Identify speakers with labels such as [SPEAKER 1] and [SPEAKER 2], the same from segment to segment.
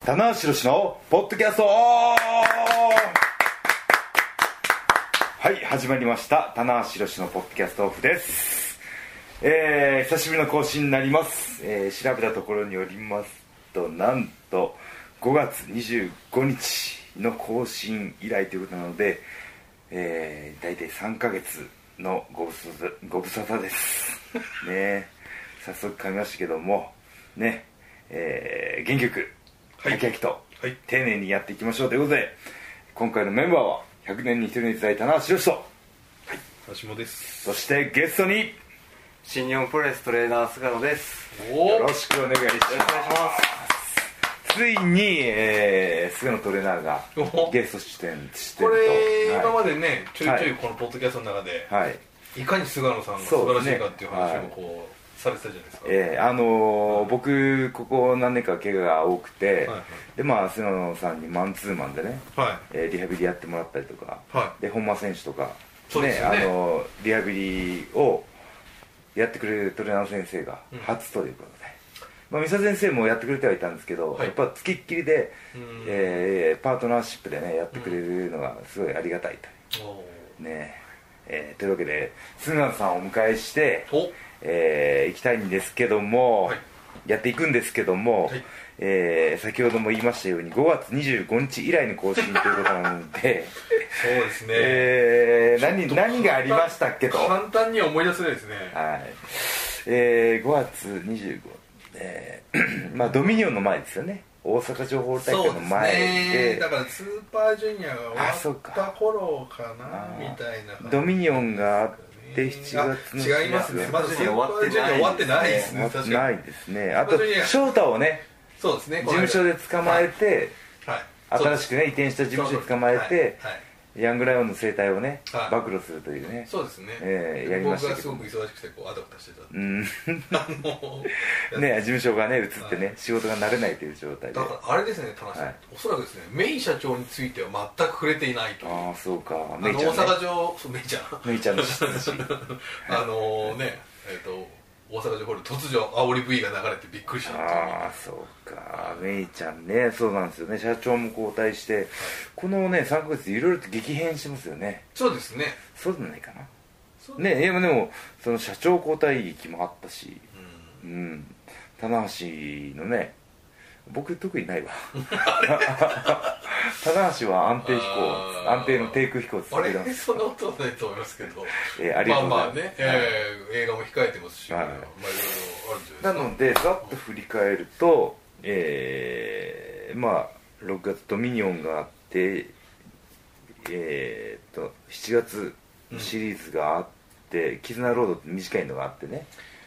[SPEAKER 1] 棚橋宏のポッドキャストオンはい始まりました棚橋宏のポッドキャストオフですえー、久しぶりの更新になります、えー調べたところによりますとなんと5月25日の更新以来ということなので、えー、大体3ヶ月のご無沙汰ご無沙汰ですねえ早速噛みましたけどもねえー、元気よく
[SPEAKER 2] はい
[SPEAKER 1] はきはきと、
[SPEAKER 2] はい
[SPEAKER 1] 丁寧にやっていきましょうということで今回のメンバーは100年に一人に伝えたな白人
[SPEAKER 2] 私もです
[SPEAKER 1] そしてゲストに
[SPEAKER 3] 新日本プロレストレーナー菅野です
[SPEAKER 1] よ
[SPEAKER 2] お
[SPEAKER 1] ろしくお願いし
[SPEAKER 3] よろ
[SPEAKER 1] ま
[SPEAKER 3] しくお願いします
[SPEAKER 1] すついに、えー、菅野トレーナーが
[SPEAKER 2] お
[SPEAKER 1] ゲスト出演して
[SPEAKER 2] こ
[SPEAKER 1] ると
[SPEAKER 2] れ今
[SPEAKER 1] は
[SPEAKER 2] までねちょいちょ
[SPEAKER 1] はい
[SPEAKER 2] いこのポッドキャストの中で
[SPEAKER 1] い、はい
[SPEAKER 2] いかに菅野さんが素晴らしいかっていう話をこうされてたじゃないですか
[SPEAKER 1] えーあのー僕ここ何年か怪我が多くて、
[SPEAKER 2] はいはい
[SPEAKER 1] でまあ菅野さんにマンツーマンでね、
[SPEAKER 2] は
[SPEAKER 1] えーリハビリやってもらったりとか、
[SPEAKER 2] いは
[SPEAKER 1] で本間選手とか、
[SPEAKER 2] そうですよね
[SPEAKER 1] あのリハビリをやってくれるトレーナーの先生が
[SPEAKER 2] うん
[SPEAKER 1] 初ということで、まあ、三沢先生もやってくれてはいたんですけど、
[SPEAKER 2] はい
[SPEAKER 1] やっぱ付きっきりで、
[SPEAKER 2] いうん
[SPEAKER 1] えーパートナーシップでねやってくれるのがすごいありがたい
[SPEAKER 2] お
[SPEAKER 1] とねえーというわけで菅野さんをお迎えして、
[SPEAKER 2] お
[SPEAKER 1] えー行きたいんですけども、
[SPEAKER 2] はい
[SPEAKER 1] やっていくんですけども、
[SPEAKER 2] はい
[SPEAKER 1] えー先ほども言いましたように5月25日以来の更新ということなの で。
[SPEAKER 2] そうですね
[SPEAKER 1] えー、何何がありましたっけと、は
[SPEAKER 2] 簡単には思い出せないですね
[SPEAKER 1] いえー、5月25、えー まあ、ドミニオンの前ですよね大阪城ホール大
[SPEAKER 2] そ
[SPEAKER 1] 会
[SPEAKER 2] う
[SPEAKER 1] の
[SPEAKER 2] です
[SPEAKER 1] 前で
[SPEAKER 2] ねだからスーパージュニアが
[SPEAKER 1] あそ
[SPEAKER 2] 終
[SPEAKER 1] う
[SPEAKER 2] わ
[SPEAKER 1] か
[SPEAKER 2] った頃か
[SPEAKER 1] あ
[SPEAKER 2] な
[SPEAKER 1] ー
[SPEAKER 2] みたいな感じ
[SPEAKER 1] ドミニオンがあって7月
[SPEAKER 2] あ
[SPEAKER 1] の
[SPEAKER 2] 違いますね
[SPEAKER 1] いや
[SPEAKER 2] まずスーパージュニア終わってないですね
[SPEAKER 1] もう
[SPEAKER 2] 確かに
[SPEAKER 1] ないですねあと
[SPEAKER 2] まあとにかく
[SPEAKER 1] 翔太をね
[SPEAKER 2] そうですね
[SPEAKER 1] 事務所で捕まえて、
[SPEAKER 2] はい
[SPEAKER 1] 新しくね移転した事務所で捕まえて、
[SPEAKER 2] はいはい
[SPEAKER 1] ヤングライオンの生態をね、
[SPEAKER 2] はい
[SPEAKER 1] 暴露するというね
[SPEAKER 2] そうですね、
[SPEAKER 1] ええやりましたけど
[SPEAKER 2] 僕がすごく忙しくてこうあたふたしてた
[SPEAKER 1] うんね
[SPEAKER 2] あの
[SPEAKER 1] 事務所がね移ってね、
[SPEAKER 2] はい
[SPEAKER 1] 仕事が慣れないという状態で
[SPEAKER 2] だからあれですね田中さん、
[SPEAKER 1] はい
[SPEAKER 2] おそらくですねメイ社長については全く触れていないという
[SPEAKER 1] ああそうか
[SPEAKER 2] あの
[SPEAKER 1] メイちゃんね
[SPEAKER 2] 大阪城そうメイちゃん
[SPEAKER 1] メイちゃんの質問
[SPEAKER 2] あのねえっ、と大阪城ホール突如煽り V が流れてびっくりしたってい う
[SPEAKER 1] ああそうかメイちゃんねそうなんですよね社長も交代してこのね3ヶ月でいろいろと激変してますよね
[SPEAKER 2] そうですね
[SPEAKER 1] そうじゃないかな
[SPEAKER 2] そう
[SPEAKER 1] ねいやでもその社長交代劇もあったし
[SPEAKER 2] うん
[SPEAKER 1] うん棚橋のね僕特にないわ 棚橋は安定飛行
[SPEAKER 2] あー
[SPEAKER 1] 安定の低空飛行を
[SPEAKER 2] あ
[SPEAKER 1] 続けてま
[SPEAKER 2] れ
[SPEAKER 1] す
[SPEAKER 2] そんなことはないと思いますけど
[SPEAKER 1] えーありがとうござい
[SPEAKER 2] ま
[SPEAKER 1] ま
[SPEAKER 2] あまあ
[SPEAKER 1] す
[SPEAKER 2] ね、えー映画も控えてますし、
[SPEAKER 1] はい
[SPEAKER 2] まあいろいろあるんじゃないですか
[SPEAKER 1] なのでざっと振り返るとえー、まあ6月ドミニオンがあってえー、と7月シリーズがあって、絆ロードって短いのがあってね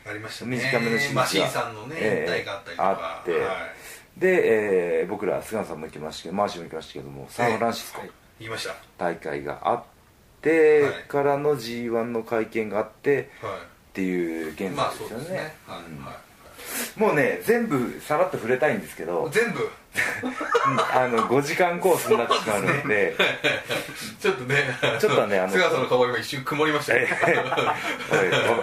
[SPEAKER 2] ありましたね
[SPEAKER 1] 短めのシーンが
[SPEAKER 2] まあ、シーさんのね
[SPEAKER 1] ええ
[SPEAKER 2] 引退があったりとか
[SPEAKER 1] あってで、えー僕ら菅野さんも行きましたけどマーシーも行きましたけどもサンフランシスコ
[SPEAKER 2] はい言いましたは
[SPEAKER 1] 大会があって、
[SPEAKER 2] はい
[SPEAKER 1] からの g 1の会見があってっていう現
[SPEAKER 2] いまあ
[SPEAKER 1] 在
[SPEAKER 2] そ
[SPEAKER 1] で
[SPEAKER 2] う
[SPEAKER 1] す
[SPEAKER 2] で
[SPEAKER 1] よね,、
[SPEAKER 2] すね、はい
[SPEAKER 1] もうね全部さらっと触れたいんですけど
[SPEAKER 2] はい、全部
[SPEAKER 1] あの5時間コースになってしまうので
[SPEAKER 2] ちょっとね
[SPEAKER 1] ちょっとねあの
[SPEAKER 2] 菅さんの顔が今一瞬曇りましたけど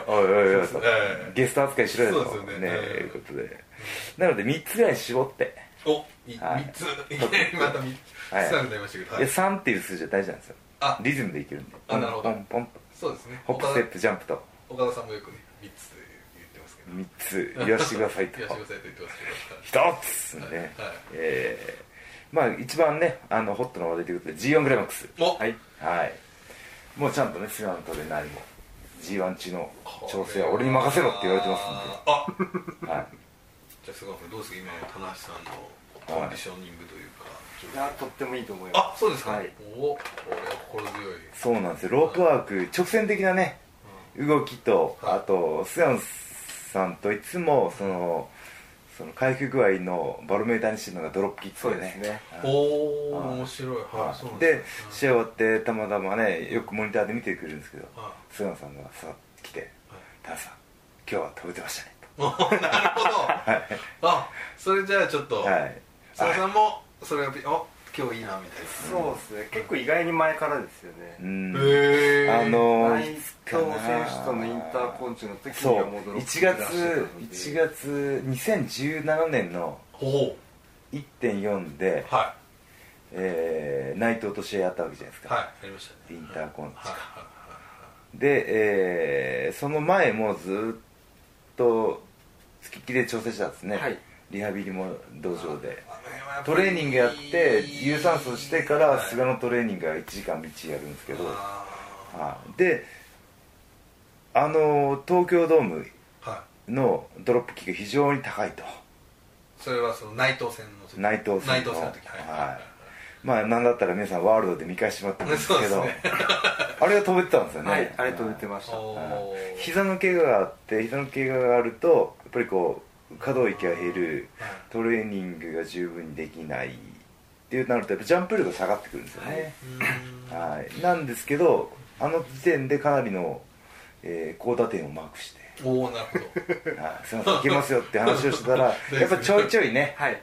[SPEAKER 1] おいおいおいおいおいと
[SPEAKER 2] ええ
[SPEAKER 1] ゲスト扱いしろよと
[SPEAKER 2] そうですよね
[SPEAKER 1] ね
[SPEAKER 2] ええ
[SPEAKER 1] いうことでなので3つぐらい絞って、
[SPEAKER 2] おい
[SPEAKER 1] はい
[SPEAKER 2] 三ついきなりまた三つ
[SPEAKER 1] はい、
[SPEAKER 2] 菅になりましたけど、はいい
[SPEAKER 1] や3っていう数字は大事なんですよ
[SPEAKER 2] あ
[SPEAKER 1] リズムでいけるんで
[SPEAKER 2] あなるほど
[SPEAKER 1] ポンポンポン
[SPEAKER 2] そうですね
[SPEAKER 1] とホップステップジャンプと
[SPEAKER 2] 岡田岡田さんもよくね三つと言ってますけ
[SPEAKER 1] 3つ
[SPEAKER 2] ど
[SPEAKER 1] 言わしてくださいと
[SPEAKER 2] 言わしてくださいと言ってます
[SPEAKER 1] 1つね、
[SPEAKER 2] はいはい
[SPEAKER 1] えーまあ一番ねあのホットな話題ということで G1 グライマックス
[SPEAKER 2] お
[SPEAKER 1] はい、はい、もうちゃんとね菅野トレーナーにも G1 中の
[SPEAKER 2] け
[SPEAKER 1] 調
[SPEAKER 2] ど
[SPEAKER 1] 整は俺に任せろって言われてます
[SPEAKER 2] あ
[SPEAKER 1] んで、はい
[SPEAKER 2] じゃあ菅野君どうですか今の棚橋さんのコンディショニングというか、状況
[SPEAKER 3] いやとってもいいと思いま
[SPEAKER 2] あそうですか、
[SPEAKER 3] はい
[SPEAKER 2] おこれは心強い、
[SPEAKER 1] そうなんですよロープワーク直線的なね動きと
[SPEAKER 2] は
[SPEAKER 1] あ
[SPEAKER 2] い
[SPEAKER 1] と菅野さんといつもそのその回復具合のバロメーターにしてるのがドロップキックでね
[SPEAKER 3] そうですね
[SPEAKER 2] お
[SPEAKER 1] はい
[SPEAKER 2] お
[SPEAKER 1] はい
[SPEAKER 2] 面白いはい、
[SPEAKER 1] はい
[SPEAKER 2] そうなん
[SPEAKER 1] で
[SPEAKER 2] です
[SPEAKER 1] 試合終わってたまたまねよくモニターで見てくれるんですけど
[SPEAKER 2] ねは
[SPEAKER 1] 菅野さんがさ来て「タナさん今日は飛べてましたね
[SPEAKER 2] いはいおーなるほど、
[SPEAKER 1] い
[SPEAKER 2] あそれじゃあちょっ」
[SPEAKER 1] と
[SPEAKER 2] と、
[SPEAKER 1] はい
[SPEAKER 2] 佐野さんもそれをピお今日いいなみたい
[SPEAKER 3] すそうですね結構意外に前からですよね
[SPEAKER 1] うん
[SPEAKER 2] なへえ
[SPEAKER 1] あの
[SPEAKER 3] 内
[SPEAKER 1] ー
[SPEAKER 3] 藤選手とのインターコンチの時
[SPEAKER 1] そ
[SPEAKER 3] には
[SPEAKER 1] う
[SPEAKER 3] 戻ろ
[SPEAKER 1] 1月1月2017年の
[SPEAKER 2] ほう
[SPEAKER 1] 1.4で、
[SPEAKER 2] は
[SPEAKER 1] えー内藤と試合やったわけじゃないです
[SPEAKER 2] い
[SPEAKER 1] か、
[SPEAKER 2] はいやりましたね
[SPEAKER 1] インターコンチ、
[SPEAKER 2] はいはい
[SPEAKER 1] で、えーその前もずっとつきっきりで調整してたんですね、
[SPEAKER 3] はい
[SPEAKER 1] リハビリも道場で
[SPEAKER 2] あの辺はやっぱ
[SPEAKER 1] ト
[SPEAKER 2] り
[SPEAKER 1] レーニングやって有酸素してから
[SPEAKER 2] はい
[SPEAKER 1] 菅野トレーニングが1時間みっちりやるんですけど、
[SPEAKER 2] あ
[SPEAKER 1] はいであの東京ドーム
[SPEAKER 2] ーはい
[SPEAKER 1] のドロップキックが非常に高いと
[SPEAKER 2] それはその内藤戦の時
[SPEAKER 1] 内藤戦の
[SPEAKER 2] 内藤戦の時はい、
[SPEAKER 1] はいまあ何だったら皆さんワールドで見返してもらってもいいんですけど
[SPEAKER 2] そうですね
[SPEAKER 1] あれが飛べてたんですよね
[SPEAKER 3] はい、あれ飛べてました。
[SPEAKER 2] お
[SPEAKER 1] は
[SPEAKER 2] ー
[SPEAKER 1] い膝の怪我があって膝の怪我があるとやっぱりこう可動域が減る
[SPEAKER 2] はい
[SPEAKER 1] トレーニングが十分にできないっていうなるとやっぱジャンプ力が下がってくるんですよね、
[SPEAKER 2] うーん
[SPEAKER 1] はい、なんですけどあの時点でかなりの、えー高打点をマークして
[SPEAKER 2] おおなるほど、
[SPEAKER 1] はい、すみません、行けますよって話をしてたら
[SPEAKER 2] そうですね
[SPEAKER 1] やっぱちょいちょいね、
[SPEAKER 3] はい。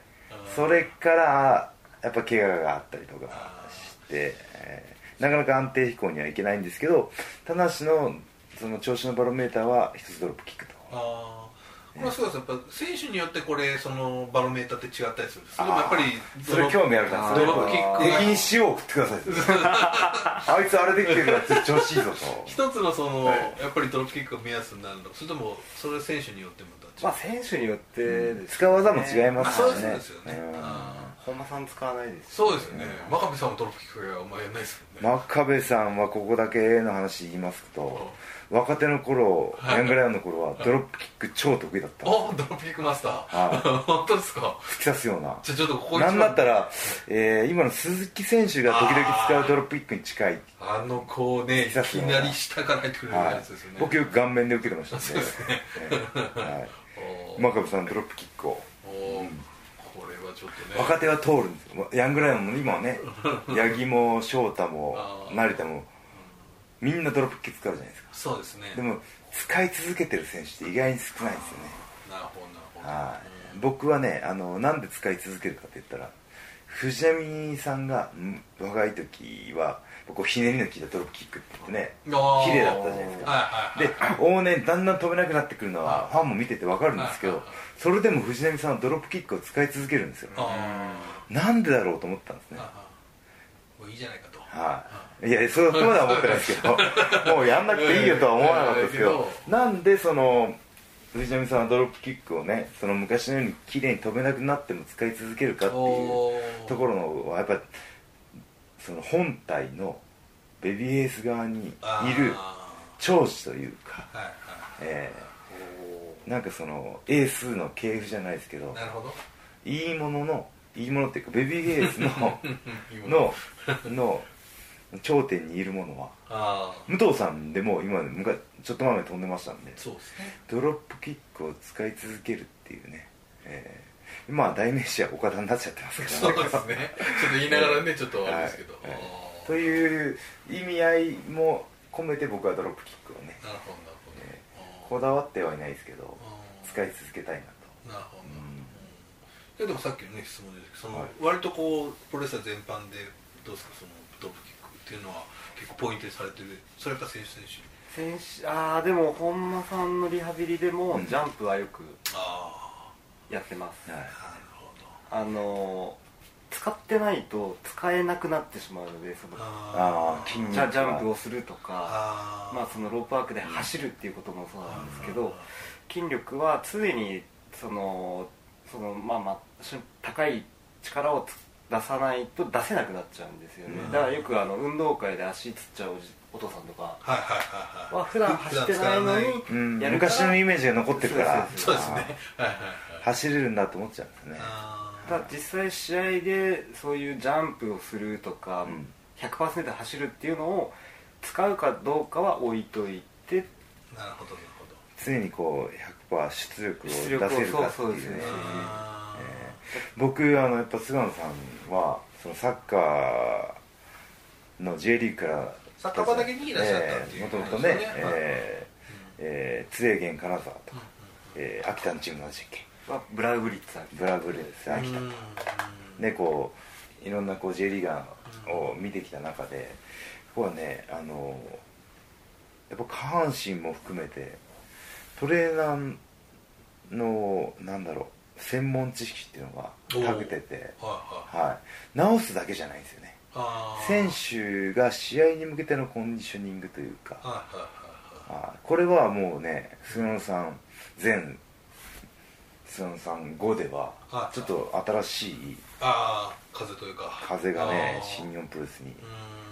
[SPEAKER 1] それから、やっぱ怪我があったりとかして、えーなかなか安定飛行にはいけないんですけど、棚橋のその調子のバロメーターは、一つドロップキックと。
[SPEAKER 2] あーこれはそうですやっぱ選手によってこれそのバロメーターって違ったりするんですけど
[SPEAKER 1] あー
[SPEAKER 2] やっぱり
[SPEAKER 1] それ興味あるな、
[SPEAKER 3] あー
[SPEAKER 1] それ
[SPEAKER 2] ドロップキックが
[SPEAKER 1] 敵に塩を送ってください って。あいつあれできてるから調子いいぞと。
[SPEAKER 2] 一つのその、
[SPEAKER 1] はい
[SPEAKER 2] やっぱりドロップキックが目安になるのかそれともそれ選手によってもどっち
[SPEAKER 3] まあ選手によってですね
[SPEAKER 1] 使う技も違いま
[SPEAKER 2] あ
[SPEAKER 1] す
[SPEAKER 2] そ
[SPEAKER 1] し
[SPEAKER 2] うです
[SPEAKER 1] ね。
[SPEAKER 2] ですよね、
[SPEAKER 1] うん
[SPEAKER 2] あー
[SPEAKER 3] 本間さん使わないです。
[SPEAKER 2] そうですよね真壁さんもドロップキックがあんまりやんないですもんね、
[SPEAKER 1] 真壁さんはここだけの話言いますと若手の頃
[SPEAKER 2] はい
[SPEAKER 1] ヤングライオンの頃はドロップキック超得意だった
[SPEAKER 2] おドロップキックマスター、
[SPEAKER 1] は
[SPEAKER 2] 本当ですか
[SPEAKER 1] 突き刺すような
[SPEAKER 2] じゃあちょっとここ一
[SPEAKER 1] な
[SPEAKER 2] 番
[SPEAKER 1] んだったら、えー今の鈴木選手が時々使うドロップキックに近い、
[SPEAKER 2] あの子ねい
[SPEAKER 1] 突き刺す
[SPEAKER 2] き
[SPEAKER 1] よう
[SPEAKER 2] なり下から入ってくる
[SPEAKER 1] は
[SPEAKER 2] や
[SPEAKER 1] い
[SPEAKER 2] つですよね、
[SPEAKER 1] 僕よく顔面で受けてましたん
[SPEAKER 2] そうですね
[SPEAKER 1] えーはい
[SPEAKER 2] おー
[SPEAKER 1] 真壁さんドロップキックを
[SPEAKER 2] おーこれはちょっとね
[SPEAKER 1] 若手は通るんですよヤングライオンも今は ね八木も翔太も
[SPEAKER 2] あー
[SPEAKER 1] 成田もみんなドロップキック使うじゃないですか
[SPEAKER 2] そうですね
[SPEAKER 1] でも使い続けてる選手って意外に少ないんですよね
[SPEAKER 2] なるほどなるほど
[SPEAKER 1] はい、僕はねあのなんで使い続けるかって言ったら藤波さんがん若い時はこうひねりの効いたドロップキックって言ってね
[SPEAKER 2] あー
[SPEAKER 1] 綺麗だったじゃないですか
[SPEAKER 2] はいはい
[SPEAKER 1] で
[SPEAKER 2] は
[SPEAKER 1] 往
[SPEAKER 2] い
[SPEAKER 1] 年だんだん飛べなくなってくるのはファンも見ててわかるんですけ
[SPEAKER 2] はい
[SPEAKER 1] ど
[SPEAKER 2] はいはい
[SPEAKER 1] それでも藤波さんはドロップキックを使い続けるんですよ
[SPEAKER 2] あ
[SPEAKER 1] なんでだろうと思ったんです
[SPEAKER 2] ー
[SPEAKER 1] ね
[SPEAKER 2] あーもういいじゃないかと
[SPEAKER 1] はい、いやそこまでは思ってないですけ どもうやんなくていいよとは思わなかったですけ
[SPEAKER 2] いやいやい
[SPEAKER 1] ど
[SPEAKER 2] やけ
[SPEAKER 1] なんでその藤波さんはドロップキックをねその昔のように綺麗に飛べなくなっても使い続けるかっていう
[SPEAKER 2] お
[SPEAKER 1] ところのはやっぱその本体のベビーエース側にい
[SPEAKER 2] あー
[SPEAKER 1] る長子というか、
[SPEAKER 2] はいはい
[SPEAKER 1] え
[SPEAKER 2] お
[SPEAKER 1] ーなんかそのエースの系譜じゃないですけど
[SPEAKER 2] ーなるほど
[SPEAKER 1] いいもののいいものっていうかベビーエースの
[SPEAKER 2] いいも
[SPEAKER 1] のの頂点にいるものは
[SPEAKER 2] ああ
[SPEAKER 1] 武藤さんでも今昔ちょっと前まで飛んでましたんで
[SPEAKER 2] そうで すね
[SPEAKER 1] ドロップキックを使い続けるっていうね、えーまあ代名詞は岡田になっちゃってますけ
[SPEAKER 2] そ
[SPEAKER 1] ど
[SPEAKER 2] うですねちょっと言いながらねちょっとあれですけど
[SPEAKER 1] は
[SPEAKER 2] あ
[SPEAKER 1] いはい
[SPEAKER 2] ー
[SPEAKER 1] という意味合いも込めて僕はドロップキックをね
[SPEAKER 2] なるほどなる
[SPEAKER 1] え
[SPEAKER 2] ほ
[SPEAKER 1] こ
[SPEAKER 2] ど
[SPEAKER 1] だわってはいないですけど
[SPEAKER 2] あー
[SPEAKER 1] 使い続けたいな
[SPEAKER 2] なるほど、
[SPEAKER 1] うん
[SPEAKER 2] いやでもさっきの、ね、質問ですけどその、
[SPEAKER 1] はい
[SPEAKER 2] 割とこうプロレスラー全般でどうですかそのドロップキックっていうのは結構ポイントにされてるそれか選手選手
[SPEAKER 3] 選手ああでも本間さんのリハビリでも
[SPEAKER 1] うん
[SPEAKER 3] ジャンプはよく
[SPEAKER 2] あ
[SPEAKER 3] やってます。
[SPEAKER 1] と、はい
[SPEAKER 2] あなるほど
[SPEAKER 3] あのー使ってないと使えなくなってしまうのでその
[SPEAKER 1] あ
[SPEAKER 2] あ
[SPEAKER 1] ー
[SPEAKER 2] ー
[SPEAKER 1] 筋肉
[SPEAKER 3] ジャジャンプをするとか。
[SPEAKER 2] あー
[SPEAKER 3] まあ、そのロープワークで走るっていうこともそうなんですけど筋力は常にそのそのまあまあし高い力をつ出さないと出せなくなっちゃうんですよね、
[SPEAKER 2] うん
[SPEAKER 3] だからよくあの運動会で足つっちゃうおじお父さんとか
[SPEAKER 2] はいはいはいは
[SPEAKER 3] はい普段走ってないのに
[SPEAKER 2] 普段使わ
[SPEAKER 1] うん、
[SPEAKER 3] やるから
[SPEAKER 1] 昔のイメージが残ってるから
[SPEAKER 2] そうですね
[SPEAKER 1] あー
[SPEAKER 2] はいはいはい
[SPEAKER 1] 走れるんだと思っちゃうんですね
[SPEAKER 2] あ
[SPEAKER 3] ただ実際試合でそういうジャンプをするとか、
[SPEAKER 1] うん
[SPEAKER 3] 100%走るっていうのを使うかどうかは置いといて
[SPEAKER 2] ーなるほどなるほど
[SPEAKER 1] 常にこう100%出力を出せるかっていうね
[SPEAKER 3] そうそうですね
[SPEAKER 2] あ
[SPEAKER 1] えー僕あのやっぱ菅野さんはそのサッカーの J リーグから
[SPEAKER 2] サッカー畑にいらっしゃったっていう
[SPEAKER 1] もともと
[SPEAKER 2] こと
[SPEAKER 1] ね
[SPEAKER 2] ですよね
[SPEAKER 1] えーえー、津江源金沢とか、えー秋田のチームなんでしたっけ
[SPEAKER 3] はブラウブリッツァー
[SPEAKER 1] ブラブレス
[SPEAKER 2] ー
[SPEAKER 1] 秋田
[SPEAKER 2] うん
[SPEAKER 1] でこういろんなこう J リーガーを見てきた中でここはねあのやっぱ下半身も含めてトレーナーのなんだろう専門知識っていうのが長けてて、
[SPEAKER 2] はいはい
[SPEAKER 1] はい、直すだけじゃないんですよね
[SPEAKER 2] あー
[SPEAKER 1] 選手が試合に向けてのコンディショニングというか、
[SPEAKER 2] はいはい
[SPEAKER 1] はいこれはもうね菅野さん前菅野さん後では
[SPEAKER 2] はい
[SPEAKER 1] ちょっと新しい
[SPEAKER 2] ああ風というか
[SPEAKER 1] 風がね
[SPEAKER 2] あー
[SPEAKER 1] 新日本プロレスに
[SPEAKER 2] う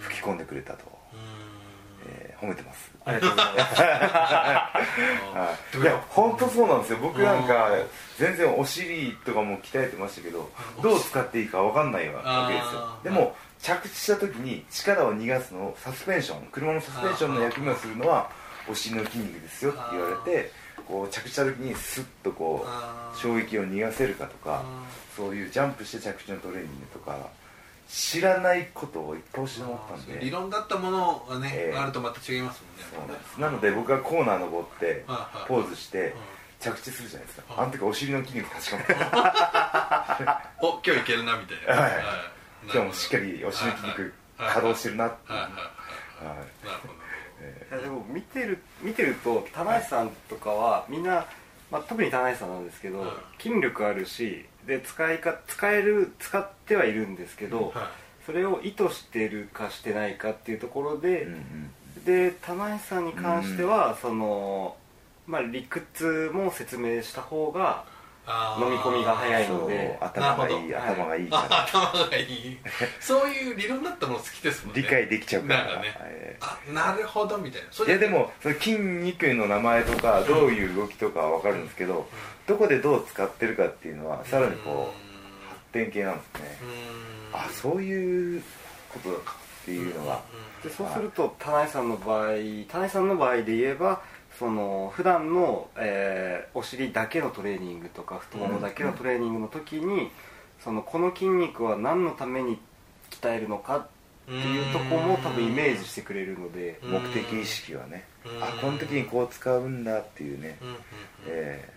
[SPEAKER 2] ーん
[SPEAKER 1] 吹き込んでくれたと、
[SPEAKER 2] うーん
[SPEAKER 1] えー褒めてます
[SPEAKER 3] ありがとうございます
[SPEAKER 2] あ
[SPEAKER 1] はい
[SPEAKER 2] ー
[SPEAKER 1] いや本当そうなんですよ僕なんか
[SPEAKER 2] うん
[SPEAKER 1] 全然お尻とかも鍛えてましたけどどう使っていいか分かんないわけですよ
[SPEAKER 2] あー
[SPEAKER 1] でも着地した時に力を逃がすのをサスペンション車のサスペンションの役目をするのはお尻の筋肉ですよって言われてこう着地した時にスッとこ
[SPEAKER 2] あ
[SPEAKER 1] う
[SPEAKER 2] ー
[SPEAKER 1] 衝撃を逃がせるかとか
[SPEAKER 2] あ
[SPEAKER 1] そういうジャンプして着地のトレーニングとか知らないことをいっぱい教えてもらったん
[SPEAKER 2] そういう
[SPEAKER 1] で
[SPEAKER 2] 理論だったものがね、
[SPEAKER 1] ええ
[SPEAKER 2] あるとまた違いますもんね
[SPEAKER 1] そうなんですなので僕がコーナー登って
[SPEAKER 2] はいはい
[SPEAKER 1] ポーズして
[SPEAKER 2] うん
[SPEAKER 1] 着地するじゃないですか
[SPEAKER 2] はい
[SPEAKER 1] あの時お尻の筋肉確かめて
[SPEAKER 2] お今日いけるなみたいな、
[SPEAKER 1] はい
[SPEAKER 2] なるほ
[SPEAKER 1] 今
[SPEAKER 2] ど
[SPEAKER 1] 日もしっかりお尻の筋肉稼働してるなっていう
[SPEAKER 2] はいはい
[SPEAKER 1] は
[SPEAKER 2] はいなるほど
[SPEAKER 3] いやでも見てる見てると棚橋さんとかはみんな、まあ、特に棚橋さんなんですけど、
[SPEAKER 2] うん
[SPEAKER 3] 筋力あるしで使いか使える使ってはいるんですけ
[SPEAKER 2] はい
[SPEAKER 3] ど、それを意図してるかしてないかっていうところで、
[SPEAKER 1] いうんうん
[SPEAKER 3] で玉井さんに関しては、そのまあ理屈も説明した方が
[SPEAKER 2] あー
[SPEAKER 3] 飲み込みが早い
[SPEAKER 1] そ
[SPEAKER 3] ので
[SPEAKER 1] う頭がいい
[SPEAKER 3] なるほど
[SPEAKER 1] 頭がいいから
[SPEAKER 2] あ頭がいいそういう理論だったもの好きですもんね
[SPEAKER 1] 理解できちゃうから
[SPEAKER 2] なんかね
[SPEAKER 1] え
[SPEAKER 2] あなるほどみたいなそ
[SPEAKER 1] ーいやでもその筋肉の名前とかどういう動きとかは分かるんですけどどこでどう使ってるかっていうのはさらにこう発展系なんですね
[SPEAKER 2] うーん
[SPEAKER 1] あそういうことかっていうのが
[SPEAKER 3] でそうすると棚井さんの場合棚井さんの場合で言えばその普段の、えーお尻だけのトレーニングとか太ももだけのトレーニングの時に、そのこの筋肉は何のために鍛えるのか
[SPEAKER 2] う
[SPEAKER 3] っ
[SPEAKER 2] ん
[SPEAKER 3] ていうところも多分イメージしてくれるので、
[SPEAKER 2] うん
[SPEAKER 1] 目的意識はね
[SPEAKER 2] うん
[SPEAKER 1] あこの時にこう使うんだっていうね
[SPEAKER 2] うんうんうん
[SPEAKER 1] え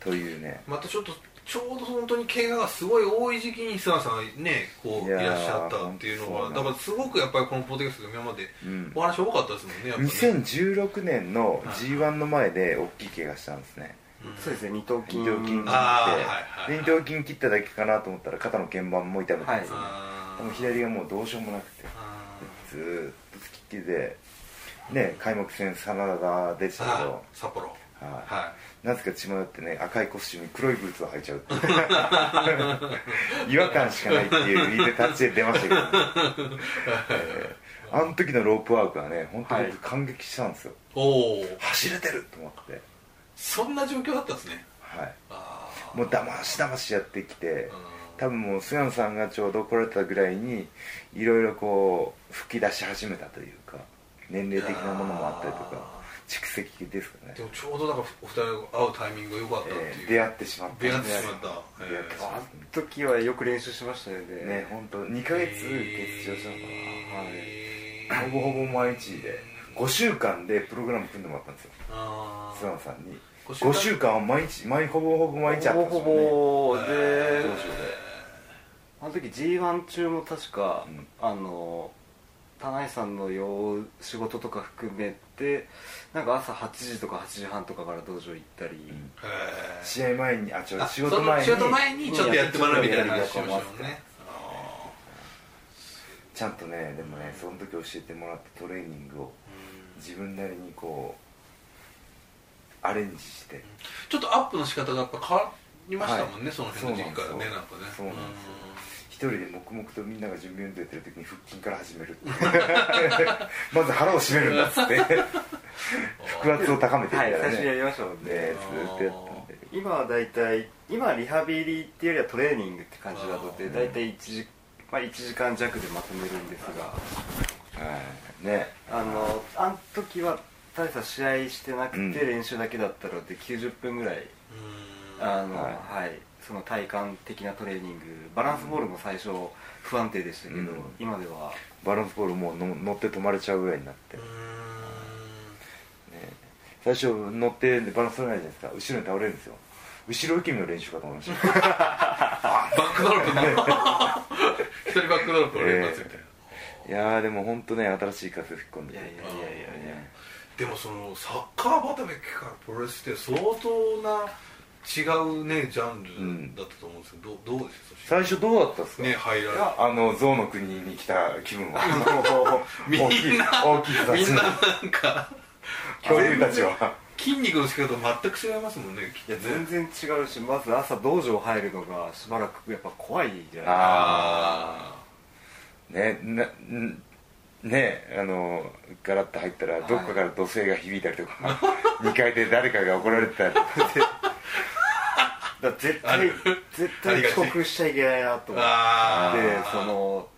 [SPEAKER 1] ーというね
[SPEAKER 2] またちょっとちょうど本当に怪我がすごい多い時期に菅野さんがねこう
[SPEAKER 1] い
[SPEAKER 2] い
[SPEAKER 1] やー
[SPEAKER 2] らっしゃったっていうの
[SPEAKER 1] そうな
[SPEAKER 2] は
[SPEAKER 1] んです
[SPEAKER 2] だからすごくやっぱりこのポッドキャストで今まで
[SPEAKER 1] うん
[SPEAKER 2] お話多かったですもんねやっぱね
[SPEAKER 1] 2016年の g 1の前で大きい怪我したんですね
[SPEAKER 2] うん
[SPEAKER 3] そうですね二頭筋
[SPEAKER 1] 二頭筋切って
[SPEAKER 2] あーはいはい
[SPEAKER 1] で二頭筋切っただけかなと思ったら肩の鍵盤も痛めてですね、
[SPEAKER 2] あー
[SPEAKER 1] でも左がもうどうしようもなくて
[SPEAKER 2] あ
[SPEAKER 1] ずーっと突きっきりでね開幕戦真田が出て
[SPEAKER 2] ー
[SPEAKER 1] たけ
[SPEAKER 2] あ
[SPEAKER 1] ど
[SPEAKER 2] 札幌
[SPEAKER 1] はい
[SPEAKER 2] は
[SPEAKER 1] なぜか血迷ってね赤いコスチュームに黒いブーツを履いちゃうっていう違和感しかないって いう理由で立ちで出ましたけど、ねえーあの時のロープワークはね本当に
[SPEAKER 3] はい
[SPEAKER 1] 僕感激したんですよ、
[SPEAKER 2] いおお
[SPEAKER 1] 走れてると思って
[SPEAKER 2] そんな状況だったんですね
[SPEAKER 1] はい
[SPEAKER 2] ああ
[SPEAKER 1] もうだましだましやってきて多分もう菅野さんがちょうど来られたぐらいにいろいろこう吹き出し始めたというか年齢的なものもあったりとか
[SPEAKER 2] あ
[SPEAKER 1] 蓄積ですかね
[SPEAKER 2] で、もちょうどなんかお二人が会うタイミングが良かった
[SPEAKER 1] え
[SPEAKER 2] ってい
[SPEAKER 1] ー
[SPEAKER 2] う
[SPEAKER 1] 出会ってしまった
[SPEAKER 2] 出会ってしまった
[SPEAKER 1] 出会ってしま
[SPEAKER 3] あ
[SPEAKER 1] っ
[SPEAKER 3] の時はよく練習しましたよね
[SPEAKER 1] たね本当2ヶ月欠場したのかな、はい、ほぼほぼ毎日で5週間でプログラム組んでもらったんですよ
[SPEAKER 2] あ
[SPEAKER 1] 菅野さんに
[SPEAKER 2] 5
[SPEAKER 1] 5週間は毎日毎ほぼほぼ毎日あった
[SPEAKER 3] ほ
[SPEAKER 1] んです
[SPEAKER 3] ぼ
[SPEAKER 1] よね
[SPEAKER 3] ほぼで、
[SPEAKER 2] え
[SPEAKER 1] どうしよう
[SPEAKER 3] あの時 g 1中も確か、
[SPEAKER 1] うん
[SPEAKER 3] あの田内さんの用仕事とか含めてなんか朝8時とか8時半とかから道場行ったり、
[SPEAKER 1] ん
[SPEAKER 2] へー
[SPEAKER 1] 試合前にあ違う
[SPEAKER 2] あ
[SPEAKER 1] 仕事前に
[SPEAKER 2] その仕事前にちょっとやってもらうみたいな話をしましたもん
[SPEAKER 1] やり
[SPEAKER 2] ねあ
[SPEAKER 1] ちゃんとねでもねその時教えてもらったトレーニングを
[SPEAKER 2] ーうん
[SPEAKER 1] 自分なりにこうアレンジして
[SPEAKER 2] ちょっとアップの仕方がやっぱ変わりましたもんね、
[SPEAKER 1] はい
[SPEAKER 2] その辺の時期からね
[SPEAKER 1] そう
[SPEAKER 2] なん
[SPEAKER 1] な
[SPEAKER 2] か
[SPEAKER 1] んで
[SPEAKER 2] ね
[SPEAKER 1] すよそうなんですよ一人で黙々とみんなが準備運動やってる時に腹筋から始めるっていう まず腹を締めるんだっつって腹圧を高めてみた
[SPEAKER 3] は
[SPEAKER 1] い
[SPEAKER 3] い
[SPEAKER 1] な
[SPEAKER 3] 最
[SPEAKER 1] ね
[SPEAKER 3] 初にやりましたもんね
[SPEAKER 1] ねずっとやったんで
[SPEAKER 3] 今は大体今はリハビリっていうよりはトレーニングって感じなので
[SPEAKER 1] ん
[SPEAKER 3] 大体1時,、まあ、1時間弱でまとめるんですが
[SPEAKER 1] はいね
[SPEAKER 3] あのあの時は田内さん試合してなくて、
[SPEAKER 1] うん
[SPEAKER 3] 練習だけだったので90分ぐらいあの
[SPEAKER 1] は
[SPEAKER 3] はいい、その体幹的なトレーニングバランスボールも最初不安定でしたけど、
[SPEAKER 1] うん
[SPEAKER 3] 今では
[SPEAKER 1] バランスボールもうの乗って止まれちゃうぐらいになって、
[SPEAKER 2] う
[SPEAKER 1] ね
[SPEAKER 2] ん、
[SPEAKER 1] 最初乗ってバランス取れないじゃないですか後ろに倒れるんですよ後ろ受け身の練習かと思いました
[SPEAKER 2] バックドロッ プな一人バックドロップ俺一発みたいな、
[SPEAKER 1] いやーでも本当ね新しい風吹き込んで
[SPEAKER 3] いやいやいやいやいや
[SPEAKER 2] でもそのサッカー畑からプロレスって相当な違うねジャンルだったと思うんですけど、どうどうですか
[SPEAKER 1] 最初どうだったんですか、
[SPEAKER 2] ね入られ
[SPEAKER 3] いや
[SPEAKER 1] あの象の国に来た気分は
[SPEAKER 2] みんな
[SPEAKER 1] 大きい大きい人た
[SPEAKER 2] み
[SPEAKER 1] ち
[SPEAKER 2] ん
[SPEAKER 1] の
[SPEAKER 2] ななんか
[SPEAKER 1] 恐竜たちは
[SPEAKER 2] 筋肉の仕方全く違いますもんねき
[SPEAKER 3] い
[SPEAKER 2] っ
[SPEAKER 3] や
[SPEAKER 2] と
[SPEAKER 3] 全
[SPEAKER 2] ね
[SPEAKER 3] 然違うしまず朝道場入るのがしばらくやっぱ怖いじゃない
[SPEAKER 1] あ
[SPEAKER 2] あ
[SPEAKER 1] ねなうんねあのガラッと入ったら
[SPEAKER 3] い
[SPEAKER 1] どっかから土星が響いたりとか、2階で誰かが怒られてたり とか
[SPEAKER 3] だから絶
[SPEAKER 2] あ
[SPEAKER 3] 対
[SPEAKER 2] る
[SPEAKER 3] 絶
[SPEAKER 2] あ
[SPEAKER 3] 対
[SPEAKER 2] りがち
[SPEAKER 3] 遅刻しちゃいけないなと思っ
[SPEAKER 2] あ
[SPEAKER 3] て
[SPEAKER 2] ー
[SPEAKER 3] その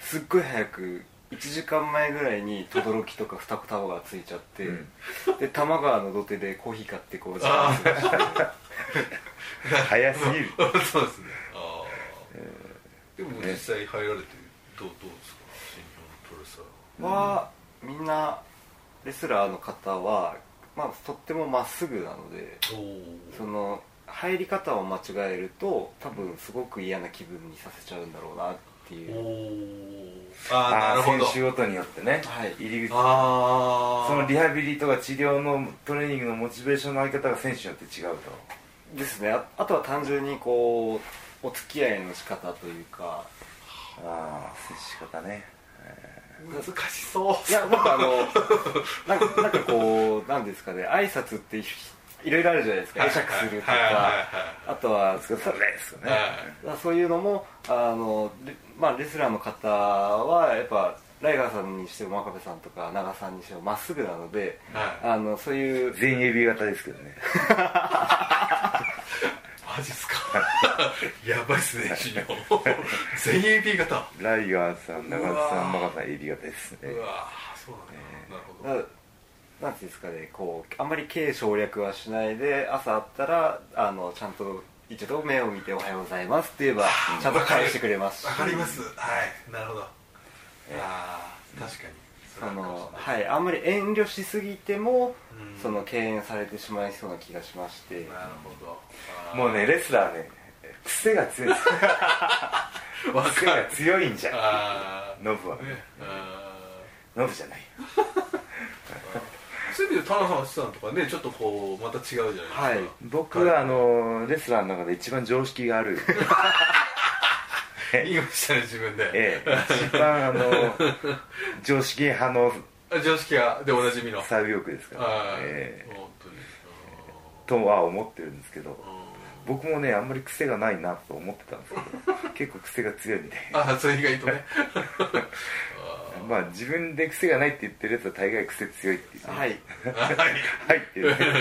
[SPEAKER 3] すっごい早く1時間前ぐらいに轟とか二子玉がついちゃって、
[SPEAKER 1] うん
[SPEAKER 3] で玉川の土手でコーヒー買ってこう時間
[SPEAKER 2] あ
[SPEAKER 3] 過ごして
[SPEAKER 1] 早すぎる
[SPEAKER 2] ーそうですねあーでも実際入られてどうどうですか新日本のプロレスラーは
[SPEAKER 3] はみんなレスラーの方は、まあ、とってもまっすぐなので
[SPEAKER 2] お
[SPEAKER 3] そ
[SPEAKER 2] お
[SPEAKER 3] の入り方を間違えると多分すごく嫌な気分にさせちゃうんだろうなってい
[SPEAKER 2] お
[SPEAKER 3] う
[SPEAKER 2] ーああなる
[SPEAKER 1] あ
[SPEAKER 2] ほ
[SPEAKER 1] ー
[SPEAKER 2] ど
[SPEAKER 1] 選手ごとによってね、
[SPEAKER 3] はい
[SPEAKER 1] 入り口
[SPEAKER 2] ああ
[SPEAKER 1] そのリハビリとか治療のトレーニングのモチベーションのあり方が選手によって違うと
[SPEAKER 3] ですねああとは単純にこうお付き合いの仕方というか
[SPEAKER 1] ああ接し方ね
[SPEAKER 2] 難しそう
[SPEAKER 3] いや僕あの なんかなんかこうなんですかね挨拶っていいろいろあるじゃないですか会釈すると
[SPEAKER 2] はいはいはい
[SPEAKER 3] かあとは
[SPEAKER 1] それそれですよね、
[SPEAKER 2] はい
[SPEAKER 3] そういうのもあのレ,、まあ、レスラーの方はやっぱライガーさんにしても真壁さんとか長さんにしてもまっすぐなので
[SPEAKER 2] はい
[SPEAKER 3] あのそういう
[SPEAKER 1] 全員指型ですけどね
[SPEAKER 2] マジっすか やばいっすね新日本全 AP 型
[SPEAKER 1] ライガーさん長津さん
[SPEAKER 2] うわー
[SPEAKER 1] マカさん襟型ですね
[SPEAKER 2] うわーそうなんだなるほど
[SPEAKER 3] ななんていうんですかねこうあんまり軽省略はしないで朝あったらあのちゃんと一度目を見て「おはようございます」って言えばちゃんと返してくれますし
[SPEAKER 2] わかりますはいなるほどあー確かに
[SPEAKER 3] その
[SPEAKER 2] はい
[SPEAKER 3] はいあんまり遠慮しすぎても
[SPEAKER 2] うん
[SPEAKER 3] その敬遠されてしまいそうな気がしまして
[SPEAKER 2] なるほどあー
[SPEAKER 1] もうねレスラーね癖が強いです
[SPEAKER 2] わ
[SPEAKER 1] 癖
[SPEAKER 2] か
[SPEAKER 1] が
[SPEAKER 2] る
[SPEAKER 1] 強いんじゃ
[SPEAKER 2] あ
[SPEAKER 1] ノブは
[SPEAKER 2] ーねあ
[SPEAKER 1] んノブじゃない
[SPEAKER 2] ーそういう意味で田中さんはさんとかねちょっとこうまた違うじゃないですか
[SPEAKER 3] はい
[SPEAKER 1] 僕はあのレスラーの中で一番常識があ る
[SPEAKER 2] 言いましたね自分で
[SPEAKER 1] ええ一番あの常識派の
[SPEAKER 2] あ常識がでおなじみのはい
[SPEAKER 1] サービオクですから、ええ
[SPEAKER 2] 本当に
[SPEAKER 1] とは思ってるんですけど
[SPEAKER 2] あーうん
[SPEAKER 1] 僕もねあんまり癖がないなと思ってたん ですけど結構癖が強いんで
[SPEAKER 2] ああそれ意外とね
[SPEAKER 1] まあ自分で癖がないって言ってるやつは大概癖強いっていうね
[SPEAKER 3] はい
[SPEAKER 2] はい
[SPEAKER 1] はいっていうね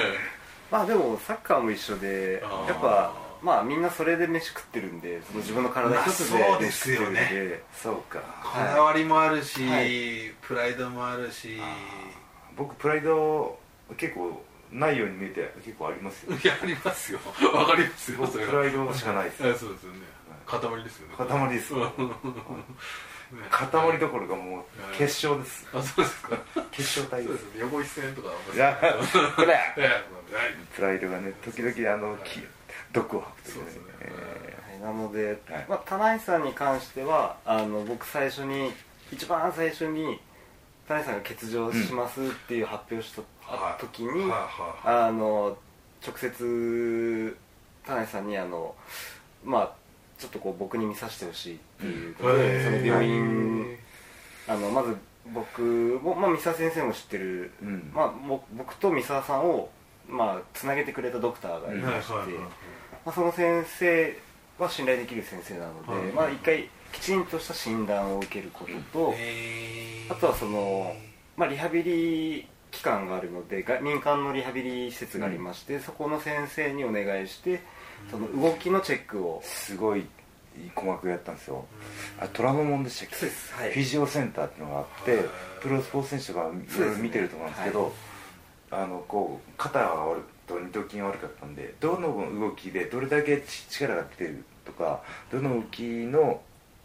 [SPEAKER 3] まあでもサッカーも一緒で
[SPEAKER 2] あー
[SPEAKER 3] やっぱまあみんなそれで飯食ってるんでその自分の体一つで
[SPEAKER 2] まあそうで
[SPEAKER 3] 飯
[SPEAKER 2] す
[SPEAKER 3] 食って
[SPEAKER 2] よ
[SPEAKER 3] るん
[SPEAKER 2] ね
[SPEAKER 3] で
[SPEAKER 1] そうか
[SPEAKER 2] こだわりもあるし、
[SPEAKER 3] はい
[SPEAKER 2] プライドもあるし
[SPEAKER 1] 僕プライド結構ないように見えて結構あります よ
[SPEAKER 2] いやありますよわかりますよ
[SPEAKER 1] 僕
[SPEAKER 2] そ
[SPEAKER 1] プ
[SPEAKER 2] れは
[SPEAKER 1] ライドしかないです
[SPEAKER 2] えそうですよね塊ですよね
[SPEAKER 1] 塊です
[SPEAKER 2] うん
[SPEAKER 1] 塊どころかもう決勝です
[SPEAKER 2] あそうですか
[SPEAKER 1] 決勝対
[SPEAKER 2] そ
[SPEAKER 1] で
[SPEAKER 2] うですすね横一線とかは
[SPEAKER 1] い
[SPEAKER 2] 面 白い
[SPEAKER 1] やこれ
[SPEAKER 2] ええはい
[SPEAKER 1] プライドがね時々あのき毒を吐くとい
[SPEAKER 2] そう
[SPEAKER 1] う
[SPEAKER 2] で
[SPEAKER 1] ね
[SPEAKER 2] すね
[SPEAKER 1] え
[SPEAKER 3] はいなので、
[SPEAKER 1] はい
[SPEAKER 3] まあ、田内さんに関してはあの僕最初に一番最初に田内さんが欠場しますっていう発表した
[SPEAKER 2] はい
[SPEAKER 3] 時に、
[SPEAKER 2] はいはい
[SPEAKER 3] あの直接田内さんにあのまあちょっとこう僕に見させてほしいっていうことで、その病院あのまず僕も、まあ、三沢先生も知ってる、
[SPEAKER 1] うん
[SPEAKER 3] まあ、ぼ僕と三沢さんを、まあ、つなげてくれたドクターがい
[SPEAKER 2] はいはい
[SPEAKER 3] まして、
[SPEAKER 2] はい
[SPEAKER 3] まあ、その先生は信頼できる先生なので、
[SPEAKER 2] はい
[SPEAKER 3] まあ、一回きちんとした診断を受けることと、
[SPEAKER 2] えー
[SPEAKER 3] あとはその、まあ、リハビリ機関があるのでが民間のリハビリ施設がありまして、そこの先生にお願いしてその動きのチェックを
[SPEAKER 1] ー、すごい鼓膜やったんですよあトラノモンでしたっけ
[SPEAKER 3] そうですはい
[SPEAKER 1] フィジオセンターっていうのがあって
[SPEAKER 2] はい
[SPEAKER 1] プロスポーツ選手とかいろいろ見てると思うんですけどあのこう肩が悪くと二頭筋が悪かったんでどの動きでどれだけち力が出てるとかどの動きの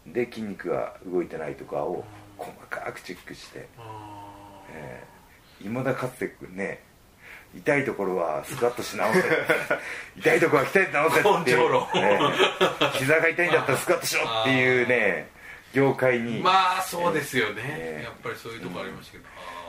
[SPEAKER 1] で筋肉が動いてないとかを細かくチェックして
[SPEAKER 2] あー
[SPEAKER 1] えー、未だかつてね痛いところはスクワットし 直せ痛いところは鍛えて直せってい
[SPEAKER 2] 根性
[SPEAKER 1] う、
[SPEAKER 2] 論
[SPEAKER 1] ね膝が痛いんだったらスクワットしろっていうね業界に、
[SPEAKER 2] まあそうですよね、
[SPEAKER 1] ええ
[SPEAKER 2] やっぱりそういうとこありましたけど、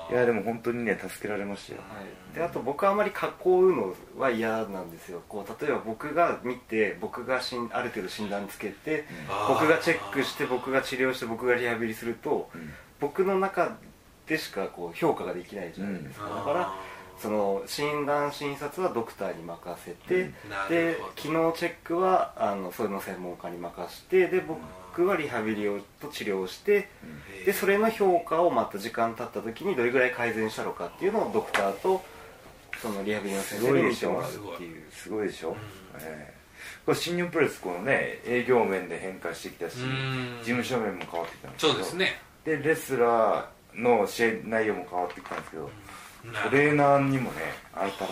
[SPEAKER 2] あ
[SPEAKER 1] いやでも本当にね助けられましたよ
[SPEAKER 3] はい、であと僕あまり囲うのは嫌なんですよこう例えば僕が見て僕がしんある程度診断つけて
[SPEAKER 2] あー
[SPEAKER 3] 僕がチェックして僕が治療して僕がリハビリすると
[SPEAKER 1] うん
[SPEAKER 3] 僕の中でしかこう評価ができないじゃないですか、
[SPEAKER 2] うん
[SPEAKER 3] だか
[SPEAKER 2] あ
[SPEAKER 3] らその診断診察はドクターに任せて、
[SPEAKER 1] うん
[SPEAKER 2] なる
[SPEAKER 3] で
[SPEAKER 2] ほど
[SPEAKER 3] 機能チェックはあのそれの専門家に任してで僕はリハビリをと治療をしてでそれの評価をまた時間経った時にどれぐらい改善したのかっていうのをドクターとそのリハビリの先生に見てもらうっていう
[SPEAKER 1] すごいでしょ、
[SPEAKER 2] うん
[SPEAKER 1] ええこれ新日本プロレスこのね営業面で変化してきたし
[SPEAKER 2] うん
[SPEAKER 1] 事務所面も変わってきたんですけ
[SPEAKER 2] そ
[SPEAKER 1] ど
[SPEAKER 2] うですね
[SPEAKER 1] でレスラーの試合内容も変わってきたんですけど
[SPEAKER 2] な
[SPEAKER 1] ト
[SPEAKER 2] る
[SPEAKER 1] レーナーにもね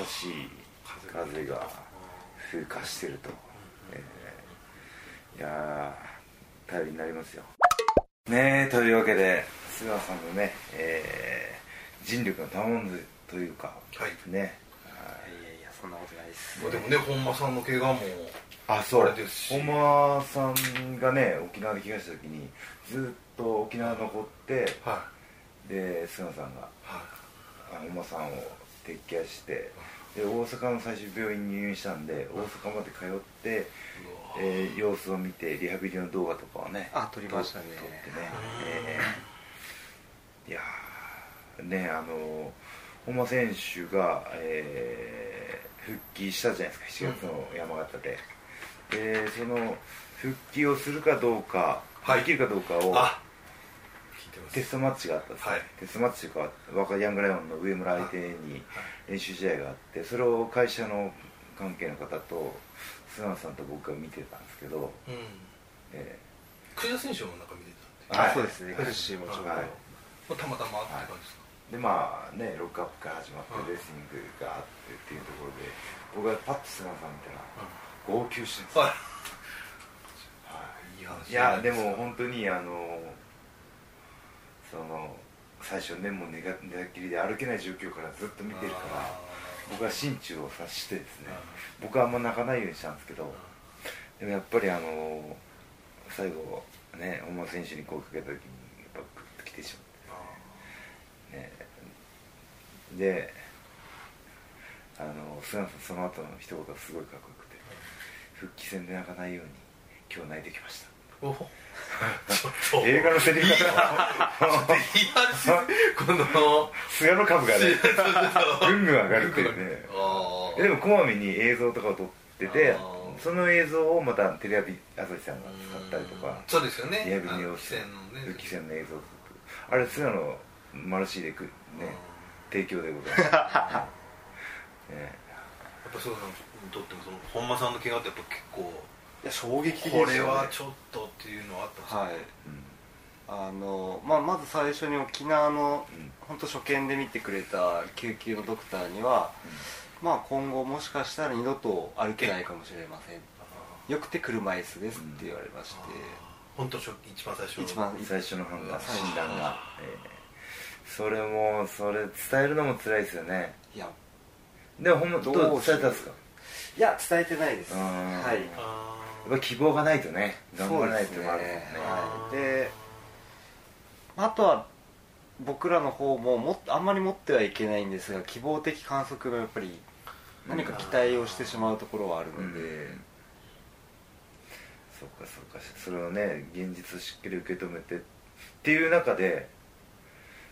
[SPEAKER 1] 新しい風
[SPEAKER 2] 風
[SPEAKER 1] が風化してると、ええいやー頼りになりますよねえというわけで菅野さんのね、ええ尽力の賜物というか
[SPEAKER 2] はい
[SPEAKER 1] ねはい
[SPEAKER 3] いやいやそんなことないです
[SPEAKER 2] ほどでもね本間さんの怪我も
[SPEAKER 1] あそう
[SPEAKER 2] あれですし
[SPEAKER 1] 本間さんがね沖縄で来ました時にずっと沖縄残って
[SPEAKER 2] は
[SPEAKER 1] で菅野さんが
[SPEAKER 2] いは
[SPEAKER 1] あ本間さんを撤去してで大阪の最終病院に入院したんで大阪まで通って、
[SPEAKER 2] い
[SPEAKER 1] えー様子を見てリハビリの動画とかをね
[SPEAKER 3] あ撮りましたね
[SPEAKER 1] 撮ってね、えーいやーねあの本間選手が、えー復帰したじゃないですか7月の山形で、でその復帰をするかどうか、
[SPEAKER 2] はい
[SPEAKER 1] できるかどうかを
[SPEAKER 2] あ聞いてます
[SPEAKER 1] テストマッチがあったんですよ、
[SPEAKER 2] はい
[SPEAKER 1] テストマッチというか若いヤングライオンの上村相手に練習試合があってそれを会社の関係の方と菅野さんと僕が見てたんですけど、
[SPEAKER 2] うん
[SPEAKER 1] えー
[SPEAKER 2] 久田選手もなんか見てたんで
[SPEAKER 1] はい
[SPEAKER 3] あそうですね
[SPEAKER 1] はい
[SPEAKER 3] 苦しいもちろん
[SPEAKER 1] はい
[SPEAKER 2] まあたまたまって感じですか
[SPEAKER 1] でまあねロックアップから始まっ
[SPEAKER 2] うん
[SPEAKER 1] てレスリングがあってっていうところで僕がパッと菅野さん見たら号泣してるんですよ、
[SPEAKER 2] はいいい
[SPEAKER 1] は
[SPEAKER 2] 話
[SPEAKER 1] い、い
[SPEAKER 2] じゃな
[SPEAKER 1] やで
[SPEAKER 2] ですか
[SPEAKER 1] も本当にあのその最初ねもう寝が寝たっきりで歩けない状況からずっと見てるから僕は心中を察してですね僕はあんま泣かないようにしたんですけどでもやっぱりあの最後ね本間選手に声かけた時にやっぱグッと来てしまって
[SPEAKER 2] あー
[SPEAKER 1] ね
[SPEAKER 2] あ
[SPEAKER 1] であの菅野さんその後の一言がすごいかっこよくて復帰戦で泣かないように今日泣いてきまし
[SPEAKER 2] ーおほちょったと
[SPEAKER 1] 映画のセリフが
[SPEAKER 2] いやこの
[SPEAKER 1] 菅野株がねぐんぐん上がるっていうね
[SPEAKER 2] あ
[SPEAKER 1] でもこまめに映像とかを撮ってて
[SPEAKER 2] あー
[SPEAKER 1] その映像をまたテレビ朝日さんが使ったりと
[SPEAKER 2] うん
[SPEAKER 1] か
[SPEAKER 2] そうですよね
[SPEAKER 1] リハビリを
[SPEAKER 2] あの棋戦のね
[SPEAKER 1] 復帰戦の映像を撮ってあれ菅野マルシーでくね提供でございますはいね
[SPEAKER 2] やっぱそういうのにとってもその本間さんの怪我ってやっぱ結構
[SPEAKER 3] いや衝撃的で
[SPEAKER 2] こ
[SPEAKER 3] した
[SPEAKER 2] れ
[SPEAKER 3] よね
[SPEAKER 2] はちょっとっていうのはあったんですか
[SPEAKER 3] はい
[SPEAKER 1] うん
[SPEAKER 3] あの、まあ、まず最初に沖縄の
[SPEAKER 1] うん
[SPEAKER 3] 本当初見で見てくれた救急のドクターには、まあ、今後もしかしたら二度と歩けないかもしれません
[SPEAKER 2] あ
[SPEAKER 3] よくて車椅子ですって言われまし
[SPEAKER 2] ー
[SPEAKER 3] て、
[SPEAKER 2] 本当初一番最初の
[SPEAKER 3] 一番
[SPEAKER 1] 最初の判断
[SPEAKER 2] うん
[SPEAKER 1] 診断が、えーそれもそれ伝えるのも辛いですよね
[SPEAKER 3] いや
[SPEAKER 1] でもほんまど
[SPEAKER 3] どう
[SPEAKER 1] う
[SPEAKER 3] し
[SPEAKER 1] 伝えたんですか
[SPEAKER 3] いや伝えてないです
[SPEAKER 1] うーん
[SPEAKER 3] はい
[SPEAKER 2] あ
[SPEAKER 1] やっぱ希望がないとね頑張らないっていうのもあるもんね
[SPEAKER 3] そうですね
[SPEAKER 2] あ
[SPEAKER 3] はい
[SPEAKER 2] ー
[SPEAKER 3] であとは僕らの方ももあんまり持ってはいけないんですが希望的観測がやっぱり何か期待をしてしまうところはある
[SPEAKER 1] うん
[SPEAKER 3] ので、
[SPEAKER 1] そうかそうかそれをね現実をしっかり受け止めてっていう中で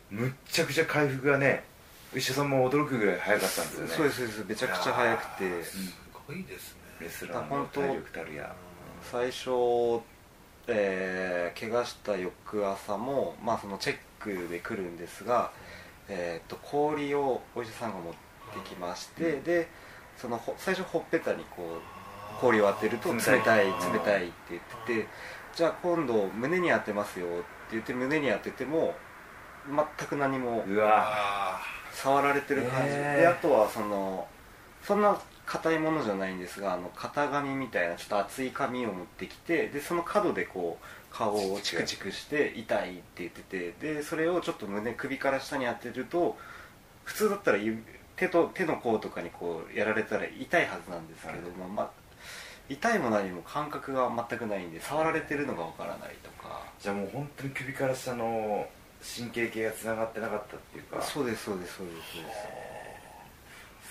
[SPEAKER 1] むっちゃくちゃ回復がねお医者さんも驚くぐらい早かったんですよね
[SPEAKER 3] そうですそうですめ
[SPEAKER 2] め
[SPEAKER 3] ちゃくちゃ早くて
[SPEAKER 2] すごいです
[SPEAKER 1] レ
[SPEAKER 2] ね
[SPEAKER 1] スラーの体力たるや
[SPEAKER 3] 最初、えー怪我した翌朝も、まあ、そのチェックで来るんですが、えー、と氷をお医者さんが持ってきまして、でそのほ最初ほっぺたにこう氷を当てると
[SPEAKER 1] 冷
[SPEAKER 3] 冷
[SPEAKER 1] たい
[SPEAKER 3] たい冷
[SPEAKER 1] うん
[SPEAKER 3] たいって言っててじゃあ今度胸に当てますよって言って胸に当てても全く何も
[SPEAKER 1] うわ
[SPEAKER 2] あ
[SPEAKER 3] 触られてる感じ、
[SPEAKER 1] へー
[SPEAKER 3] であとはそのそんな硬いものじゃないんですがあの型紙みたいなちょっと厚い紙を持ってきてでその角でこう顔をチクチクして痛いって言っててでそれをちょっと胸首から下に当てると普通だったら指手と手の甲とかにこうやられたら痛いはずなんですけども、まあ、痛いも何も感覚が全くないんで触られてるのがわからないとか
[SPEAKER 1] じゃあもう本当に首から下の神経系がつながってなかったっていうか
[SPEAKER 3] そうですそうですそうですそうです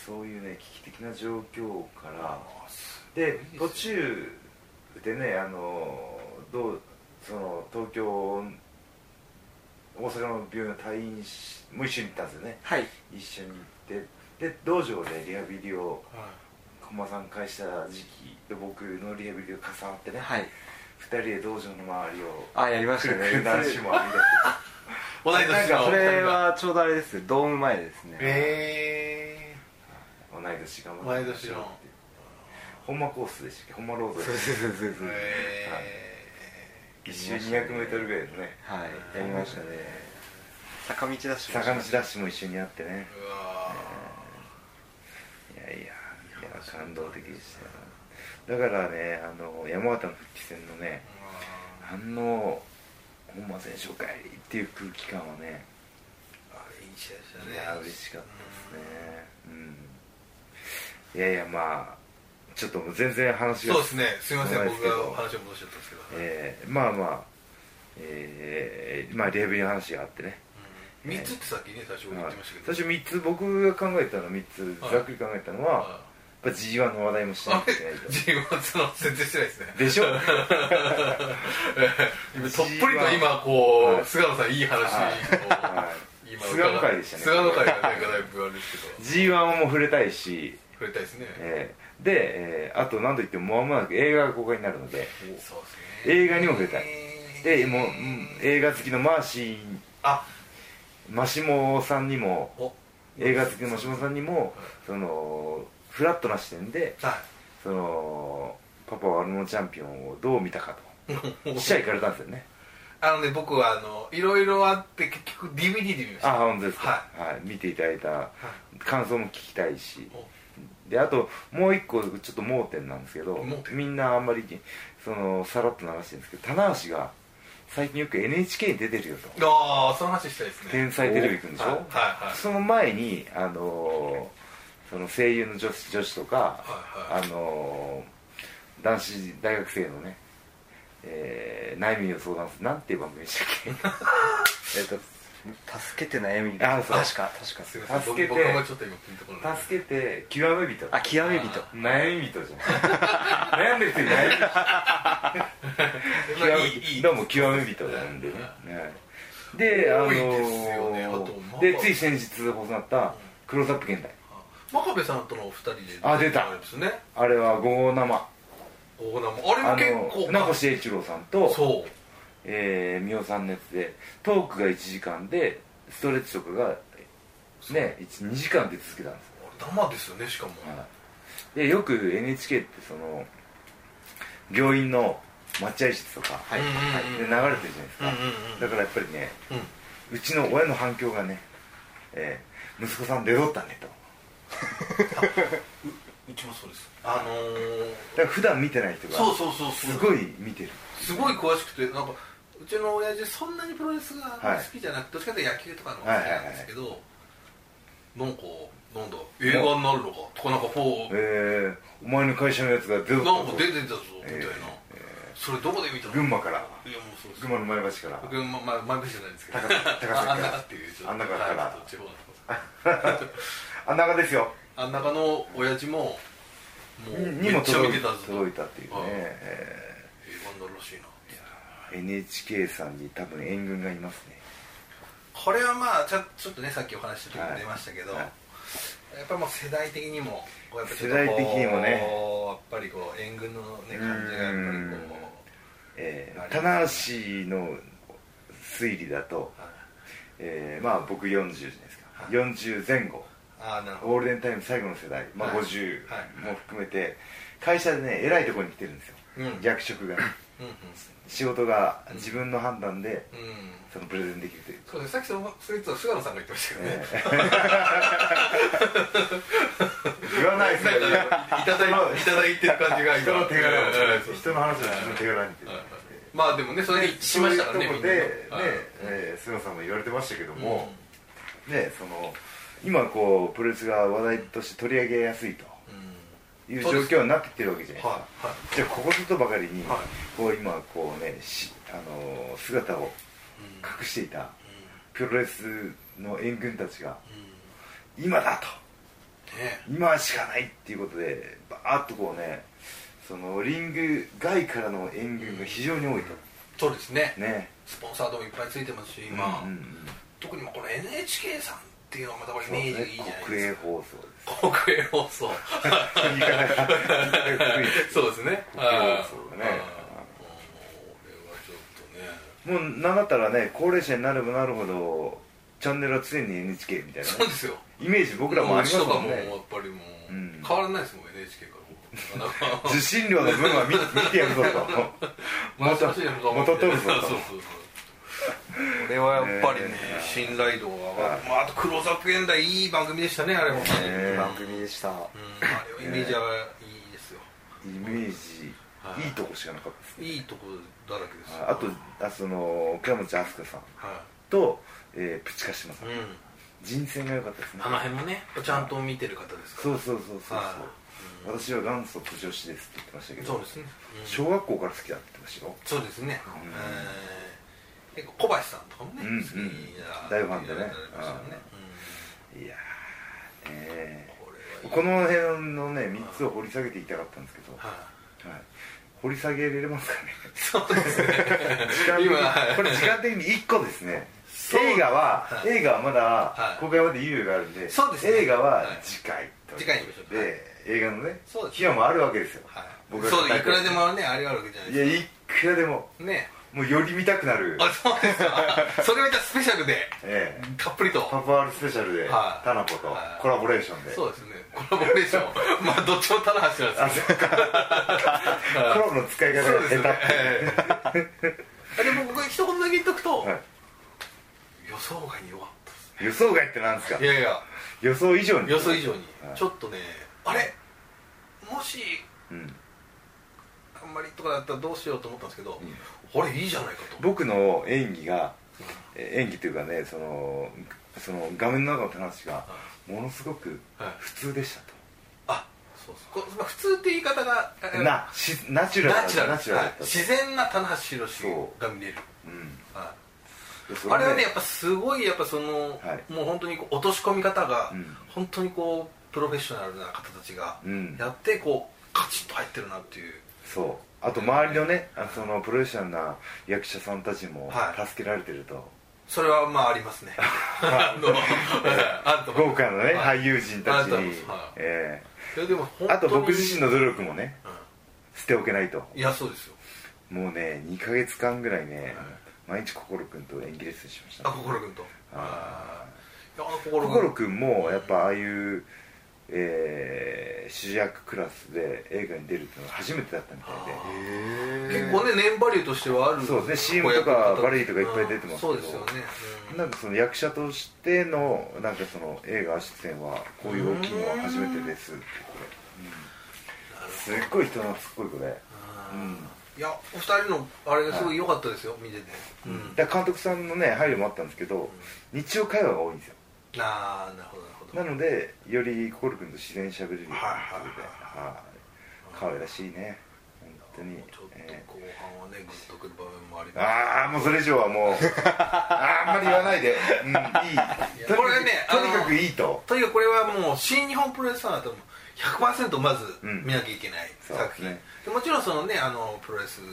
[SPEAKER 1] そういうね危機的な状況から
[SPEAKER 2] あす
[SPEAKER 1] で途中でねあのどうその東京大阪の病院の退院しもう一緒に行ったんですよね
[SPEAKER 3] はい
[SPEAKER 1] 一緒に行ってで道場でリハビリを
[SPEAKER 2] は
[SPEAKER 1] 駒さん会した時期と僕のリハビリが重なってね、
[SPEAKER 3] はい
[SPEAKER 1] 二人で道場の周りを
[SPEAKER 3] あやりまし
[SPEAKER 1] く
[SPEAKER 3] た
[SPEAKER 1] る
[SPEAKER 3] ね
[SPEAKER 1] くる 何周も歩いて
[SPEAKER 2] い同い
[SPEAKER 3] なん
[SPEAKER 2] 年
[SPEAKER 3] か
[SPEAKER 2] の
[SPEAKER 3] それ
[SPEAKER 2] お二人が
[SPEAKER 3] はちょうどあれですドーム前ですね
[SPEAKER 2] え
[SPEAKER 1] 同い年頑張って
[SPEAKER 2] 同い年の
[SPEAKER 1] 本間コースでしたっけ本間ロードで
[SPEAKER 3] そうそうそうそう
[SPEAKER 2] ー
[SPEAKER 3] そう
[SPEAKER 2] え
[SPEAKER 1] 一周 200m ぐらいのね
[SPEAKER 3] はいやりましたね坂道ダッシュ
[SPEAKER 1] 坂道ダッシュも一緒にやってね
[SPEAKER 2] ーうわ
[SPEAKER 1] いやいやいや感動的でしただからねあの山形の復帰戦のね
[SPEAKER 2] ー
[SPEAKER 1] あの本間選手おかえりっていう空気感はね
[SPEAKER 2] あれいい試合でしたね
[SPEAKER 1] いや嬉しかったですねうんいやいやまあちょっともう全然話が
[SPEAKER 2] そうですねすみません
[SPEAKER 1] そうです
[SPEAKER 2] 僕
[SPEAKER 1] け
[SPEAKER 2] が
[SPEAKER 1] ど
[SPEAKER 2] 話を戻しちゃったんですけど、
[SPEAKER 1] えーまあまあえーまあリハビリの話があってね
[SPEAKER 2] うん、3つってさっきね最初言ってましたけど
[SPEAKER 1] 最初3つ僕が考えたの3つ
[SPEAKER 2] はい
[SPEAKER 1] ざっくり考えたのは、
[SPEAKER 2] あ
[SPEAKER 1] やっぱ G1 の話題もしなきゃいけないと
[SPEAKER 2] G1 その設定してないです ね
[SPEAKER 1] でしょ
[SPEAKER 2] 今とっぷりと今こう、
[SPEAKER 1] はい
[SPEAKER 2] 菅野さんいい話を、
[SPEAKER 1] はい
[SPEAKER 2] 今伺
[SPEAKER 1] 菅
[SPEAKER 2] っ
[SPEAKER 1] 野会でしたね
[SPEAKER 2] 菅野会がねだいぶあれですけど
[SPEAKER 1] G1 をも触れたいし、
[SPEAKER 2] 触れたいですね、
[SPEAKER 1] えーで、えーあと何といっても間もなく映画が公開になるので
[SPEAKER 2] そうですね
[SPEAKER 1] 映画にも触れたい
[SPEAKER 2] え
[SPEAKER 1] でもう、うん映画好きのマーシー
[SPEAKER 2] あ
[SPEAKER 1] マシモさんにも
[SPEAKER 2] お
[SPEAKER 1] 映画好きのマシモさんにもそのフラットな視点で
[SPEAKER 2] は
[SPEAKER 1] そのパパはあのチャンピオンをどう見たかと記者行かれたんですよね
[SPEAKER 2] い あのね僕はあのいろいろあって結局 DVD で見ました
[SPEAKER 1] あ本当ですか、
[SPEAKER 2] は
[SPEAKER 1] はい見ていただいた感想も聞きたいし
[SPEAKER 2] お
[SPEAKER 1] であともう一個ちょっと盲点なんですけど
[SPEAKER 2] 盲点
[SPEAKER 1] みんなあんまりそのさらっと流してるんですけど棚橋が最近よく NHK に出てるよと
[SPEAKER 2] ああその話したいで
[SPEAKER 1] 「
[SPEAKER 2] すね
[SPEAKER 1] 天才テレビ」行くんでしょ、
[SPEAKER 2] はいはい
[SPEAKER 1] その前にあのーその声優の女子女子とか、
[SPEAKER 2] はいはい
[SPEAKER 1] あのー男子大学生のね、えー悩みを相談するなんていう番組でしたっけえっと
[SPEAKER 3] 助けて悩み
[SPEAKER 1] あ
[SPEAKER 3] あ
[SPEAKER 1] そう
[SPEAKER 3] 確か確か
[SPEAKER 2] すいません
[SPEAKER 1] 助けて
[SPEAKER 2] 僕僕もちょっと今ピンとこない
[SPEAKER 1] 助けて極め人
[SPEAKER 3] あ極め人
[SPEAKER 1] 悩み人じゃん 悩んでる人に悩み人
[SPEAKER 2] ま
[SPEAKER 1] 極
[SPEAKER 2] あ
[SPEAKER 1] め
[SPEAKER 2] いいいい
[SPEAKER 1] どうも極め人なんでね、はいであの
[SPEAKER 2] 多いですよねあと
[SPEAKER 1] ー
[SPEAKER 2] まあ
[SPEAKER 1] でつい先日放送なった「クローズアップ現代
[SPEAKER 2] 真壁さんとのお二人で
[SPEAKER 1] あ出た
[SPEAKER 2] あれですね」
[SPEAKER 1] あれは午後生
[SPEAKER 2] 大名もあ
[SPEAKER 1] あ
[SPEAKER 2] れも
[SPEAKER 1] の
[SPEAKER 2] 結構
[SPEAKER 1] 船越英一郎さんと
[SPEAKER 2] そう
[SPEAKER 1] えー美桜さんのやつでトークが1時間でストレッチとかがね2時間で続けたんですよ、
[SPEAKER 2] 生ですよねしかも、
[SPEAKER 1] はい、でよく NHK ってその病院の待合室とか、
[SPEAKER 3] はい
[SPEAKER 2] うんうんうん
[SPEAKER 1] はいで流れてるじゃないですか、
[SPEAKER 2] うんうんうん
[SPEAKER 1] だからやっぱりね
[SPEAKER 2] うん
[SPEAKER 1] うちの親の反響がね、えー息子さん出とったねと
[SPEAKER 2] うちもそうですあのー、
[SPEAKER 1] だから普段見てない人が
[SPEAKER 2] そうそうそう
[SPEAKER 1] す
[SPEAKER 2] い
[SPEAKER 1] ごい見てる
[SPEAKER 2] すごい詳しくてなんかうちの親父そんなにプロレスが
[SPEAKER 1] はい
[SPEAKER 2] 好きじゃなくて、どっちかというと野球とかの方が好きなんですけど、なんかなんだ映画になるのかとかなんかこう、
[SPEAKER 1] えー、お前の会社のやつが出とった
[SPEAKER 2] なんか
[SPEAKER 1] ぞ
[SPEAKER 2] 出てたぞみたいな、
[SPEAKER 1] え
[SPEAKER 2] それどこで見たの
[SPEAKER 1] 群馬から
[SPEAKER 2] いやもうそうです
[SPEAKER 1] 群馬の前橋から
[SPEAKER 2] 僕まま前橋じゃないですけど
[SPEAKER 1] 高崎高崎から
[SPEAKER 2] ああん 中っていうちょっと
[SPEAKER 1] あん中から
[SPEAKER 2] はいちょっと地方の
[SPEAKER 1] あん中ですよ
[SPEAKER 2] あん中の親父ももう
[SPEAKER 1] に
[SPEAKER 2] め
[SPEAKER 1] も
[SPEAKER 2] っちゃ
[SPEAKER 1] 届
[SPEAKER 2] 見て
[SPEAKER 1] い
[SPEAKER 2] た
[SPEAKER 1] た
[SPEAKER 2] ぞ
[SPEAKER 1] 届いたっていうね
[SPEAKER 2] ああ、
[SPEAKER 1] え
[SPEAKER 2] 映画になるらしいな
[SPEAKER 1] ー NHK さんに多分援軍がいますね
[SPEAKER 2] これはまあちょちょっとねさっきお話しした時
[SPEAKER 1] は
[SPEAKER 2] も
[SPEAKER 1] い
[SPEAKER 2] 出ましたけど、
[SPEAKER 1] はい
[SPEAKER 2] やっぱもう世代的にもこうやっぱちょっとこう
[SPEAKER 1] 世代的にもね
[SPEAKER 2] やっぱりこう援軍のね感じがやっぱりこう
[SPEAKER 1] え
[SPEAKER 2] あ
[SPEAKER 1] ー、
[SPEAKER 2] り
[SPEAKER 1] 棚橋の推理だと、
[SPEAKER 2] はい
[SPEAKER 1] えーまあ僕40じゃないですか、
[SPEAKER 2] はい
[SPEAKER 1] 40前後
[SPEAKER 2] ああなるほど
[SPEAKER 1] ゴールデンタイム最後の世代、まあ、
[SPEAKER 2] はい
[SPEAKER 1] 50
[SPEAKER 2] はい
[SPEAKER 1] も含めて、会社でねえらいところに来てるんですよ、
[SPEAKER 2] うん
[SPEAKER 1] 役職がね
[SPEAKER 2] うんうん
[SPEAKER 1] 仕事が自分の判断で
[SPEAKER 2] うん
[SPEAKER 1] そのプレゼンできるという
[SPEAKER 2] そうですねさっきそのそれと菅野さんが言ってましたけ どね、
[SPEAKER 1] えー言わない ですよ
[SPEAKER 2] なんかいただいいただいてる感じが今
[SPEAKER 1] 人の手柄を
[SPEAKER 2] うんそう
[SPEAKER 1] 人の話を自分の手柄にって
[SPEAKER 2] はいはいまあでもねそれにしましたからね
[SPEAKER 1] そういうとこでね
[SPEAKER 2] みんなねはい
[SPEAKER 1] えー菅野さんも言われてましたけど
[SPEAKER 2] うん
[SPEAKER 1] もねその今こうプロレスが話題として取り上げやすいという状況になってきてるわけじゃないです
[SPEAKER 2] は
[SPEAKER 1] か
[SPEAKER 2] いはい
[SPEAKER 1] じゃあここぞとばかりに
[SPEAKER 2] はい
[SPEAKER 1] こう今こうねしあのー姿を
[SPEAKER 2] うん
[SPEAKER 1] 隠していた
[SPEAKER 2] うん
[SPEAKER 1] プロレスの援軍たちが
[SPEAKER 2] うん
[SPEAKER 1] 今だと
[SPEAKER 2] ね
[SPEAKER 1] 今しかないっていうことでバーッとこうねそのリング外からの援軍が非常に多いと
[SPEAKER 2] そうですね
[SPEAKER 1] ね
[SPEAKER 2] スポンサードもいっぱいついてますし今、
[SPEAKER 1] うんうんうん
[SPEAKER 2] 特にまあこの NHK さんっていうのがまたこれイ
[SPEAKER 1] そう
[SPEAKER 2] メー
[SPEAKER 1] で
[SPEAKER 2] ジ
[SPEAKER 1] す
[SPEAKER 2] が
[SPEAKER 1] ね
[SPEAKER 2] いいじゃない
[SPEAKER 1] 国
[SPEAKER 2] で
[SPEAKER 1] 営
[SPEAKER 2] すか
[SPEAKER 1] 放送です
[SPEAKER 2] 国営放送
[SPEAKER 1] 言い方が言い方が古い
[SPEAKER 2] そうですね
[SPEAKER 1] 国営放送だね
[SPEAKER 2] あーあーこれはちょっとね
[SPEAKER 1] もうなかったらね高齢者になればなるほどチャンネルは常に NHK みたいなね
[SPEAKER 2] そうですよ
[SPEAKER 1] イメージ僕らもあります
[SPEAKER 2] うちと
[SPEAKER 1] も
[SPEAKER 2] か
[SPEAKER 1] ん
[SPEAKER 2] もやっ
[SPEAKER 1] ね
[SPEAKER 2] ぱりも
[SPEAKER 1] う
[SPEAKER 2] う、
[SPEAKER 1] ん
[SPEAKER 2] 変わらないですもん NHK からなんか
[SPEAKER 1] 受信料の分は見見てやるぞと元
[SPEAKER 2] 懐かしいなと思って
[SPEAKER 1] 元取るぞ
[SPEAKER 2] そうそうそうこれはやっぱりね
[SPEAKER 1] ね
[SPEAKER 2] 信頼度が上がる、まあ、あと「クローズアップ現代」いい番組でしたねあれもね
[SPEAKER 1] ね
[SPEAKER 3] 番組でした
[SPEAKER 2] うんあれはイメージはいいですよ、
[SPEAKER 1] イメージいいとこしかなかったですね
[SPEAKER 2] いいとこだらけですよ
[SPEAKER 1] あとあその倉持飛鳥さん
[SPEAKER 2] は
[SPEAKER 1] と、えープチカシマさ
[SPEAKER 2] い、
[SPEAKER 1] ん
[SPEAKER 2] うん、
[SPEAKER 1] 人選が良かったですね
[SPEAKER 2] あの辺もねちゃんと見てる方ですか
[SPEAKER 1] そうそうそうそう
[SPEAKER 2] は
[SPEAKER 1] そう私は元祖年子ですって言ってましたけ
[SPEAKER 2] ら
[SPEAKER 1] ど
[SPEAKER 2] そうですね、うん
[SPEAKER 1] 小学校から好きだって言ってましたよ
[SPEAKER 2] そうですね、えー結構小橋さんとかもね、
[SPEAKER 1] うんうん
[SPEAKER 2] 好きな
[SPEAKER 1] 大ファンでね
[SPEAKER 2] やられましたよね
[SPEAKER 1] いやーねえ
[SPEAKER 2] うんこれはい
[SPEAKER 1] この
[SPEAKER 2] い
[SPEAKER 1] 辺のね3つを掘り下げていきたかったんですけど、は、
[SPEAKER 2] はい
[SPEAKER 1] 掘り下げられますかね
[SPEAKER 2] そうです ね
[SPEAKER 1] 時間的に
[SPEAKER 2] 今はい
[SPEAKER 1] これ時間的に1個ですね
[SPEAKER 2] そう
[SPEAKER 1] 映画は、
[SPEAKER 2] はい
[SPEAKER 1] 映画はまだ
[SPEAKER 2] はい
[SPEAKER 1] 公開まで猶予があるんで,、
[SPEAKER 2] そうですね
[SPEAKER 1] 映画は
[SPEAKER 2] はい
[SPEAKER 1] 次回と
[SPEAKER 2] 次回にしましょう
[SPEAKER 1] で、映画のね
[SPEAKER 2] そうです
[SPEAKER 1] 期間もあるわけですよ、
[SPEAKER 2] はい
[SPEAKER 1] 僕が
[SPEAKER 2] そう
[SPEAKER 1] 語
[SPEAKER 2] い
[SPEAKER 1] り
[SPEAKER 2] く
[SPEAKER 1] た
[SPEAKER 2] らでもねあれはあるわけじゃない
[SPEAKER 1] いや
[SPEAKER 2] で
[SPEAKER 1] いくらでも
[SPEAKER 2] すかね
[SPEAKER 1] もうより見たくなる
[SPEAKER 2] あそうですかそれはじゃあスペシャルで
[SPEAKER 1] ええ
[SPEAKER 2] たっぷりと
[SPEAKER 1] パパワールスペシャルで、
[SPEAKER 2] はい
[SPEAKER 1] タナコと
[SPEAKER 2] はい
[SPEAKER 1] コラボレーションで、
[SPEAKER 2] そうですねコラボレーションまあどっちも棚橋なん
[SPEAKER 1] あ
[SPEAKER 2] です
[SPEAKER 1] そっか
[SPEAKER 2] けど
[SPEAKER 1] コラボの使い方
[SPEAKER 2] そう
[SPEAKER 1] が下
[SPEAKER 2] で
[SPEAKER 1] 手
[SPEAKER 2] す
[SPEAKER 1] っ
[SPEAKER 2] ね
[SPEAKER 1] て
[SPEAKER 2] ええでも僕は一言だけ言っとくと、
[SPEAKER 1] はい
[SPEAKER 2] 予想外に良かったです
[SPEAKER 1] 予想外ってなんですか
[SPEAKER 2] いやいや
[SPEAKER 1] 予想以上に
[SPEAKER 2] 予想以上に、
[SPEAKER 1] はい
[SPEAKER 2] ちょっとねあれもし
[SPEAKER 1] うん
[SPEAKER 2] あんまりとかだったらどうしようと思ったんですけど、あれいいじゃないかと
[SPEAKER 1] 僕の演技がえ演技というかねそのその画面の中の棚橋がものすごく
[SPEAKER 2] はい
[SPEAKER 1] 普通でした
[SPEAKER 2] あそうそうこまあ普通って言い方が
[SPEAKER 1] と、
[SPEAKER 2] え
[SPEAKER 1] なしナチュラルだ
[SPEAKER 2] ナ
[SPEAKER 1] っ
[SPEAKER 2] チ
[SPEAKER 1] た
[SPEAKER 2] ュラ
[SPEAKER 1] ナ
[SPEAKER 2] ル
[SPEAKER 1] チュラルだ
[SPEAKER 2] は
[SPEAKER 1] っ
[SPEAKER 2] い
[SPEAKER 1] た
[SPEAKER 2] 自然な棚橋宏
[SPEAKER 1] そう
[SPEAKER 2] が見れる、
[SPEAKER 1] うん
[SPEAKER 2] は
[SPEAKER 1] で
[SPEAKER 2] い、
[SPEAKER 1] そ
[SPEAKER 2] あれはねやっぱすごいやっぱその、
[SPEAKER 1] はい
[SPEAKER 2] もう本当にこう落とし込み方が、
[SPEAKER 1] うん
[SPEAKER 2] 本当にこうプロフェッショナルな方たちが
[SPEAKER 1] うん
[SPEAKER 2] やってこうカチッと入ってるなっていう
[SPEAKER 1] そうあと周りのねあそのプロフェッショナルな役者さんたちも
[SPEAKER 2] はい
[SPEAKER 1] 助けられてると、
[SPEAKER 2] それはまああり ますねあのあると思う
[SPEAKER 1] 豪華なね、
[SPEAKER 2] はい
[SPEAKER 1] 俳優陣たち
[SPEAKER 2] あなたも
[SPEAKER 1] に
[SPEAKER 2] はい、
[SPEAKER 1] え
[SPEAKER 2] いやでも本
[SPEAKER 1] え
[SPEAKER 2] 当に
[SPEAKER 1] あと僕自身の努力もね
[SPEAKER 2] うん
[SPEAKER 1] 捨ておけないと
[SPEAKER 2] いやそうですよ
[SPEAKER 1] もうね2ヶ月間ぐらいね、
[SPEAKER 2] はい
[SPEAKER 1] 毎日心くんと演技レッスンしました
[SPEAKER 2] あ心君と
[SPEAKER 1] あ
[SPEAKER 2] いやあの心
[SPEAKER 1] 心
[SPEAKER 2] 君
[SPEAKER 1] くんもやっぱああいう、えー主役クラスで映画に出るっていうのは初めてだったみたい
[SPEAKER 2] あ
[SPEAKER 1] で
[SPEAKER 2] 結構ね年バリューとしてはある
[SPEAKER 1] そうですね CM
[SPEAKER 2] 子役の方
[SPEAKER 1] とかバリューとかいっぱい出てますけど
[SPEAKER 2] うんそうですよねうん
[SPEAKER 1] なんかその役者としてのなんかその映画出演はこういう大きいのは初めてですってこれすっごい人懐っこい子で、うん
[SPEAKER 2] いやお二人のあれがすごい良かったですよ見ててうん
[SPEAKER 1] だから監督さんのね配慮もあったんですけど日曜会話が多いんですよ
[SPEAKER 2] ああなるほどなるほど
[SPEAKER 1] なのでより心くんと自然にしゃべれるようになって
[SPEAKER 2] はいはい
[SPEAKER 1] て
[SPEAKER 2] は
[SPEAKER 1] はい可愛らしいね本当に
[SPEAKER 2] ちょっと
[SPEAKER 1] えー
[SPEAKER 2] 後半はねグッとくる場面もあります
[SPEAKER 1] ああもうそれ以上は もうあーあんまり言わないで、うん、いいとにかく
[SPEAKER 2] これねあ
[SPEAKER 1] と
[SPEAKER 2] の
[SPEAKER 1] にかくいいと
[SPEAKER 2] とにかくこれはもう新日本プロレスさんだともう100%まず
[SPEAKER 1] うん
[SPEAKER 2] 見なきゃいけない
[SPEAKER 1] そう
[SPEAKER 2] 作
[SPEAKER 1] です
[SPEAKER 2] 品、
[SPEAKER 1] ね
[SPEAKER 2] でもちろんそのねあのプロレス好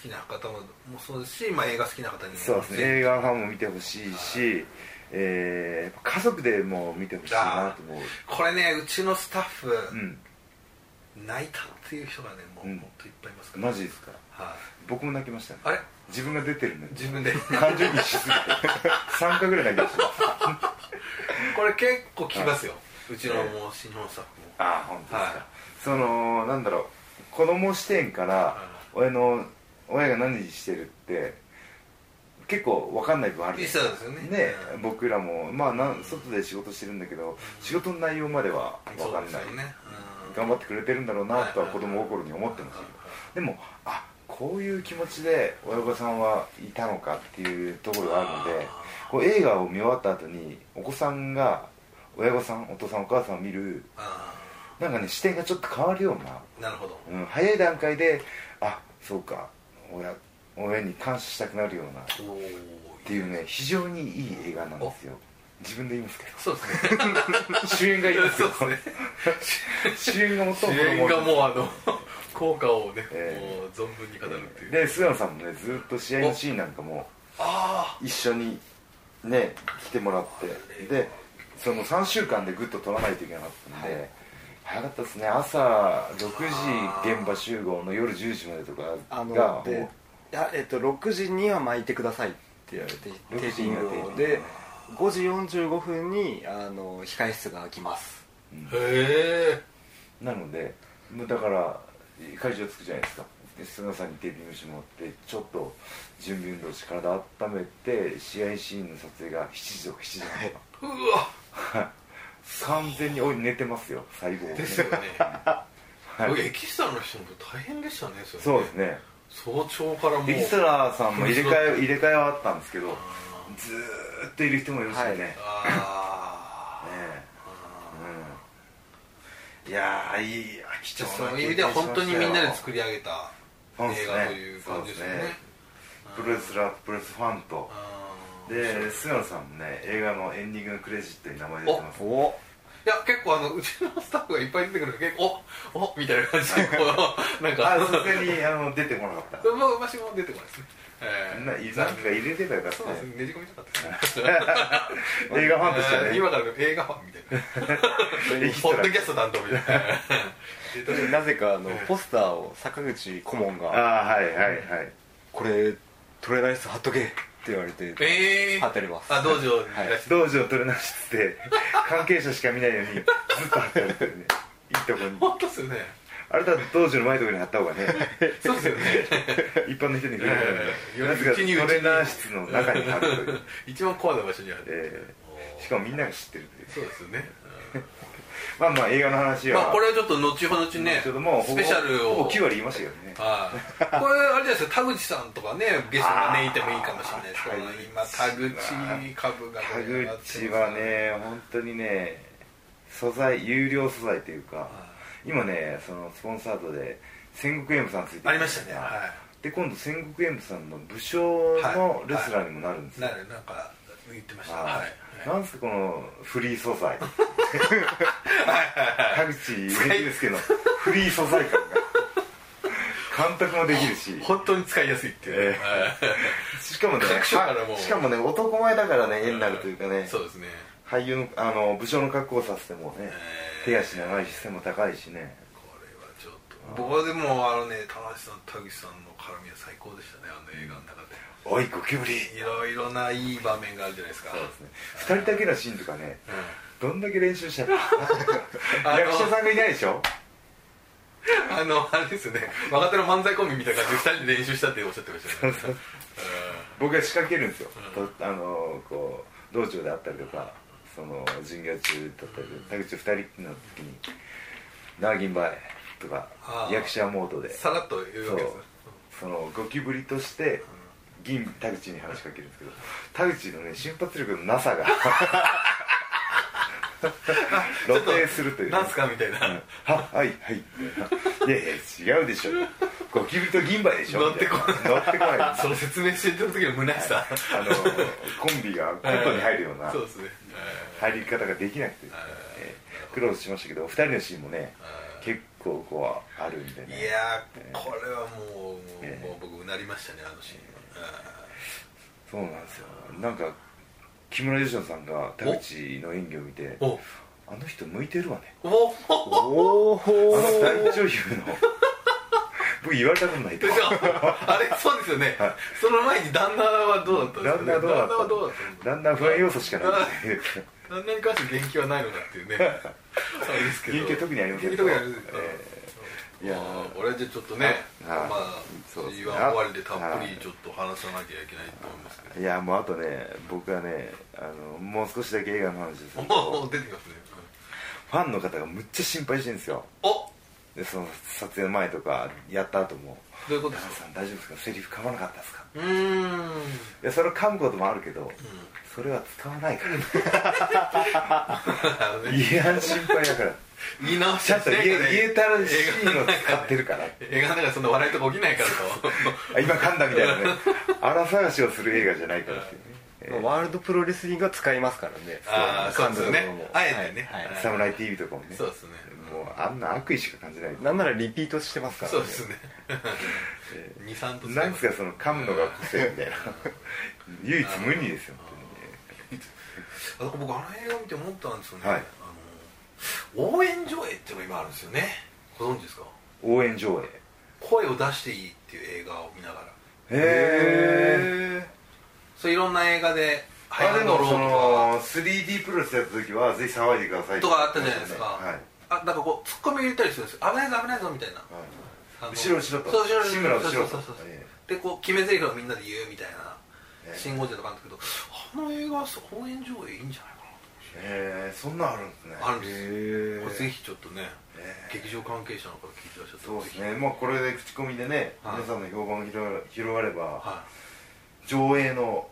[SPEAKER 2] きな方もそうですし、まあ、映画好きな方にも
[SPEAKER 1] そうですね映画ファンも見てほしいし、えー、やっぱ家族でも見てほしいなと思う
[SPEAKER 2] これねうちのスタッフ、
[SPEAKER 1] うん
[SPEAKER 2] 泣いたっていう人がねもう、
[SPEAKER 1] うん
[SPEAKER 2] ほんといっぱいいますから
[SPEAKER 1] マジですか
[SPEAKER 2] はい
[SPEAKER 1] 僕も泣きましたね
[SPEAKER 2] あれ
[SPEAKER 1] 自分が出てるのに
[SPEAKER 2] 自分で
[SPEAKER 1] 感情移入しすぎて3回ぐらい泣きました
[SPEAKER 2] これ結構聞きますよ、うちの
[SPEAKER 1] ええ
[SPEAKER 2] もう新日本スタッフも
[SPEAKER 1] ああ本当ですか、
[SPEAKER 2] はい
[SPEAKER 1] そのなんだろう子供視点から親の親が何してるって結構わかんない部分ある
[SPEAKER 2] そうですよねうん
[SPEAKER 1] 僕らもまあなん外で仕事してるんだけど仕事の内容まではわ
[SPEAKER 2] そ
[SPEAKER 1] か
[SPEAKER 2] うんです
[SPEAKER 1] ない、
[SPEAKER 2] よね、うん
[SPEAKER 1] 頑張ってくれてるんだろうなとは
[SPEAKER 2] はい
[SPEAKER 1] 子供心に思ってますよ
[SPEAKER 2] はい
[SPEAKER 1] でもあこういう気持ちで親御さんはいたのかっていうところがあるので
[SPEAKER 2] あ
[SPEAKER 1] こう映画を見終わった後にお子さんが親御さんお父さんお母さんを見る
[SPEAKER 2] あ
[SPEAKER 1] なんかね視点がちょっと変わるような、
[SPEAKER 2] あなるほど
[SPEAKER 1] うん、早い段階であそうか親親に感謝したくなるようなっ
[SPEAKER 2] おー
[SPEAKER 1] ていうね非常にいい映画なんですよ自分で言いますけ
[SPEAKER 2] そうですね
[SPEAKER 1] ど 主演が言いますけ
[SPEAKER 2] そう
[SPEAKER 1] ど
[SPEAKER 2] で すね
[SPEAKER 1] 主演が最も子
[SPEAKER 2] 主
[SPEAKER 1] 供
[SPEAKER 2] 演がもうあ の効果をね、
[SPEAKER 1] え
[SPEAKER 2] もう存分に語るっていう、
[SPEAKER 1] で菅野さんもねずっと試合のシーンなんかも
[SPEAKER 2] あ
[SPEAKER 1] 一緒にね来てもらってでその3週間でグッと取らないといけなかったんで、早かったですね朝6時現場集合の夜10時までとか
[SPEAKER 3] あの
[SPEAKER 1] が
[SPEAKER 3] で
[SPEAKER 1] も
[SPEAKER 3] いや、えっと、6時には巻いてくださいって言われてテ
[SPEAKER 1] 6
[SPEAKER 3] ーピ
[SPEAKER 1] 時に
[SPEAKER 3] ン
[SPEAKER 1] は
[SPEAKER 3] グ
[SPEAKER 1] テーピン
[SPEAKER 3] を
[SPEAKER 1] グ
[SPEAKER 3] で5時45分にあの控え室が開きます
[SPEAKER 2] あへえ
[SPEAKER 1] うなのでもうだから会場着くじゃないですかで菅野さんにテーピングしてもらってちょっと準備運動して体温めて試合シーンの撮影が7時とか7時とか
[SPEAKER 2] うわ
[SPEAKER 1] 完全におい寝てますよ細胞をね
[SPEAKER 2] ですよね、
[SPEAKER 1] はい
[SPEAKER 2] エキストラの人も大変でしたねそれね
[SPEAKER 1] そうですね
[SPEAKER 2] 早朝からもう
[SPEAKER 1] エキストラさんも入れ替え入れ替えはあったんですけど
[SPEAKER 2] あ
[SPEAKER 1] ずーっといる人もいるしね、
[SPEAKER 3] はい
[SPEAKER 1] ね
[SPEAKER 2] ーあ
[SPEAKER 1] えう
[SPEAKER 2] ー
[SPEAKER 1] んいやーいい貴重な
[SPEAKER 2] そういう意味では本当にみんなで作
[SPEAKER 1] る
[SPEAKER 2] り上げた映画という感じですよね
[SPEAKER 1] プロレスラープロレスファンと
[SPEAKER 2] あー
[SPEAKER 1] で菅野さんもね映画のエンディングのクレジットに名前出てます
[SPEAKER 3] お
[SPEAKER 2] いや結構あのうちのスタッフがいっぱい出てくるから結構おおみたいな感じでこうなんか
[SPEAKER 1] あさすがにあの出てこなかった
[SPEAKER 2] うわ私も出てこないですねえー
[SPEAKER 1] ななんか入れてたよかっ
[SPEAKER 2] そう
[SPEAKER 1] た
[SPEAKER 2] です
[SPEAKER 1] ね
[SPEAKER 2] ねねじ込みたかったです
[SPEAKER 1] 映
[SPEAKER 2] ね
[SPEAKER 1] 画ファンとしては
[SPEAKER 2] えー
[SPEAKER 1] ね
[SPEAKER 2] 今からの映画ファンみたいな
[SPEAKER 1] エキス
[SPEAKER 2] ポ
[SPEAKER 1] ト
[SPEAKER 2] ッ
[SPEAKER 1] ラ
[SPEAKER 2] ドキャスト担当み たいなでとりあえず
[SPEAKER 3] なぜかあのポスターを坂口顧問
[SPEAKER 1] あ
[SPEAKER 3] が
[SPEAKER 1] あはいはいはい
[SPEAKER 3] 「これトレーナー室貼っとけ」って言われて
[SPEAKER 2] えー
[SPEAKER 3] 貼ってあります
[SPEAKER 2] あ道場にいらっしゃ
[SPEAKER 1] 道場取れ直しっつって関係者しか見ないようにずっと貼ってあるっていうねいいとこに
[SPEAKER 2] る本当っすよね
[SPEAKER 1] あれだと道場の前のとかに貼った方が ね
[SPEAKER 2] そうですよね
[SPEAKER 1] 一般の人に触れないのになぜか
[SPEAKER 2] う
[SPEAKER 1] ト
[SPEAKER 2] ちに
[SPEAKER 1] レ
[SPEAKER 2] うちに
[SPEAKER 1] ーナー室の中に貼るという、
[SPEAKER 2] 一番コアな場所にある、
[SPEAKER 1] えーし
[SPEAKER 2] も
[SPEAKER 1] かもみんなが知ってるという
[SPEAKER 2] そうですよね、うん
[SPEAKER 1] まあまあ映画の話は、
[SPEAKER 2] まあ、これはちょっと後々ね
[SPEAKER 1] ちょっともう
[SPEAKER 2] スペシャルを
[SPEAKER 1] ほぼ9割言いましたよね
[SPEAKER 2] はいこれあれじゃないですか田口さんとかねゲストがねいてもいいかもしれないですけど今田口株が
[SPEAKER 1] 田
[SPEAKER 2] ね上がってます
[SPEAKER 1] 口はね本当にね素材有料素材というか今ねそのスポンサードで戦国演武さんついてる
[SPEAKER 2] ありましたねは
[SPEAKER 1] で今度戦国演武さんの武将のレスラーにもなるんです
[SPEAKER 2] い
[SPEAKER 1] よ、
[SPEAKER 2] なるなんか言ってましたはい
[SPEAKER 1] は
[SPEAKER 2] はい
[SPEAKER 1] い、なんすかこのフリー素材田口ですけどフリー素材感 が監督もできるし
[SPEAKER 2] 本当に使いやすいっていうね
[SPEAKER 1] えしかもね
[SPEAKER 2] 各所からもう
[SPEAKER 1] はしかもね男前だからね
[SPEAKER 2] はい
[SPEAKER 1] 絵になるというかね
[SPEAKER 2] そうですね
[SPEAKER 1] 俳優のあの武将の格好をさせてもね
[SPEAKER 2] えー
[SPEAKER 1] 手足長いし背も高いしね
[SPEAKER 2] これはちょっと僕はでもあのね田口さん田口さんの絡みは最高でしたねあの映画の中で
[SPEAKER 1] おいゴキブリ
[SPEAKER 2] いろいろないい場面があるじゃないですか
[SPEAKER 1] そうですね2人だけのシーンとかね
[SPEAKER 2] うん
[SPEAKER 1] どんだけ練習したか
[SPEAKER 2] あの
[SPEAKER 1] 役者さんがいないでしょ
[SPEAKER 2] あの、あれですよね、若手の漫才コンビみたいな感じで二人で練習したっておっしゃってましたよね。
[SPEAKER 1] 僕が仕掛けるんですよ、とあのこう道場であったりとかその巡業中だったりとか田口二人の時に「ナーギンバイ」とか
[SPEAKER 2] あー
[SPEAKER 1] 役者モード
[SPEAKER 2] うん
[SPEAKER 1] で
[SPEAKER 2] さらっと言うわけですね。
[SPEAKER 1] そのゴキブリとして銀田口に話しかけるんですけど田口のね瞬発力のな さが露呈するというね
[SPEAKER 2] なんすかみたいな。
[SPEAKER 1] うんははいはいいやいや違うでしょゴキブリと銀杯でしょ
[SPEAKER 2] 乗ってこ
[SPEAKER 1] みたいな乗ってこない
[SPEAKER 2] その説明してる時の虚しさ。
[SPEAKER 1] あ のコンビがコットに入るような
[SPEAKER 2] そうですね。
[SPEAKER 1] 入り方ができなくてですね、えー苦労しましたけどお二人のシーンもね結構こうあるんで
[SPEAKER 2] い
[SPEAKER 1] ね
[SPEAKER 2] やー、これはもう、
[SPEAKER 1] ええ
[SPEAKER 2] もう僕うなりましたね、あのシーンは。
[SPEAKER 1] そうなんですよなんか木村佳乃さんが田口の演技を見て
[SPEAKER 2] お
[SPEAKER 1] あの人向いてるわね
[SPEAKER 2] お
[SPEAKER 3] おお
[SPEAKER 1] あ
[SPEAKER 3] ほ
[SPEAKER 1] の大女優の 僕言われたことないと
[SPEAKER 2] でしょあれ、そうですよね。その前に旦那はどうだったんですか
[SPEAKER 1] 旦那はどうだ
[SPEAKER 2] 旦那はどうだ
[SPEAKER 1] っ
[SPEAKER 2] った
[SPEAKER 1] ただんだん不安要素しかないっていう
[SPEAKER 2] 何年かし言及はないのかってい うねそうですけど
[SPEAKER 1] 言及特にありません
[SPEAKER 2] 言
[SPEAKER 1] け
[SPEAKER 2] 及
[SPEAKER 1] ど
[SPEAKER 2] 特にありませんけど
[SPEAKER 1] え
[SPEAKER 2] うん
[SPEAKER 1] いやー
[SPEAKER 2] まあ俺はじゃあちょっとねま
[SPEAKER 1] はい
[SPEAKER 2] あ
[SPEAKER 1] そうですね
[SPEAKER 2] 言わん終わりでたっぷりちょっと話さなきゃいけないと思いますけ
[SPEAKER 1] いやもうあとね僕はねあのもう少しだけ映画の話です
[SPEAKER 2] ど
[SPEAKER 1] る
[SPEAKER 2] も
[SPEAKER 1] と
[SPEAKER 2] う出てきますね
[SPEAKER 1] ファンの方がむっちゃ心配してるんですよ
[SPEAKER 2] おど
[SPEAKER 1] でその撮影の前とかやった後も
[SPEAKER 2] ういう
[SPEAKER 1] 「
[SPEAKER 2] ことで
[SPEAKER 1] 高
[SPEAKER 2] す
[SPEAKER 1] 橋
[SPEAKER 2] か
[SPEAKER 1] さん大丈夫ですかセリフ噛まなかったですか?」
[SPEAKER 2] うーん
[SPEAKER 1] いやそれを噛むこともあるけど、それは使わないから
[SPEAKER 2] あのね
[SPEAKER 1] 違反心配だから
[SPEAKER 2] 言い直し
[SPEAKER 1] ち
[SPEAKER 2] ち
[SPEAKER 1] ゃ
[SPEAKER 2] ゃ
[SPEAKER 1] ん
[SPEAKER 2] っ
[SPEAKER 1] と
[SPEAKER 2] て
[SPEAKER 1] 言え言えたらし
[SPEAKER 2] 映
[SPEAKER 1] い
[SPEAKER 2] 画の
[SPEAKER 1] の
[SPEAKER 2] 中
[SPEAKER 1] 使ってるから
[SPEAKER 2] 映画の中でそんな笑いとか起きな いからと
[SPEAKER 1] あ今噛んだみたいなね荒探しをする映画じゃないからですよねえー
[SPEAKER 3] ワールドプロレスリングは使いますからね
[SPEAKER 2] あーそうですよね
[SPEAKER 3] 感動のものも
[SPEAKER 2] あえてね
[SPEAKER 3] はいはい
[SPEAKER 1] 「サムライ TV」とかもね
[SPEAKER 2] そうですね
[SPEAKER 1] もうあんな悪意しか感じない
[SPEAKER 3] なんならリピートしてますから
[SPEAKER 2] そうですね
[SPEAKER 1] え
[SPEAKER 2] 23と
[SPEAKER 1] なんですかその噛むのが癖みたいな唯一無二ですよ本
[SPEAKER 2] あと僕あの映画見て思ったんですよね、
[SPEAKER 1] はい
[SPEAKER 2] あの応援上映っていうのが今あるんですよねご存知ですか
[SPEAKER 1] 当にね応援上映
[SPEAKER 2] 声を出していいっていう映画を見ながら
[SPEAKER 1] へえ
[SPEAKER 2] そういろんな映画で「ハイ
[SPEAKER 1] あ
[SPEAKER 2] ラ
[SPEAKER 1] で
[SPEAKER 2] ン
[SPEAKER 1] も
[SPEAKER 2] ドロー
[SPEAKER 1] そ
[SPEAKER 2] ン」と
[SPEAKER 1] の
[SPEAKER 2] か
[SPEAKER 1] 3D プロレスやった時はぜひ騒いでください
[SPEAKER 2] とかあったじゃないですか、
[SPEAKER 1] はい
[SPEAKER 2] あなんかこうツッコミを入れたりするんですよ危ないぞ危ないぞみたいなあの
[SPEAKER 1] 後ろ後ろと
[SPEAKER 2] そう後ろ
[SPEAKER 1] 志村後ろと
[SPEAKER 2] そうそうそうそう
[SPEAKER 1] え
[SPEAKER 2] でこう決め台詞をみんなで言うみたいな
[SPEAKER 1] ええ
[SPEAKER 2] 信号時とかあるんだけどあの映画は応援上映いいんじゃないか
[SPEAKER 1] えそんなんあるんですね
[SPEAKER 2] なとあるんです
[SPEAKER 3] へ
[SPEAKER 2] これぜひちょっとね
[SPEAKER 1] ええ
[SPEAKER 2] 劇場関係者の方聞いてらっしゃった
[SPEAKER 1] そうで
[SPEAKER 2] らぜ
[SPEAKER 1] す
[SPEAKER 2] ひ
[SPEAKER 1] ねまあこれで口コミでね
[SPEAKER 2] はい
[SPEAKER 1] 皆さんの評判広が広がれば
[SPEAKER 2] は
[SPEAKER 1] 上映の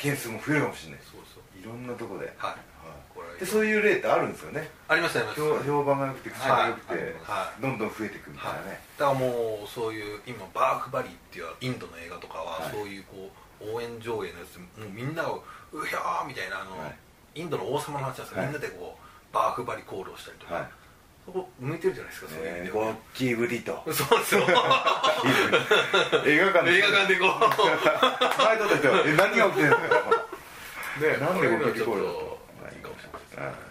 [SPEAKER 1] 件数も増えるかもしれない
[SPEAKER 2] い
[SPEAKER 1] です
[SPEAKER 2] そうそう
[SPEAKER 1] いろんなとこで
[SPEAKER 2] はい
[SPEAKER 1] はい
[SPEAKER 2] これ
[SPEAKER 1] でそういう例ってあるんですよね
[SPEAKER 2] ありましたありました
[SPEAKER 1] 評評判が良くて口コミが良くて
[SPEAKER 2] はいはい
[SPEAKER 1] どんどん増えていくみたい
[SPEAKER 2] は、
[SPEAKER 1] ないね
[SPEAKER 2] だからもうそういう今バークバリーっていうインドの映画とかは、
[SPEAKER 1] はい
[SPEAKER 2] そういうこう応援上映のやつでもうみんなが「うひゃー」みたいなあの、
[SPEAKER 1] はい
[SPEAKER 2] インドの王様の話なんですよ、
[SPEAKER 1] はい
[SPEAKER 2] みんなでこうバークバリコールをしたりとか、
[SPEAKER 1] はい
[SPEAKER 2] そこ向いてるじゃないですか、そういう意味
[SPEAKER 1] え
[SPEAKER 2] で
[SPEAKER 1] ーゴ
[SPEAKER 2] は
[SPEAKER 1] ッキーぶりと
[SPEAKER 2] そうで すよ
[SPEAKER 1] 映画館で
[SPEAKER 2] 映画館で こう
[SPEAKER 1] 前撮った人 え何が起きてるの
[SPEAKER 2] ね
[SPEAKER 1] なんでゴッキーコールだ
[SPEAKER 2] と
[SPEAKER 1] った
[SPEAKER 2] いいかもしれないですね
[SPEAKER 1] あー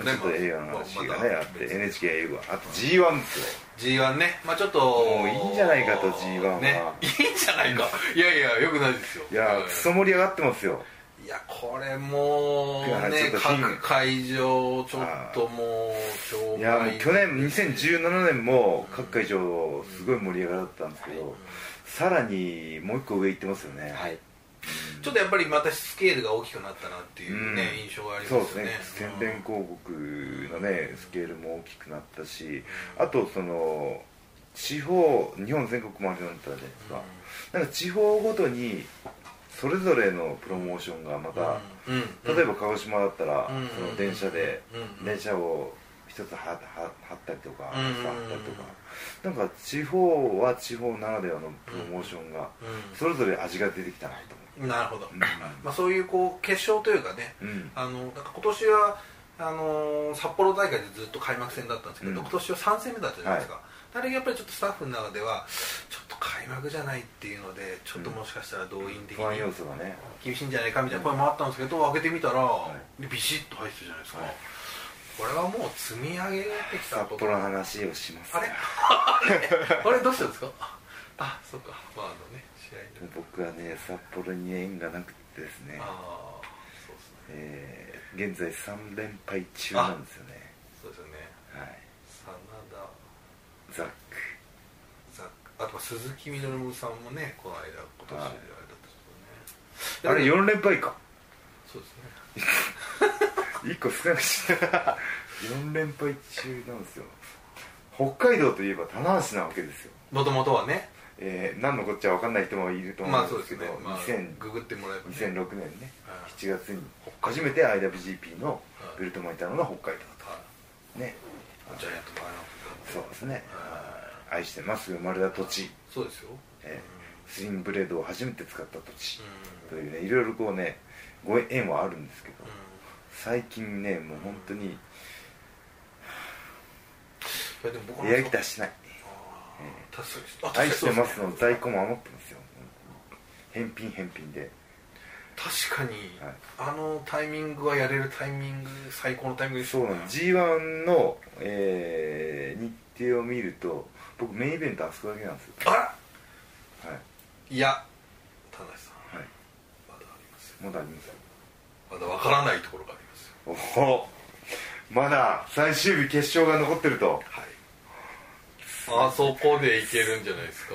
[SPEAKER 1] まあちょっと映画の話が
[SPEAKER 2] まあま
[SPEAKER 1] ね
[SPEAKER 2] だ
[SPEAKER 1] あって NHK 映画あと G1 ですよ
[SPEAKER 2] G1 ねまあちょっと
[SPEAKER 1] もういいんじゃないかと G1 は
[SPEAKER 2] ねいいんじゃないかいやいやよくないですよ
[SPEAKER 1] いや
[SPEAKER 2] う
[SPEAKER 1] ー
[SPEAKER 2] ん
[SPEAKER 1] クソ盛り上がってますよ
[SPEAKER 2] いやこれも
[SPEAKER 1] いや
[SPEAKER 2] う
[SPEAKER 1] ちょっ
[SPEAKER 2] ね
[SPEAKER 1] とピン
[SPEAKER 2] 各会場ちょっともう超
[SPEAKER 1] いやーもう去年2017年も各会場すごい盛り上がったんですけどさらにもう一個上行ってますよね
[SPEAKER 3] はい
[SPEAKER 2] ちょっとやっぱりまたスケールが大きくなったなっていうね、
[SPEAKER 1] うん
[SPEAKER 2] 印象があり
[SPEAKER 1] そう
[SPEAKER 2] ま
[SPEAKER 1] ですす
[SPEAKER 2] よ
[SPEAKER 1] ね宣
[SPEAKER 2] ね
[SPEAKER 1] 伝広告のねスケールも大きくなったしあとその地方日本全国回るようになったじゃないですかなんか地方ごとにそれぞれのプロモーションがまた
[SPEAKER 2] うんうんうん
[SPEAKER 1] 例えば鹿児島だったら
[SPEAKER 2] うん
[SPEAKER 1] その電車で
[SPEAKER 2] うん
[SPEAKER 1] 電車を一つはは貼ったりとか
[SPEAKER 2] うん
[SPEAKER 1] 貼ったりとかなんか地方は地方ならではのプロモーションがそれぞれ味が出てきたなと
[SPEAKER 2] うんなるほど、
[SPEAKER 1] 思
[SPEAKER 2] まあ、そういうこう結晶というかね
[SPEAKER 1] ううん
[SPEAKER 2] あのなんか今年はあのー札幌大会でずっと開幕戦だったんですけど、
[SPEAKER 1] うん
[SPEAKER 2] 今年は3戦目だったじゃないですか、あれやっぱりちょっとスタッフの中ではちょっと開幕じゃないっていうのでちょっともしかしたら動員的
[SPEAKER 1] 不安
[SPEAKER 2] に
[SPEAKER 1] 要素がね
[SPEAKER 2] 厳しいんじゃないかみたいな声もあったんですけど開けてみたら、でビシッと入ってたじゃないですか、
[SPEAKER 1] はい
[SPEAKER 2] これはもう積み上げてきた
[SPEAKER 1] 札
[SPEAKER 2] と
[SPEAKER 1] 幌の話をします
[SPEAKER 2] あれあれどうしたんですかあそっかまああのね試合で
[SPEAKER 1] 僕はね札幌に縁がなくてですね
[SPEAKER 2] あ、あそうですね
[SPEAKER 1] えー現在3連敗中なんですよね
[SPEAKER 2] そうですよね
[SPEAKER 1] はい
[SPEAKER 2] 真田
[SPEAKER 1] ザック
[SPEAKER 2] ざあとは鈴木みのるさんもねこの間今年
[SPEAKER 1] はい
[SPEAKER 2] あれだったけど
[SPEAKER 1] あ
[SPEAKER 2] ね
[SPEAKER 1] れ4連敗か
[SPEAKER 2] そうですね
[SPEAKER 1] 1個少なくした4連敗中なんですよ北海道といえば棚橋なわけですよ、
[SPEAKER 2] もともとはね
[SPEAKER 1] えー、何のこっちゃ分かんない人もいると
[SPEAKER 2] まあ
[SPEAKER 1] 思
[SPEAKER 2] そううんで
[SPEAKER 1] ですけ
[SPEAKER 2] すね
[SPEAKER 1] ど、
[SPEAKER 2] まあ
[SPEAKER 1] 2000
[SPEAKER 2] ググってもらえば、ね、
[SPEAKER 1] 2006年ね
[SPEAKER 2] はい
[SPEAKER 1] 7月に初めて IWGP の
[SPEAKER 2] はい
[SPEAKER 1] ベルト巻いたのが北海道
[SPEAKER 2] は
[SPEAKER 1] とね
[SPEAKER 2] いジャイアントバーナー
[SPEAKER 1] そうですね
[SPEAKER 2] とか
[SPEAKER 1] 愛してます生まれた土地、
[SPEAKER 2] そうですよ
[SPEAKER 1] えースリングブレードを初めて使った土地
[SPEAKER 2] う
[SPEAKER 1] というねいろいろこうねご縁はあるんですけど
[SPEAKER 2] ん、うん
[SPEAKER 1] 最近ねもう本当に
[SPEAKER 2] いやでも僕
[SPEAKER 1] 出会いきたしない
[SPEAKER 2] 確かにあ確か
[SPEAKER 1] 愛
[SPEAKER 2] に
[SPEAKER 1] し
[SPEAKER 2] そう
[SPEAKER 1] て
[SPEAKER 2] で
[SPEAKER 1] ますすの在庫も余ってますよ返品返品で
[SPEAKER 2] 確かに、
[SPEAKER 1] はい
[SPEAKER 2] あのタイミングはやれるタイミング最高のタイミングです
[SPEAKER 1] そうなん g 1の、えー日程を見ると僕メインイベントあそこだけなんですよ
[SPEAKER 2] あら
[SPEAKER 1] はい
[SPEAKER 2] いや田無さん
[SPEAKER 1] はい
[SPEAKER 2] まだありますよ
[SPEAKER 1] まだありますよ
[SPEAKER 2] まだわからないところがありますよ
[SPEAKER 1] おおまだ最終日決勝が残ってると
[SPEAKER 2] はいあそこでいけるんじゃないですか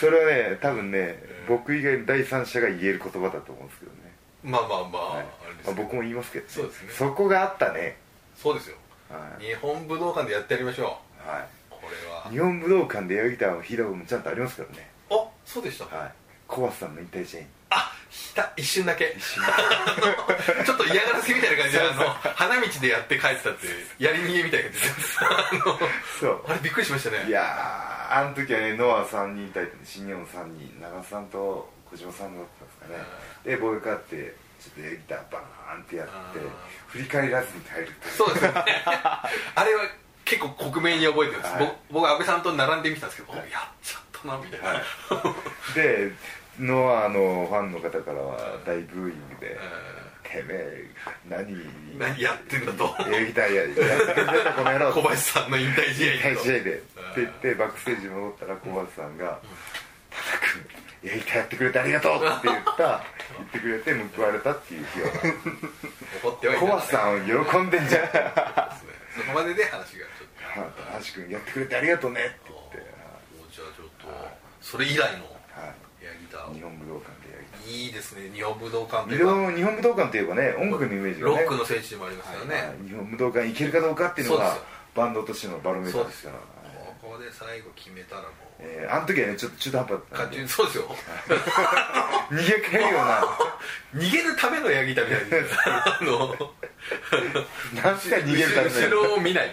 [SPEAKER 1] それはね多分ね僕以外の第三者が言える言葉だと思うんですけどね、
[SPEAKER 2] まあまあまあ、
[SPEAKER 1] はい
[SPEAKER 2] あれです
[SPEAKER 1] ま
[SPEAKER 2] け
[SPEAKER 1] あ、
[SPEAKER 2] ど
[SPEAKER 1] 僕も言いますけど、
[SPEAKER 2] そうですね
[SPEAKER 1] そこがあったね
[SPEAKER 2] そうですよ
[SPEAKER 1] はい、
[SPEAKER 2] 日本武道館でやってやりましょ
[SPEAKER 1] は、
[SPEAKER 2] うこれはい
[SPEAKER 1] 日本武道館でヤギターを弾いたこともちゃんとありますからね
[SPEAKER 2] あそうでした
[SPEAKER 1] はい小橋さんの引退試合に
[SPEAKER 2] あひた一瞬だけちょっと嫌がらせみたいな感じであの花道でやって帰ってたってやり逃げみたいな感じで
[SPEAKER 1] そう
[SPEAKER 2] あのあれびっくりしましたね
[SPEAKER 1] いやーあの時はねノア3人対新日本3人長須さんと小島さんだったんですかねでボーイカーってちょっとエギターバーンってやって
[SPEAKER 2] うん
[SPEAKER 1] 振り返らずに入るっていう
[SPEAKER 2] そうですねあれは結構克明に覚えてます、
[SPEAKER 1] はい
[SPEAKER 2] ぼ僕は安倍さんと並んでみたんですけど、おやっちゃったなみたいな、
[SPEAKER 1] はいでノアのファンの方からは大ブーイングで「てめえ何
[SPEAKER 2] 何やってんだと
[SPEAKER 1] エギターやってんだこの野 郎」
[SPEAKER 2] 小林さんの引退試合
[SPEAKER 1] 大
[SPEAKER 2] と
[SPEAKER 1] 試合でって言ってバックステージに戻ったら小松さんが「田君エギターやってくれてありがとう」って言 った言ってくれて報われたっていう日は
[SPEAKER 2] 怒ってはい
[SPEAKER 1] 小
[SPEAKER 2] なかっ
[SPEAKER 1] 松
[SPEAKER 2] た
[SPEAKER 1] さん喜んでんじゃん
[SPEAKER 2] ですねそこまでで話がちょっと
[SPEAKER 1] 「橋君やってくれてありがとうね」って言って
[SPEAKER 2] もうじゃあちょっと、それ以来の
[SPEAKER 1] は
[SPEAKER 2] エアギタ
[SPEAKER 1] い日
[SPEAKER 2] ー
[SPEAKER 1] 本武道館でやりたい
[SPEAKER 2] いいですね日本武道館と
[SPEAKER 1] 日
[SPEAKER 2] いうか
[SPEAKER 1] 本日本武道館といえばね音楽のイメージが
[SPEAKER 2] ロ
[SPEAKER 1] ね
[SPEAKER 2] ックの聖地でもありますからね、
[SPEAKER 1] はい日本武道館行けるかどうかっていうの
[SPEAKER 2] そう
[SPEAKER 1] が
[SPEAKER 2] ですよ
[SPEAKER 1] バンドとしてのバロメータ
[SPEAKER 2] そう
[SPEAKER 1] ー
[SPEAKER 2] で
[SPEAKER 1] ですす
[SPEAKER 2] よ
[SPEAKER 1] から
[SPEAKER 2] ここで最後決めたらもう
[SPEAKER 1] えーあの時はねちょっと中途半端だったん
[SPEAKER 2] 勝
[SPEAKER 1] で
[SPEAKER 2] ちそうですよ
[SPEAKER 1] 逃げ帰るよ
[SPEAKER 2] 逃げるためのエアギターみたいなあの
[SPEAKER 1] うな何回逃げるため
[SPEAKER 2] 後ろを見ない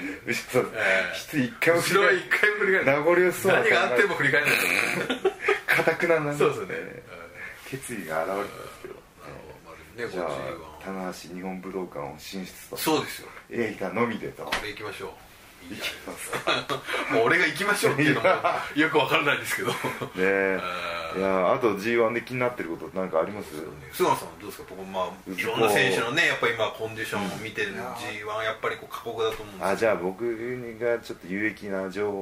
[SPEAKER 1] そう
[SPEAKER 2] えー
[SPEAKER 1] 一一回も
[SPEAKER 2] 後ろは一回も振り返ら
[SPEAKER 1] 名
[SPEAKER 2] ない
[SPEAKER 1] 残惜しそうな
[SPEAKER 2] 何があっても振り返らない
[SPEAKER 1] かたくななん
[SPEAKER 2] そうですよね
[SPEAKER 1] 決意が現れてますけど
[SPEAKER 2] うんなる
[SPEAKER 1] じ
[SPEAKER 2] ほど
[SPEAKER 1] ゃ
[SPEAKER 2] ま
[SPEAKER 1] あ
[SPEAKER 2] あね51は
[SPEAKER 1] 棚橋日本武道館を進出と
[SPEAKER 2] そうですよ
[SPEAKER 1] 映画のみでと
[SPEAKER 2] これ行きましょういいじゃないですかもう俺が行きましょうっていう のもよくわからないですけど
[SPEAKER 1] ねえいやあと G1 で気になってることなんかあります
[SPEAKER 2] 菅野さんはどうですか僕まあいろんな選手のねやっぱり今コンディションを見てる G1 やっぱりこう過酷だと思うんですけど
[SPEAKER 1] あじゃあ僕がちょっと有益な情報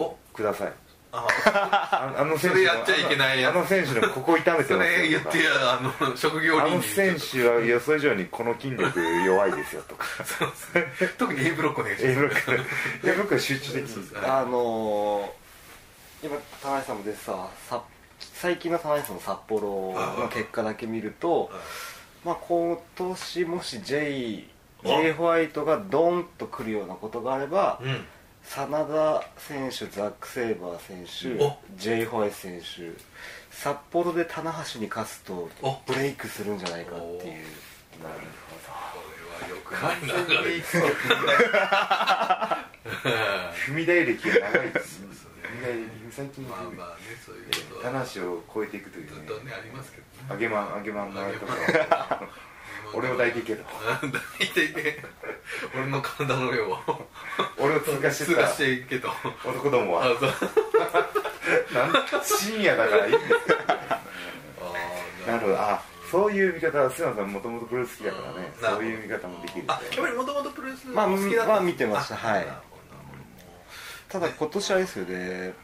[SPEAKER 1] をください
[SPEAKER 2] あ
[SPEAKER 1] ああの
[SPEAKER 2] そ
[SPEAKER 1] 選
[SPEAKER 2] れ
[SPEAKER 1] 手の
[SPEAKER 2] やっちゃいけないや
[SPEAKER 1] あ
[SPEAKER 2] つ
[SPEAKER 1] の選手のここ痛めて
[SPEAKER 2] そ
[SPEAKER 1] ます
[SPEAKER 2] れ言
[SPEAKER 1] よ
[SPEAKER 2] っ
[SPEAKER 1] と
[SPEAKER 2] て
[SPEAKER 1] か
[SPEAKER 2] やあの職業
[SPEAKER 1] あ
[SPEAKER 2] 倫
[SPEAKER 1] の
[SPEAKER 2] 理
[SPEAKER 1] 選手は予想以上にこの筋力弱いですよ とか
[SPEAKER 2] 特に A ブロックお願いしま
[SPEAKER 1] A
[SPEAKER 2] す
[SPEAKER 1] ブロック A ブロックは集中できる
[SPEAKER 3] あのー、今田中さんも出てたさ最近の田中さんの札幌の結果だけ見ると、まあ、今年もし J,
[SPEAKER 2] あ
[SPEAKER 3] J ホワイトがドンと来るようなことがあれば、
[SPEAKER 2] うん
[SPEAKER 3] 真田選手ザック・セイバー選手
[SPEAKER 2] お
[SPEAKER 3] J ホワイト選手札幌で棚橋に勝つと
[SPEAKER 2] お
[SPEAKER 3] ブレイクするんじゃないかっていう
[SPEAKER 2] これはよくないな流れです
[SPEAKER 1] 踏み台歴が長いですね踏み台歴最近の
[SPEAKER 2] まあ
[SPEAKER 1] 踏み台
[SPEAKER 2] まあねそういうことは
[SPEAKER 1] 話を超えていくという
[SPEAKER 2] ず
[SPEAKER 1] ね
[SPEAKER 2] っとねありますけどね
[SPEAKER 1] 揚げまん揚げまんのあれとか俺を抱いていけと
[SPEAKER 2] 抱いていけ俺の体の上を
[SPEAKER 1] 俺を通過して
[SPEAKER 2] 通
[SPEAKER 1] った
[SPEAKER 2] 過していけと
[SPEAKER 1] 男ども
[SPEAKER 2] あ
[SPEAKER 1] は
[SPEAKER 2] そう
[SPEAKER 1] なん深夜だからいいんですよ
[SPEAKER 2] あー
[SPEAKER 1] なるほどあそういう見方は菅野さんもともとプロレス好きだからね
[SPEAKER 2] うんなる
[SPEAKER 1] そ
[SPEAKER 2] ほど
[SPEAKER 1] ういう見方もできるんで
[SPEAKER 2] あやっぱりもともとプロレス
[SPEAKER 3] まあ
[SPEAKER 2] お好きだったんですね
[SPEAKER 3] まあ見てましたはい
[SPEAKER 2] なるほどなるほ
[SPEAKER 3] ただ今年はですよね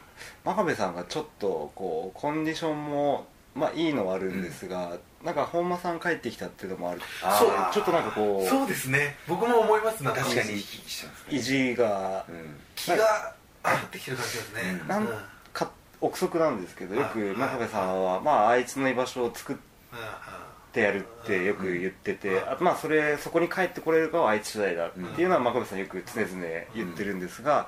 [SPEAKER 3] 真壁さんがちょっとこうコンディションもまあいいのはあるんですが、なんか本間さん帰ってきたっていうのもある
[SPEAKER 2] そう
[SPEAKER 3] あーちょっとなんか
[SPEAKER 2] ど
[SPEAKER 3] こ
[SPEAKER 2] そうですね僕も思いますな
[SPEAKER 1] 確かに生き生きしてます
[SPEAKER 3] う意地が
[SPEAKER 1] うん
[SPEAKER 2] 気が上がってきてる感じですね
[SPEAKER 1] うん
[SPEAKER 3] な
[SPEAKER 2] う
[SPEAKER 3] ん
[SPEAKER 2] ん
[SPEAKER 3] か憶測なんですけどよく
[SPEAKER 2] はい
[SPEAKER 3] 真壁さんは、まあ、あいつの居場所を作ってやるってよく言ってて、
[SPEAKER 2] うん
[SPEAKER 3] あまあ、それそこに帰ってこれるかはあいつ次第だっていうのは真壁さんよく常々言ってるんですが、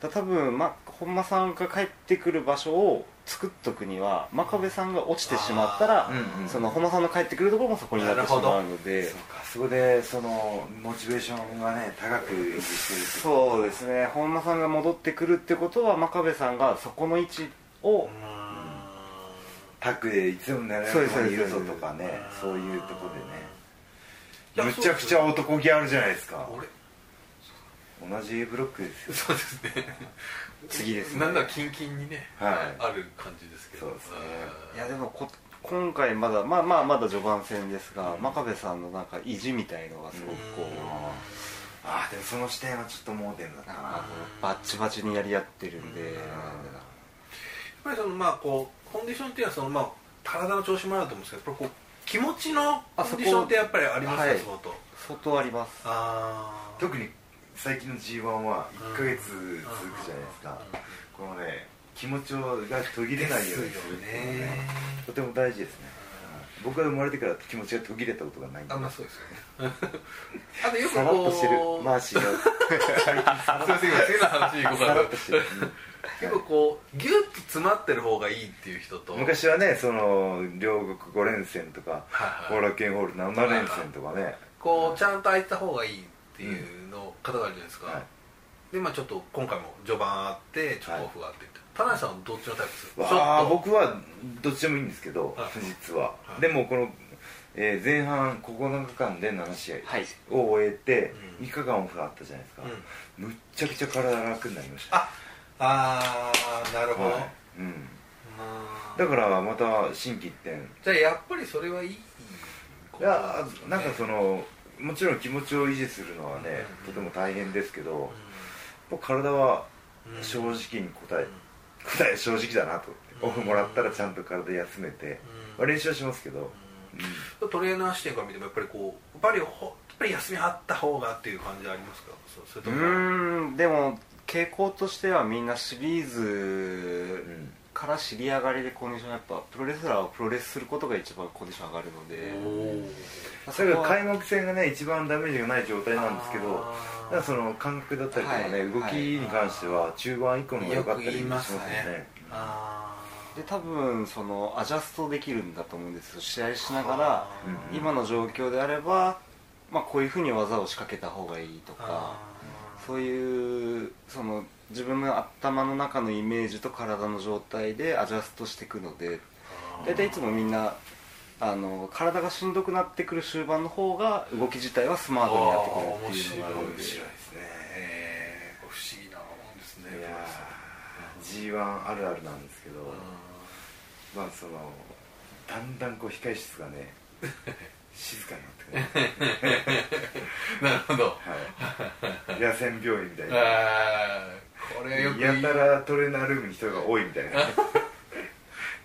[SPEAKER 3] だ多分、まあ、本間さんが帰ってくる場所を作っとくには真壁さんが落ちてしまったら、
[SPEAKER 1] うんうん
[SPEAKER 3] その本間さんの帰ってくるところもそこになってしまうので
[SPEAKER 1] そうかそこでそのモチベーションがね高く維持してるって
[SPEAKER 3] そうですね本間さんが戻ってくるってことは真壁さんがそこの位置を、
[SPEAKER 1] タッグでいつでも狙えるとこにいるぞとかねそういうとこでねむちゃくちゃ
[SPEAKER 2] 俺
[SPEAKER 1] 男気あるじゃないですか同じ A ブロックですよ
[SPEAKER 2] そうですね
[SPEAKER 3] 次ですね
[SPEAKER 2] なんならキンキンにね
[SPEAKER 1] はい
[SPEAKER 2] ある感じですけど
[SPEAKER 1] そうですね
[SPEAKER 3] いやでもこ今回まだまあまあまだ序盤戦ですが、真壁さんのなんか意地みたいのがすごくこう、
[SPEAKER 2] うん
[SPEAKER 1] ああでもその視点はちょっと盲点だった
[SPEAKER 3] なん
[SPEAKER 1] な
[SPEAKER 3] かこうバッチバチにやり合ってるんで、
[SPEAKER 2] やっぱりそのまあこうコンディションっていうのはそのまあ体の調子もあると思うんですけどやっぱりこう気持ちのコンディションってやっぱりあります
[SPEAKER 3] は
[SPEAKER 2] か
[SPEAKER 3] い
[SPEAKER 2] 相当
[SPEAKER 3] 相当あります
[SPEAKER 2] あー
[SPEAKER 1] 特に最近の g 1は1ヶ月続くじゃないですかこのね気持ちが途切れないようにするっていうのはね
[SPEAKER 2] ですよね
[SPEAKER 1] とても大事ですね僕が生まれてから気持ちが途切れたことがないんで
[SPEAKER 2] あまあそうですよね あとよく
[SPEAKER 1] さらっとしてる
[SPEAKER 2] こう、
[SPEAKER 1] マーシーが
[SPEAKER 2] すいません今次の話に行こうか
[SPEAKER 1] さ
[SPEAKER 2] な
[SPEAKER 1] らっとしてる、
[SPEAKER 2] 結構こうギュッと詰まってる方がいいっていう人と
[SPEAKER 1] うん昔はねその両国5連戦とか
[SPEAKER 2] は
[SPEAKER 1] 後
[SPEAKER 2] いはい
[SPEAKER 1] 楽園ホール7連戦とかね
[SPEAKER 2] こうちゃんと空いた方がいいっていうの方があるじゃないですか、
[SPEAKER 1] はい
[SPEAKER 2] でまあちょっと今回も序盤あってちょっとオフがあってって田中さんはどっちのタイプですかちょ
[SPEAKER 1] わあ
[SPEAKER 2] っと
[SPEAKER 1] 僕はどっちでもいいんですけど
[SPEAKER 2] はい
[SPEAKER 1] 実は
[SPEAKER 2] はい
[SPEAKER 1] でもこの、えー前半9日間で7試合
[SPEAKER 3] はい
[SPEAKER 1] を終えて
[SPEAKER 2] うん
[SPEAKER 1] 3日間オフがあったじゃないですか、
[SPEAKER 2] うん
[SPEAKER 1] むっちゃくちゃ体が楽になりました
[SPEAKER 2] ああーなるほど、
[SPEAKER 1] はいうん、
[SPEAKER 2] まあ
[SPEAKER 1] だからまた心機一転
[SPEAKER 2] じゃあやっぱりそれはいいこ
[SPEAKER 1] い
[SPEAKER 2] と
[SPEAKER 1] や
[SPEAKER 2] ですよね
[SPEAKER 1] なんかそのもちろん気持ちを維持するのはね
[SPEAKER 2] う
[SPEAKER 1] と
[SPEAKER 2] ん
[SPEAKER 1] ても大変ですけどやっぱ体は
[SPEAKER 2] うん
[SPEAKER 1] 正直
[SPEAKER 2] うん
[SPEAKER 1] に答え答え正直だなと
[SPEAKER 2] うん
[SPEAKER 1] 思ってオフもらったらちゃんと体休めて
[SPEAKER 2] うん
[SPEAKER 1] まあ練習はしますけど
[SPEAKER 2] う
[SPEAKER 1] うん
[SPEAKER 2] んトレーナー視点から見てもやっぱりこうやっぱりほやっぱり休みあった方がっていう感じありますかそうそれ
[SPEAKER 3] う
[SPEAKER 2] とも
[SPEAKER 3] ーんでも傾向としてはみんなシリー
[SPEAKER 1] う
[SPEAKER 3] ズ
[SPEAKER 1] ん
[SPEAKER 3] から尻上がりでコンディションやっぱプロレスラーをプロレスすることが一番コンディション上がるのでまあ
[SPEAKER 1] それが
[SPEAKER 3] こは
[SPEAKER 1] 開幕戦がね一番ダメージがない状態なんですけど
[SPEAKER 2] あー
[SPEAKER 1] だからその感覚だったりとか
[SPEAKER 3] は
[SPEAKER 1] ね
[SPEAKER 3] い
[SPEAKER 1] 動きに関しては中盤以降の方が良かったり
[SPEAKER 2] よく言
[SPEAKER 1] し
[SPEAKER 2] いま
[SPEAKER 1] ます
[SPEAKER 2] す
[SPEAKER 1] よ
[SPEAKER 2] ね
[SPEAKER 1] ね
[SPEAKER 2] あー
[SPEAKER 3] で多分そのアジャストできるんだと思うんですよ試合しながら
[SPEAKER 1] うん
[SPEAKER 3] 今の状況であれば、まあ、こういうふうに技を仕掛けた方がいいとか
[SPEAKER 2] あー
[SPEAKER 3] そういうその自分の頭の中のイメージと体の状態でアジャストしていくので大体いつもみんなあの体がしんどくなってくる終盤の方が動き自体はスマートになってくるっていうのがあるの
[SPEAKER 2] 面
[SPEAKER 3] で
[SPEAKER 2] 白いですねえーこれ不思議なもんですね
[SPEAKER 1] いやー G1 あるあるなんですけど
[SPEAKER 2] これは
[SPEAKER 1] まあそのだんだんこう控え室が ね静かになってくる
[SPEAKER 2] うんなるほど
[SPEAKER 1] はい野戦病院みたいな
[SPEAKER 2] あーこれよく言
[SPEAKER 1] や
[SPEAKER 2] う
[SPEAKER 1] たらトレーナールームに人が多いみた いな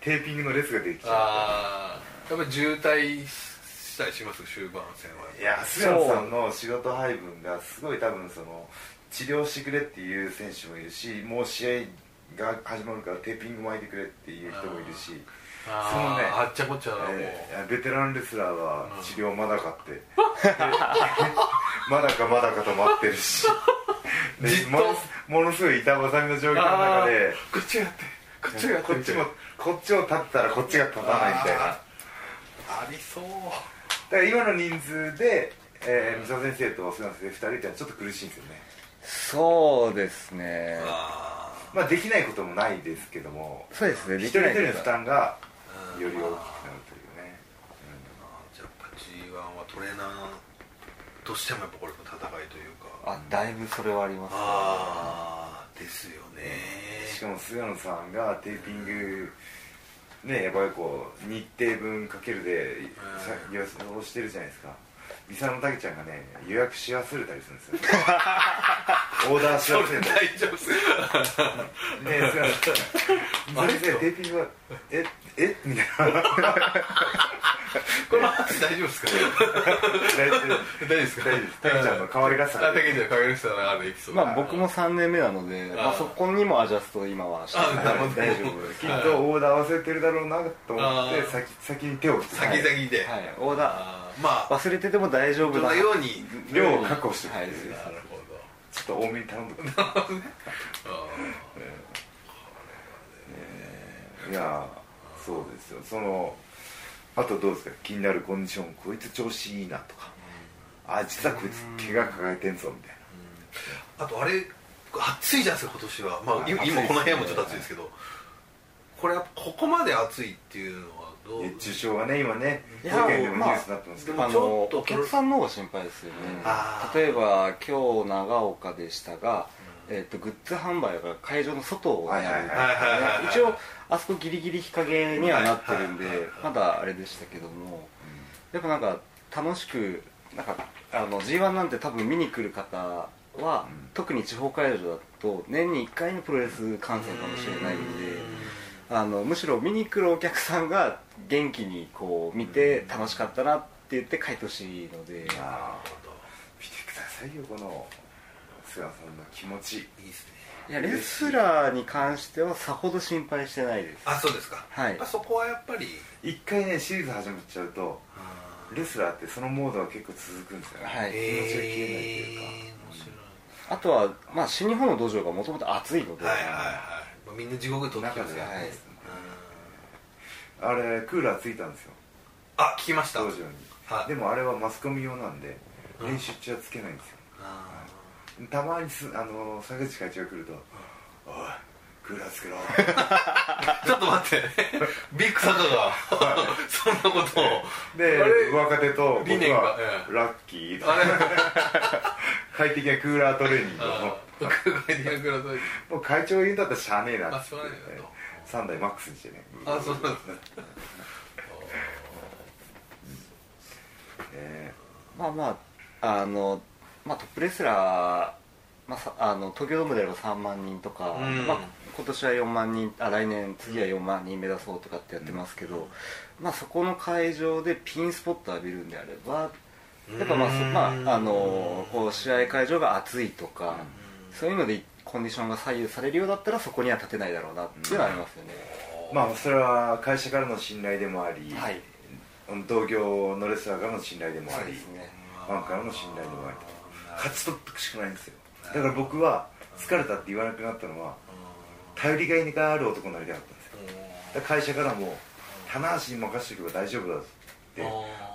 [SPEAKER 1] テーピングの列ができちゃ
[SPEAKER 2] ああやっぱり渋滞したりします終盤戦は
[SPEAKER 1] ういや菅野さんの仕事配分がすごい多分その治療してくれっていう選手もいるしもう試合が始まるからテーピング巻いてくれっていう人もいるし、
[SPEAKER 2] あ
[SPEAKER 1] そのね
[SPEAKER 2] あっちゃこっちゃだもう、
[SPEAKER 1] えーベテランレスラーは治療まだかって、で まだかまだかと待ってる しで
[SPEAKER 2] じっと
[SPEAKER 1] ものすものすごい板挟みの状況の中で
[SPEAKER 2] あーこっちやってこっちやって
[SPEAKER 1] こっちもこっちを立ったらこっちが立たないみたいな
[SPEAKER 2] あーありそう
[SPEAKER 1] だから今の人数で、えー、三沢先生と菅野先生2人ってのはちょっと苦しいんですよね
[SPEAKER 3] そうですね
[SPEAKER 2] あ
[SPEAKER 1] まあできないこともないですけども
[SPEAKER 3] そうですね
[SPEAKER 1] 一
[SPEAKER 3] でき
[SPEAKER 1] 人
[SPEAKER 3] な
[SPEAKER 1] 一
[SPEAKER 3] い
[SPEAKER 1] 人
[SPEAKER 3] こ
[SPEAKER 1] の負
[SPEAKER 3] とは
[SPEAKER 1] 担が
[SPEAKER 2] うん
[SPEAKER 1] より大きくなるというね、
[SPEAKER 2] じゃあやっぱ G1 はトレーナーとしてもやっぱこれも戦いというか
[SPEAKER 3] あだいぶそれはありますね
[SPEAKER 2] ああですよ
[SPEAKER 1] うんしか
[SPEAKER 2] ね
[SPEAKER 1] も菅野さんがテーピングねやっぱりこう日程分かけるで作業をしてるじゃないですかミサノタケちゃんがね予約し忘れたりするんですよ オーダーし忘れたり
[SPEAKER 2] 大丈夫です
[SPEAKER 1] ねえ、 すごい。あれでテーピングは、え、えみたいな。
[SPEAKER 2] この話大丈夫ですか
[SPEAKER 1] 大丈夫
[SPEAKER 2] 大丈夫ですか
[SPEAKER 1] 大丈夫ですタケちゃんの可愛らしさで
[SPEAKER 2] あタケちゃんの可愛らしさのあるエピソード
[SPEAKER 3] まあ僕も3年目なので、まあ、そこにもアジャストを今はして
[SPEAKER 2] あなるほど
[SPEAKER 3] 大丈夫です
[SPEAKER 1] きっとオーダー忘れてるだろうなと思って
[SPEAKER 2] あー
[SPEAKER 1] 先先に手を振って
[SPEAKER 2] 先々で、
[SPEAKER 3] はい、オーダ
[SPEAKER 2] あーま
[SPEAKER 3] ー
[SPEAKER 2] あ
[SPEAKER 3] 忘れてても大丈夫
[SPEAKER 2] そ
[SPEAKER 3] だ
[SPEAKER 2] のように
[SPEAKER 1] 量を確保して
[SPEAKER 3] はい
[SPEAKER 1] ち
[SPEAKER 2] なるほど
[SPEAKER 1] ょっと多めに頼んでくれ
[SPEAKER 2] あ
[SPEAKER 1] いやーそうですよそのあとどうですか気になるコンディションこいつ調子いいなとかあ実はこいつ怪我抱えてんぞみたいな
[SPEAKER 2] ーあとあれ暑いじゃないですか今年は、まあ、
[SPEAKER 1] はい
[SPEAKER 2] 今
[SPEAKER 1] 暑いですね
[SPEAKER 2] 今この部屋もちょっと暑いですけどこれやっぱここまで暑いっていうのはどう
[SPEAKER 1] 熱中症がね今ね
[SPEAKER 3] い
[SPEAKER 1] 世
[SPEAKER 3] や
[SPEAKER 1] 間でもニュースになってますけど、
[SPEAKER 2] ま
[SPEAKER 3] あ
[SPEAKER 2] ちょ
[SPEAKER 3] の
[SPEAKER 2] っと
[SPEAKER 3] お客さんの方が心配ですよね
[SPEAKER 2] あー
[SPEAKER 3] 例えば今日長岡でしたが、えっとグッズ販売が会場の外をやるんですよね
[SPEAKER 2] はいはいはいはい
[SPEAKER 3] 一応あそこギリギリ日陰にはなってるんで
[SPEAKER 2] はいはいはい
[SPEAKER 3] まだあれでしたけどもやっぱなんか楽しくなんかあの G1 なんて多分見に来る方は、
[SPEAKER 1] うん
[SPEAKER 3] 特に地方会場だと年に1回のプロレス観戦かもしれないんであのむしろ見に来るお客さんが元気にこう見て楽しかったなって言って帰ってほしいので
[SPEAKER 1] あ
[SPEAKER 2] なるほど
[SPEAKER 1] 見てくださいよこの菅野さんの気持ち
[SPEAKER 2] いいですね
[SPEAKER 3] いやレスラーに関してはさほど心配してないです
[SPEAKER 2] あそうですか、
[SPEAKER 3] はい
[SPEAKER 2] やっぱそこはやっぱり
[SPEAKER 1] 一回ねシリーズ始まっちゃうと
[SPEAKER 2] あ
[SPEAKER 1] レスラーってそのモードが結構続くんですよね、
[SPEAKER 3] は
[SPEAKER 2] ー
[SPEAKER 3] い
[SPEAKER 1] 気持ちが消えない
[SPEAKER 2] え
[SPEAKER 1] というか
[SPEAKER 2] ー面白い
[SPEAKER 3] あとは、まあ、新日本の道場がもともと暑いので、
[SPEAKER 2] はいはいはいもうみんな地獄で撮ってき
[SPEAKER 1] 中
[SPEAKER 2] ます
[SPEAKER 1] で
[SPEAKER 2] よ
[SPEAKER 1] やって
[SPEAKER 2] ね
[SPEAKER 3] は
[SPEAKER 1] ま
[SPEAKER 3] い
[SPEAKER 1] すあれクーラーついたんですよ
[SPEAKER 2] あ聞きました
[SPEAKER 1] 道
[SPEAKER 2] は
[SPEAKER 1] 場
[SPEAKER 2] い
[SPEAKER 1] にでもあれはマスコミ用なんで
[SPEAKER 2] うん
[SPEAKER 1] 練習中はつけないんですよ
[SPEAKER 2] あ
[SPEAKER 1] たまにすあの坂口会長が来ると「おいクーラー つけろ」
[SPEAKER 2] ーちょっと 待ってビッグ坂がそんなことを
[SPEAKER 1] で
[SPEAKER 2] あれ
[SPEAKER 1] 若手と僕
[SPEAKER 2] 理念
[SPEAKER 1] は
[SPEAKER 2] が
[SPEAKER 1] 「ラッキー」
[SPEAKER 2] あれ
[SPEAKER 1] 快適なクーラートレーニングを
[SPEAKER 2] あー伺いにください
[SPEAKER 1] もう会長が言うんだったらしゃあねえなっつって
[SPEAKER 2] あしゃあねえなと
[SPEAKER 1] 3台マックスにしてね
[SPEAKER 2] あそうなんですね
[SPEAKER 1] え
[SPEAKER 3] まあまああの、まあ、トップレスラー、まあ、さあの東京ドームであれば3万人とか、
[SPEAKER 2] うん
[SPEAKER 3] まあ、今年は4万人あ来年次は4万人目指そうとかってやってますけど、まあ、そこの会場でピンスポット浴びるんであればやっぱまあそ
[SPEAKER 2] うん
[SPEAKER 3] まあ、あのこう試合会場が暑いとか、
[SPEAKER 2] うん
[SPEAKER 3] そういうのでコンディションが左右されるようだったらそこには立てないだろうなっていうのはありますよね、
[SPEAKER 1] ーまあそれは会社からの信頼でもあり、
[SPEAKER 3] はい
[SPEAKER 1] 同業のレスラーからの信頼でも
[SPEAKER 3] そ
[SPEAKER 1] あ
[SPEAKER 3] うで
[SPEAKER 1] り
[SPEAKER 3] すね
[SPEAKER 1] ファンからの信頼でもありと勝ち取ってくしかないんですよだから僕は疲れたって言わなくなったのは頼りがいがある男になりたかったんですよだから会社からも棚橋に任せておけば大丈夫だって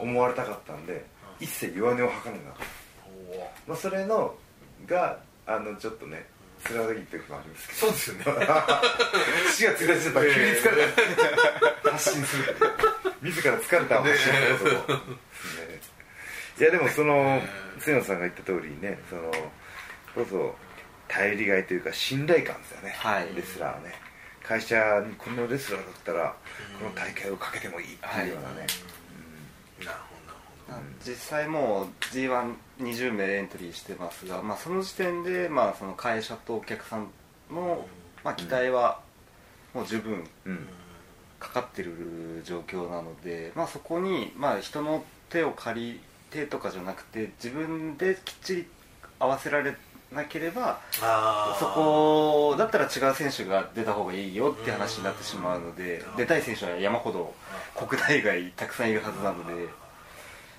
[SPEAKER 1] 思われたかったんで一切弱音を吐かないなかったまあ、それのがあのちょっとね辛すぎっていうこともありますけ
[SPEAKER 2] そうで すよね
[SPEAKER 1] ど4月1日だったら急に疲れた発信する自ら疲れた発信することを、ねいやでもその強野さんが言った通りねそのこれこそ頼りがいというか信頼感ですよね、
[SPEAKER 3] はい
[SPEAKER 1] レスラーはね会社にこのレスラーだったらこの大会をかけてもいいっていうようなね、
[SPEAKER 2] なるほどなる
[SPEAKER 3] まあ実際もう g 1 2 0名エントリーしてますが、まあ、その時点で、まあ、その会社とお客さんの、まあ、期待はもう十分
[SPEAKER 1] うん
[SPEAKER 3] かかってる状況なので、まあ、そこに、まあ、人の手を借りてとかじゃなくて自分できっちり合わせられなければ
[SPEAKER 2] ほどあー
[SPEAKER 3] そこだったら違う選手が出た方がいいよって話になってしまうので
[SPEAKER 2] うん
[SPEAKER 3] 出たい選手は山ほど国内外たくさんいるはずなので。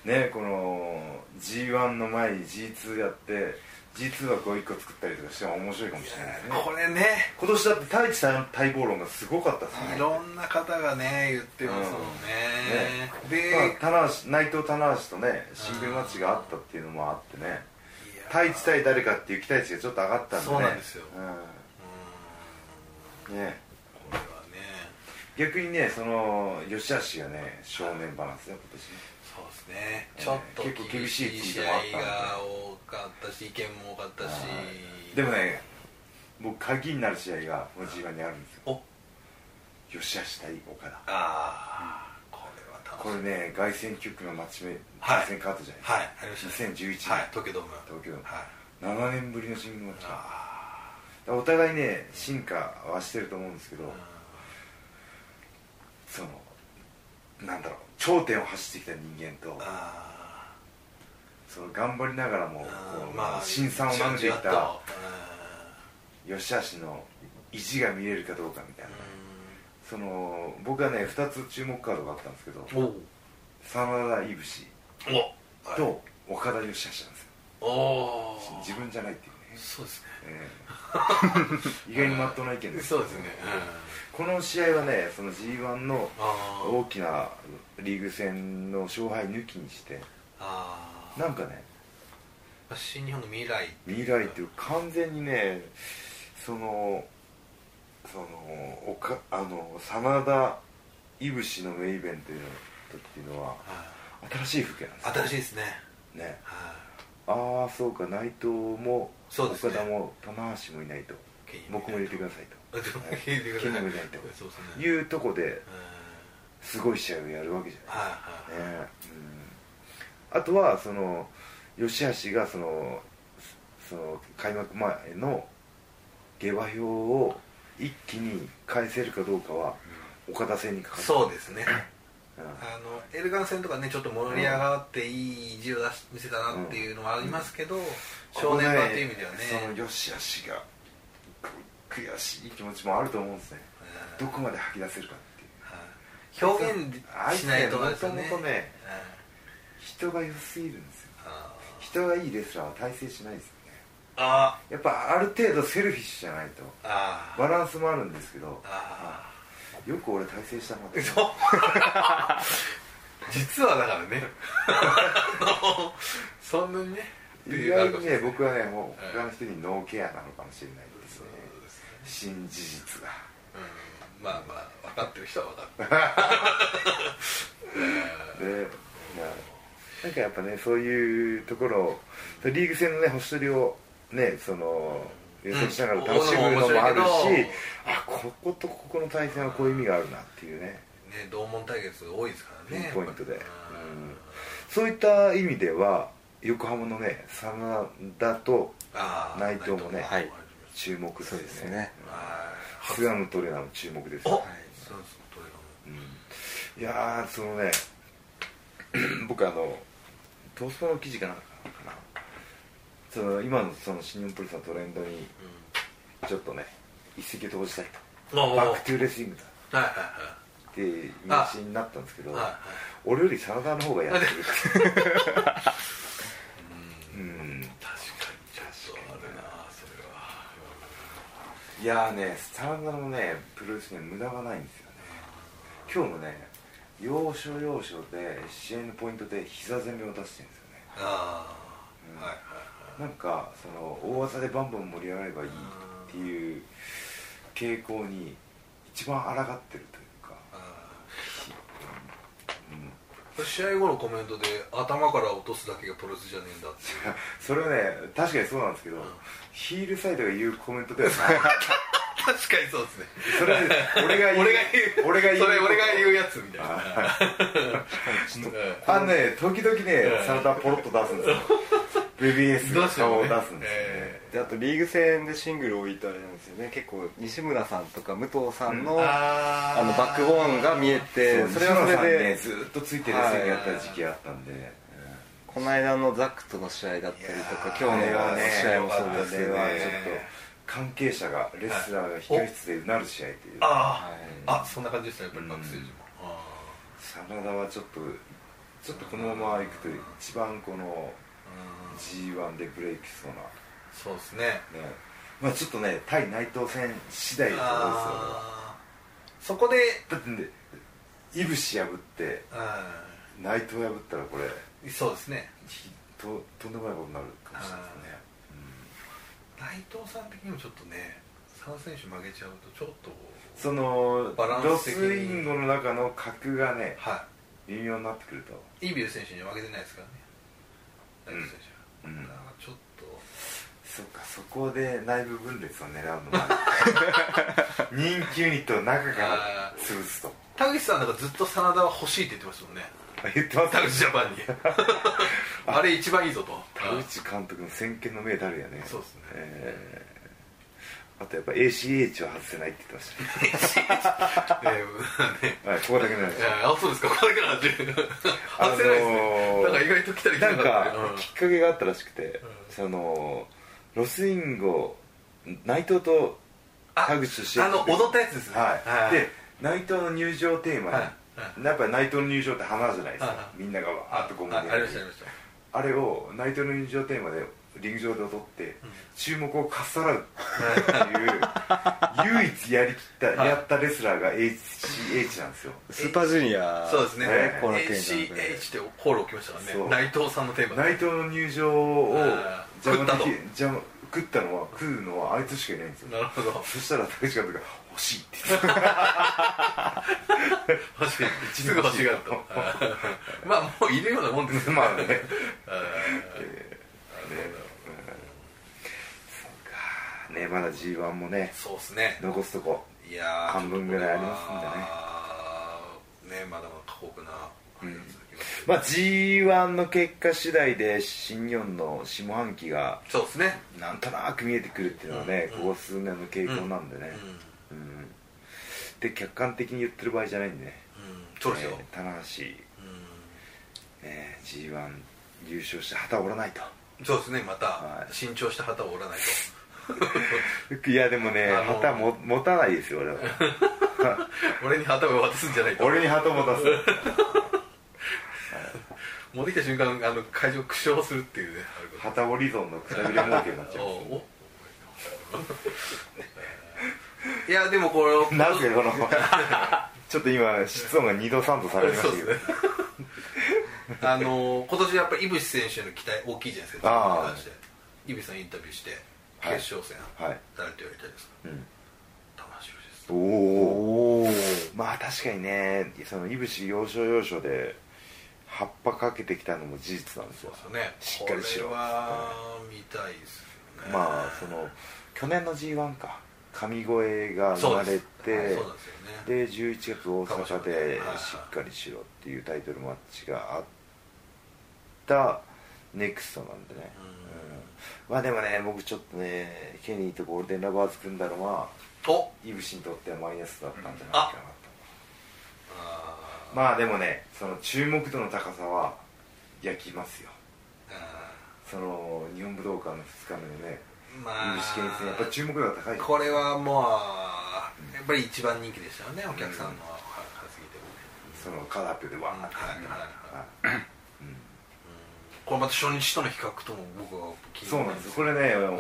[SPEAKER 1] ねこの G1 の前に G2 やって G2 はこう一個作ったりとかしても面白いかもしれないですね
[SPEAKER 2] これね
[SPEAKER 1] 今年だって太一さん待望論がすごかったです
[SPEAKER 2] い
[SPEAKER 1] ね,、
[SPEAKER 2] ろんな方がね言ってますもんね
[SPEAKER 1] ね
[SPEAKER 2] で
[SPEAKER 1] まあ、棚橋内藤棚橋とね新軍マッチがあったっていうのもあってね太一対誰かっていう期待値がちょっと上がったんでね
[SPEAKER 2] そうなんですよ
[SPEAKER 1] うんね
[SPEAKER 2] これはね
[SPEAKER 1] 逆にねその吉橋がね正念場なんですよ今年ね
[SPEAKER 2] そうですね
[SPEAKER 1] えー
[SPEAKER 2] ちょっと
[SPEAKER 1] 結構厳
[SPEAKER 2] 厳
[SPEAKER 1] しい
[SPEAKER 2] しい
[SPEAKER 1] ツイ
[SPEAKER 2] 試
[SPEAKER 1] ー
[SPEAKER 2] 合
[SPEAKER 1] トもあったんで
[SPEAKER 2] が多かったし意見も多かったし
[SPEAKER 1] でもね僕鍵になる試合がもう G1 にあるんですよ
[SPEAKER 2] お
[SPEAKER 1] 吉橋対岡田
[SPEAKER 2] ああこれは楽
[SPEAKER 1] こ
[SPEAKER 2] し
[SPEAKER 1] れ
[SPEAKER 2] み
[SPEAKER 1] ね凱旋局のマッチ目
[SPEAKER 2] はい
[SPEAKER 1] 凱旋カードじゃないですか、
[SPEAKER 2] はいありましたね
[SPEAKER 1] 2011年、
[SPEAKER 2] はい東京ドーム
[SPEAKER 1] 東京ドーム
[SPEAKER 2] はい
[SPEAKER 1] 7年ぶりのシングルマッチだか
[SPEAKER 2] あ
[SPEAKER 1] らお互いね進化はしてると思うんですけど、
[SPEAKER 2] ー
[SPEAKER 1] そのなんだろう頂点を走ってきた人間と
[SPEAKER 2] あ
[SPEAKER 1] その頑張りながらも
[SPEAKER 2] ー
[SPEAKER 1] こ
[SPEAKER 2] あ
[SPEAKER 1] う
[SPEAKER 2] ーまあ
[SPEAKER 1] 辛酸をなめてい
[SPEAKER 2] じわじわ
[SPEAKER 1] た
[SPEAKER 2] と
[SPEAKER 1] 吉橋の意地が見れるかどうかみたいな、
[SPEAKER 2] う
[SPEAKER 1] その僕はね2つ注目カードがあったんですけど
[SPEAKER 2] んうん
[SPEAKER 1] 真田いぶし
[SPEAKER 2] おお
[SPEAKER 1] と岡田吉橋なんですよ
[SPEAKER 2] おおー
[SPEAKER 1] 自分じゃないっていうね
[SPEAKER 2] そうですね
[SPEAKER 1] え え意外にまっとうな意見です
[SPEAKER 2] そうですね
[SPEAKER 1] この試合はねその G1 の
[SPEAKER 2] うんあー
[SPEAKER 1] 大きなリーグ戦の勝敗抜きにして
[SPEAKER 2] あー
[SPEAKER 1] なんかね
[SPEAKER 2] 新日本の未来
[SPEAKER 1] 未来っていう完全にねそのそのおかあの真田いぶしのメインイベントいうのっていうのは
[SPEAKER 2] はい
[SPEAKER 1] 新しい風景なんですよ
[SPEAKER 2] 新しいですね
[SPEAKER 1] ね
[SPEAKER 2] はい
[SPEAKER 1] ああそうか内藤も
[SPEAKER 2] そうですね
[SPEAKER 1] 岡田も棚橋もいないと僕も入れてください
[SPEAKER 2] あでも入れてくださ
[SPEAKER 1] 剣も
[SPEAKER 2] い
[SPEAKER 1] 入れないと
[SPEAKER 2] そうです
[SPEAKER 1] と
[SPEAKER 2] ね
[SPEAKER 1] いうとこで
[SPEAKER 2] うん
[SPEAKER 1] すごい試合をやるわけじゃない
[SPEAKER 2] はいはい
[SPEAKER 1] ねうん、あとはその吉橋がそのその開幕前の下馬評を一気に返せるかどうかは岡田戦にかかって
[SPEAKER 2] そうですね
[SPEAKER 1] う、ん
[SPEAKER 2] あのエルガン戦とかねちょっと盛り上がっていい意地を出し見せたなっていうのはありますけど、少年版っていう意味ではね
[SPEAKER 1] そのよしあしがく悔しい気持ちもあると思うんですねどこまで吐き出せるかっていう
[SPEAKER 2] はい表現しないと
[SPEAKER 1] あい
[SPEAKER 2] で
[SPEAKER 1] つ
[SPEAKER 2] すよ
[SPEAKER 1] ね
[SPEAKER 2] ね
[SPEAKER 1] もともとね
[SPEAKER 2] はい
[SPEAKER 1] 人が良すぎるんですよ
[SPEAKER 2] あ
[SPEAKER 1] 人がいいレスラーは大成しないですよね
[SPEAKER 2] ーあ
[SPEAKER 1] やっぱある程度セルフィッシュじゃないと
[SPEAKER 2] ーあー
[SPEAKER 1] バランスもあるんですけど
[SPEAKER 2] あ
[SPEAKER 1] よく俺大成したもん
[SPEAKER 2] ー嘘実はだ からねあのそんなにね
[SPEAKER 1] 意外にね僕
[SPEAKER 2] は
[SPEAKER 1] はねもう
[SPEAKER 2] はい
[SPEAKER 1] 他の人にノーケアなのかもしれないですね
[SPEAKER 2] ですね
[SPEAKER 1] 新事実が
[SPEAKER 2] うんまあまあ分かってる人は分かってる
[SPEAKER 1] で、まあ、なんかやっぱねそういうところをリーグ戦のね星取りをねその予測しながら楽しむのもあるし、
[SPEAKER 2] うん
[SPEAKER 1] あこことここの対戦はこういう意味があるなっていうね
[SPEAKER 2] ね同門対決多いですから
[SPEAKER 1] ピン
[SPEAKER 2] ね
[SPEAKER 1] ポイントで、
[SPEAKER 2] や
[SPEAKER 1] うん
[SPEAKER 2] っぱ
[SPEAKER 1] そういった意味では横浜のね真田と
[SPEAKER 2] あ
[SPEAKER 1] 内
[SPEAKER 2] ー
[SPEAKER 1] 藤もね
[SPEAKER 3] はい
[SPEAKER 1] 注目です
[SPEAKER 3] そう
[SPEAKER 1] よ
[SPEAKER 3] ですね
[SPEAKER 2] はい
[SPEAKER 1] 菅野トレーナーも注目です
[SPEAKER 2] お
[SPEAKER 1] よ、
[SPEAKER 2] そうそうトレーナー
[SPEAKER 1] うんい
[SPEAKER 2] も
[SPEAKER 1] やーそのね 僕あのトースポの記事かなんかかなその今のその新日本プロレスのトレンドにちょっとね一石を投じたい
[SPEAKER 2] うんお
[SPEAKER 1] と
[SPEAKER 2] お
[SPEAKER 1] バ
[SPEAKER 2] は
[SPEAKER 1] ッ
[SPEAKER 2] い
[SPEAKER 1] クトゥーレスリングだ
[SPEAKER 2] はいは
[SPEAKER 1] っていう認識になったんですけど
[SPEAKER 2] いはい
[SPEAKER 1] 俺より真田の方がやっ てるうん
[SPEAKER 2] うん確かにちょっとあるなそれはい
[SPEAKER 1] やーね真田のねプロレスには無駄がないんですよね今日もね要所要所で試合のポイントで膝攻めを出してるんですよね
[SPEAKER 2] あ
[SPEAKER 1] うん
[SPEAKER 2] あはいはい
[SPEAKER 1] なんかその大技でバンバン盛り上がればいいっていう傾向に一番抗ってるというか、
[SPEAKER 2] あ
[SPEAKER 1] うん、
[SPEAKER 2] ー試合後のコメントで頭から落とすだけがプロレスじゃねえんだっていう
[SPEAKER 1] それはね確かにそうなんですけど、
[SPEAKER 2] うん
[SPEAKER 1] ヒールサイドが言うコメントではない
[SPEAKER 2] 確かにそうですね
[SPEAKER 1] それで俺が言う
[SPEAKER 2] 俺が言う
[SPEAKER 1] 俺が言う
[SPEAKER 2] それ俺が言うやつみたいな
[SPEAKER 1] あ
[SPEAKER 2] うん
[SPEAKER 1] あのね時々ね
[SPEAKER 2] ん
[SPEAKER 1] サラダポロッと出すんですよ BBS
[SPEAKER 2] ど
[SPEAKER 1] の
[SPEAKER 2] うしても
[SPEAKER 1] 顔を
[SPEAKER 2] ね
[SPEAKER 1] 出すんですよね
[SPEAKER 2] え
[SPEAKER 3] であとリーグ戦でシングルを置いたあれなんですよね結構西村さんとか武藤さんの、あ
[SPEAKER 2] あ
[SPEAKER 3] のバックボーンが見えて
[SPEAKER 1] そ
[SPEAKER 3] そ
[SPEAKER 1] れ
[SPEAKER 3] れ
[SPEAKER 1] は
[SPEAKER 3] は
[SPEAKER 1] そ
[SPEAKER 3] そ
[SPEAKER 1] れ
[SPEAKER 3] れ
[SPEAKER 1] で、
[SPEAKER 3] で、
[SPEAKER 1] ね、ずっとついてる線やった時期があったんで、
[SPEAKER 3] この間のザックとの試合だったりと
[SPEAKER 1] あ
[SPEAKER 3] か今日の
[SPEAKER 1] れはね
[SPEAKER 3] 試合もそう
[SPEAKER 1] あ
[SPEAKER 3] ですけ
[SPEAKER 1] れ
[SPEAKER 3] ど
[SPEAKER 1] は
[SPEAKER 3] ち
[SPEAKER 1] ち
[SPEAKER 3] ょ
[SPEAKER 1] ょ
[SPEAKER 3] っ
[SPEAKER 1] っ
[SPEAKER 3] と
[SPEAKER 1] と関係者がレスラーが控室でうなる試合という
[SPEAKER 2] あー、
[SPEAKER 3] は
[SPEAKER 2] あそんな感じでしたやっぱりバックステージも、あ
[SPEAKER 1] 真田はちょっとちょっとこのままいくと一番この
[SPEAKER 2] ーうん
[SPEAKER 1] G1 でブレイクしそう
[SPEAKER 2] そうですね
[SPEAKER 1] なねまあちょっとね対内藤戦次第だと思うんですよ俺は
[SPEAKER 2] あーそこで
[SPEAKER 1] だってねいぶし破って
[SPEAKER 2] あ
[SPEAKER 1] 内藤破ったらこれ
[SPEAKER 2] ーそうですね
[SPEAKER 1] ひととんでもないことになるかもしれないですね
[SPEAKER 2] 内藤さん的にもちょっとね3選手負けちゃうとちょっと
[SPEAKER 1] その
[SPEAKER 2] バラン
[SPEAKER 1] ロ
[SPEAKER 2] ス
[SPEAKER 1] ス
[SPEAKER 2] 的に
[SPEAKER 1] インゴの中の格がね
[SPEAKER 2] は
[SPEAKER 1] 微妙になってくると
[SPEAKER 2] いイビル選手には負けてないですからね
[SPEAKER 1] うん
[SPEAKER 2] 内藤選手は、
[SPEAKER 1] うん
[SPEAKER 2] だからちょっと
[SPEAKER 1] そっかそこで内部分裂を狙うのが 人気ユニットを中から潰すと
[SPEAKER 2] 田口さんだからずっと真田は欲しいって言ってましたもんね
[SPEAKER 1] あ言ってます
[SPEAKER 2] 田口ジャパン にあれ一番いいぞと
[SPEAKER 1] 田口監督の先見の明たるやね
[SPEAKER 2] そうですね
[SPEAKER 1] えーあとやっぱ ACH は外せないって言ってまし
[SPEAKER 2] あ ーえーね
[SPEAKER 1] たはい ここだけの話
[SPEAKER 2] いやあそうですかこれから外せる外せないですね、
[SPEAKER 1] あのー
[SPEAKER 2] なんか意外と来たり来
[SPEAKER 1] な
[SPEAKER 2] なんかったり
[SPEAKER 1] かきっかけがあったらしくて
[SPEAKER 2] うん
[SPEAKER 1] そのロスインゴ内藤と田口と試
[SPEAKER 2] あ
[SPEAKER 1] 合
[SPEAKER 2] の踊ったやつですね
[SPEAKER 1] はいで内藤の入場テーマに、
[SPEAKER 2] は
[SPEAKER 1] やっぱり内藤の入場って花じゃないですか、
[SPEAKER 2] はいはい
[SPEAKER 1] みんながわーっとゴムで
[SPEAKER 2] あありましたありました
[SPEAKER 1] あれを内藤の入場テーマでリング上で踊って、注目をかっさらうって いう唯一やりきった、
[SPEAKER 2] はい
[SPEAKER 1] やったレスラーが HCH なんですよ
[SPEAKER 3] スーパージュニア
[SPEAKER 2] そうですね
[SPEAKER 1] ね
[SPEAKER 3] この件なん
[SPEAKER 2] HH ってコールをきましたか
[SPEAKER 1] そ
[SPEAKER 2] らね
[SPEAKER 1] う
[SPEAKER 2] 内藤さんのテーマ
[SPEAKER 1] 内藤の入場を
[SPEAKER 2] あー
[SPEAKER 1] 邪魔でき
[SPEAKER 2] 食ったと
[SPEAKER 1] 邪魔食ったのは食うのはあいつしかいないんですよ
[SPEAKER 2] なるほど
[SPEAKER 1] そしたら竹内監督が「欲しい」って言って
[SPEAKER 2] 欲しいすぐ欲しがるとまあもういるようなもん ですよ
[SPEAKER 1] まあね
[SPEAKER 2] あー
[SPEAKER 1] ねまだ G1 もね
[SPEAKER 2] そうですね
[SPEAKER 1] 残すとこ
[SPEAKER 2] いやー
[SPEAKER 1] 半分ぐらいありますんでね
[SPEAKER 2] ねねまだまだ過酷なあれが続きますけど
[SPEAKER 1] まあ G1 の結果次第で新日本の下半期が
[SPEAKER 2] そうですね
[SPEAKER 1] なんとなく見えてくるっていうのはね、
[SPEAKER 2] うん
[SPEAKER 1] ここ数年の傾向なんでね
[SPEAKER 2] う、ん
[SPEAKER 1] うんで客観的に言ってる場合じゃないんでね
[SPEAKER 2] うんそうですよ、
[SPEAKER 1] えー棚橋、
[SPEAKER 2] うん
[SPEAKER 1] えー G1 優勝して旗を折らないと
[SPEAKER 2] そうですねまた
[SPEAKER 1] はい
[SPEAKER 2] 新調した旗を折らない
[SPEAKER 1] いやでもね
[SPEAKER 2] あの
[SPEAKER 1] 旗も持たないですよ 俺は
[SPEAKER 2] と 俺に旗を渡すんじゃないと
[SPEAKER 1] 俺に旗持たす
[SPEAKER 2] 持ってきた瞬間あの会場苦笑するっていうねあること
[SPEAKER 1] 旗折り損のくたびれ儲けになっちゃう
[SPEAKER 2] おお いやでもこれ
[SPEAKER 1] なぜこの ちょっと今室温が2度3度下がりましたけど、
[SPEAKER 2] そうですね あの今年やっぱり井渕選手への期待大きいじゃないです
[SPEAKER 1] あ
[SPEAKER 2] か
[SPEAKER 1] あ
[SPEAKER 2] それに関して井渕さんインタビューして決
[SPEAKER 1] はい
[SPEAKER 2] 勝戦、
[SPEAKER 1] はい、
[SPEAKER 2] 誰とやりたいですか
[SPEAKER 1] うん、
[SPEAKER 2] 玉城です
[SPEAKER 1] おおまあ確かにねそのいぶし要所要所で葉っぱかけてきたのも事実なんです
[SPEAKER 2] そう
[SPEAKER 1] よ
[SPEAKER 2] ですよね
[SPEAKER 1] しっかりしろ
[SPEAKER 2] これは見たいですよね
[SPEAKER 1] まあその去年の g 1か神声が生まれて、
[SPEAKER 2] そうですそうなんですよね
[SPEAKER 1] で11月大
[SPEAKER 2] かもしれ
[SPEAKER 1] 阪
[SPEAKER 2] ない
[SPEAKER 1] で
[SPEAKER 2] はいはい
[SPEAKER 1] しっかりしろっていうタイトルマッチがあったネクストなんでね、うんまあでもね僕ちょっとねケニーとゴールデンラバーズ組んだのは
[SPEAKER 2] お
[SPEAKER 1] イブシにとってはマイナスだったんじゃないかなと、
[SPEAKER 2] あー
[SPEAKER 1] まあでもねその注目度の高さは焼きますよ
[SPEAKER 2] あ
[SPEAKER 1] その日本武道館の2日目のね
[SPEAKER 2] ーま
[SPEAKER 1] イ
[SPEAKER 2] あ
[SPEAKER 1] ブシケニー戦やっぱ注目度が高い
[SPEAKER 2] これはもうやっぱり一番人気でしたよねお客さんのははすぎてもね
[SPEAKER 1] そのカラープでわーって
[SPEAKER 2] はいはいはい
[SPEAKER 1] はい
[SPEAKER 2] これまた初日との比較とも僕は聞いて
[SPEAKER 1] そう
[SPEAKER 2] ない
[SPEAKER 1] なんですこれね
[SPEAKER 2] うん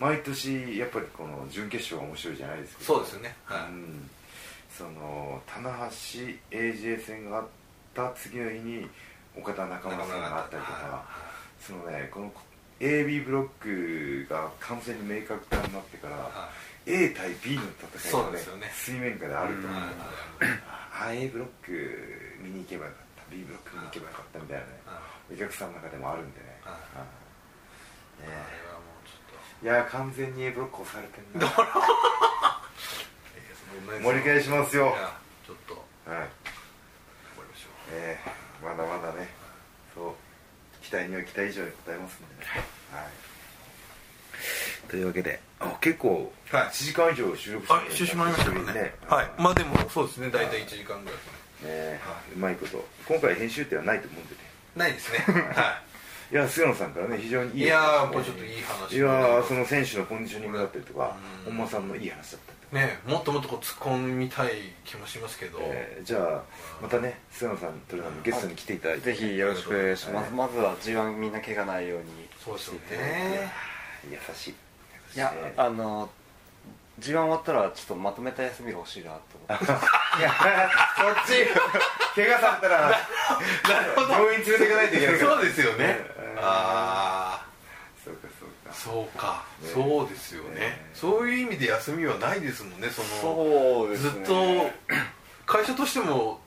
[SPEAKER 1] 毎年やっぱりこの準決勝が面白いじゃないですか
[SPEAKER 2] そうですよねはい
[SPEAKER 1] うんその棚橋 AJ 戦があった次の日に岡田中村戦があったりとかそのねこの AB ブロックが完全に明確化になってから
[SPEAKER 2] は
[SPEAKER 1] A 対 B の戦い
[SPEAKER 2] そ
[SPEAKER 1] が
[SPEAKER 2] う
[SPEAKER 1] ね
[SPEAKER 2] ですよね
[SPEAKER 1] 水面下であると
[SPEAKER 2] い
[SPEAKER 1] 思う
[SPEAKER 2] はい
[SPEAKER 1] ああ A ブロック見に行けばよかった B ブロック見に行けばよかったみたいなねお客さんの中でもあるんでね
[SPEAKER 2] はい
[SPEAKER 1] はい
[SPEAKER 2] あれ
[SPEAKER 1] ねえ
[SPEAKER 2] はもうちょ
[SPEAKER 1] いや完全に A ブロック押されてんな
[SPEAKER 2] っと
[SPEAKER 1] 盛り返しますよ
[SPEAKER 2] いやちょっと頑
[SPEAKER 1] はい
[SPEAKER 2] 張りましょ
[SPEAKER 1] ええまだまだねそう期待には期待以上に応えますんでねはいというわけであ結構
[SPEAKER 2] はい
[SPEAKER 1] 1時間以上収録
[SPEAKER 2] うあ一周してもらいましたけど
[SPEAKER 1] ね
[SPEAKER 2] ねはいまあでもそうですね大体1時間ぐらいです
[SPEAKER 1] ね
[SPEAKER 2] ね
[SPEAKER 1] えうまいこと今回編集点はないと思うんでね
[SPEAKER 2] ないですねはい
[SPEAKER 1] や菅野さんからね非常にい
[SPEAKER 2] い
[SPEAKER 1] い
[SPEAKER 2] いやー
[SPEAKER 1] 話
[SPEAKER 2] これちょっといい話
[SPEAKER 1] いやーその選手のコンディショニングだったりとか
[SPEAKER 2] うん
[SPEAKER 1] 本間さんのいい話だったりとか、
[SPEAKER 2] ねもっともっとこう突っ込みたい気もしますけど
[SPEAKER 1] えーじゃあまたね菅野さんとりあえずゲストに来ていただいて
[SPEAKER 3] ぜひよろしくお願いしま
[SPEAKER 1] は
[SPEAKER 3] す、
[SPEAKER 1] い
[SPEAKER 3] まずは G1 みんな怪我ないように
[SPEAKER 2] そうですよ
[SPEAKER 3] していただいて
[SPEAKER 2] ね
[SPEAKER 1] 優しい
[SPEAKER 3] いやあの G1 終わったらちょっとまとめた休みが欲しいなと思って
[SPEAKER 1] いやそっち 怪我さったら病院連れていかないといけないから
[SPEAKER 2] そうですよねあ
[SPEAKER 1] そうかそう
[SPEAKER 2] あ
[SPEAKER 1] か
[SPEAKER 2] そうか、
[SPEAKER 1] ね
[SPEAKER 2] そうですよね
[SPEAKER 1] ね
[SPEAKER 2] そういう意味で休みはないですもんねその
[SPEAKER 3] そうです
[SPEAKER 2] ず
[SPEAKER 3] ね
[SPEAKER 2] っと 会社としても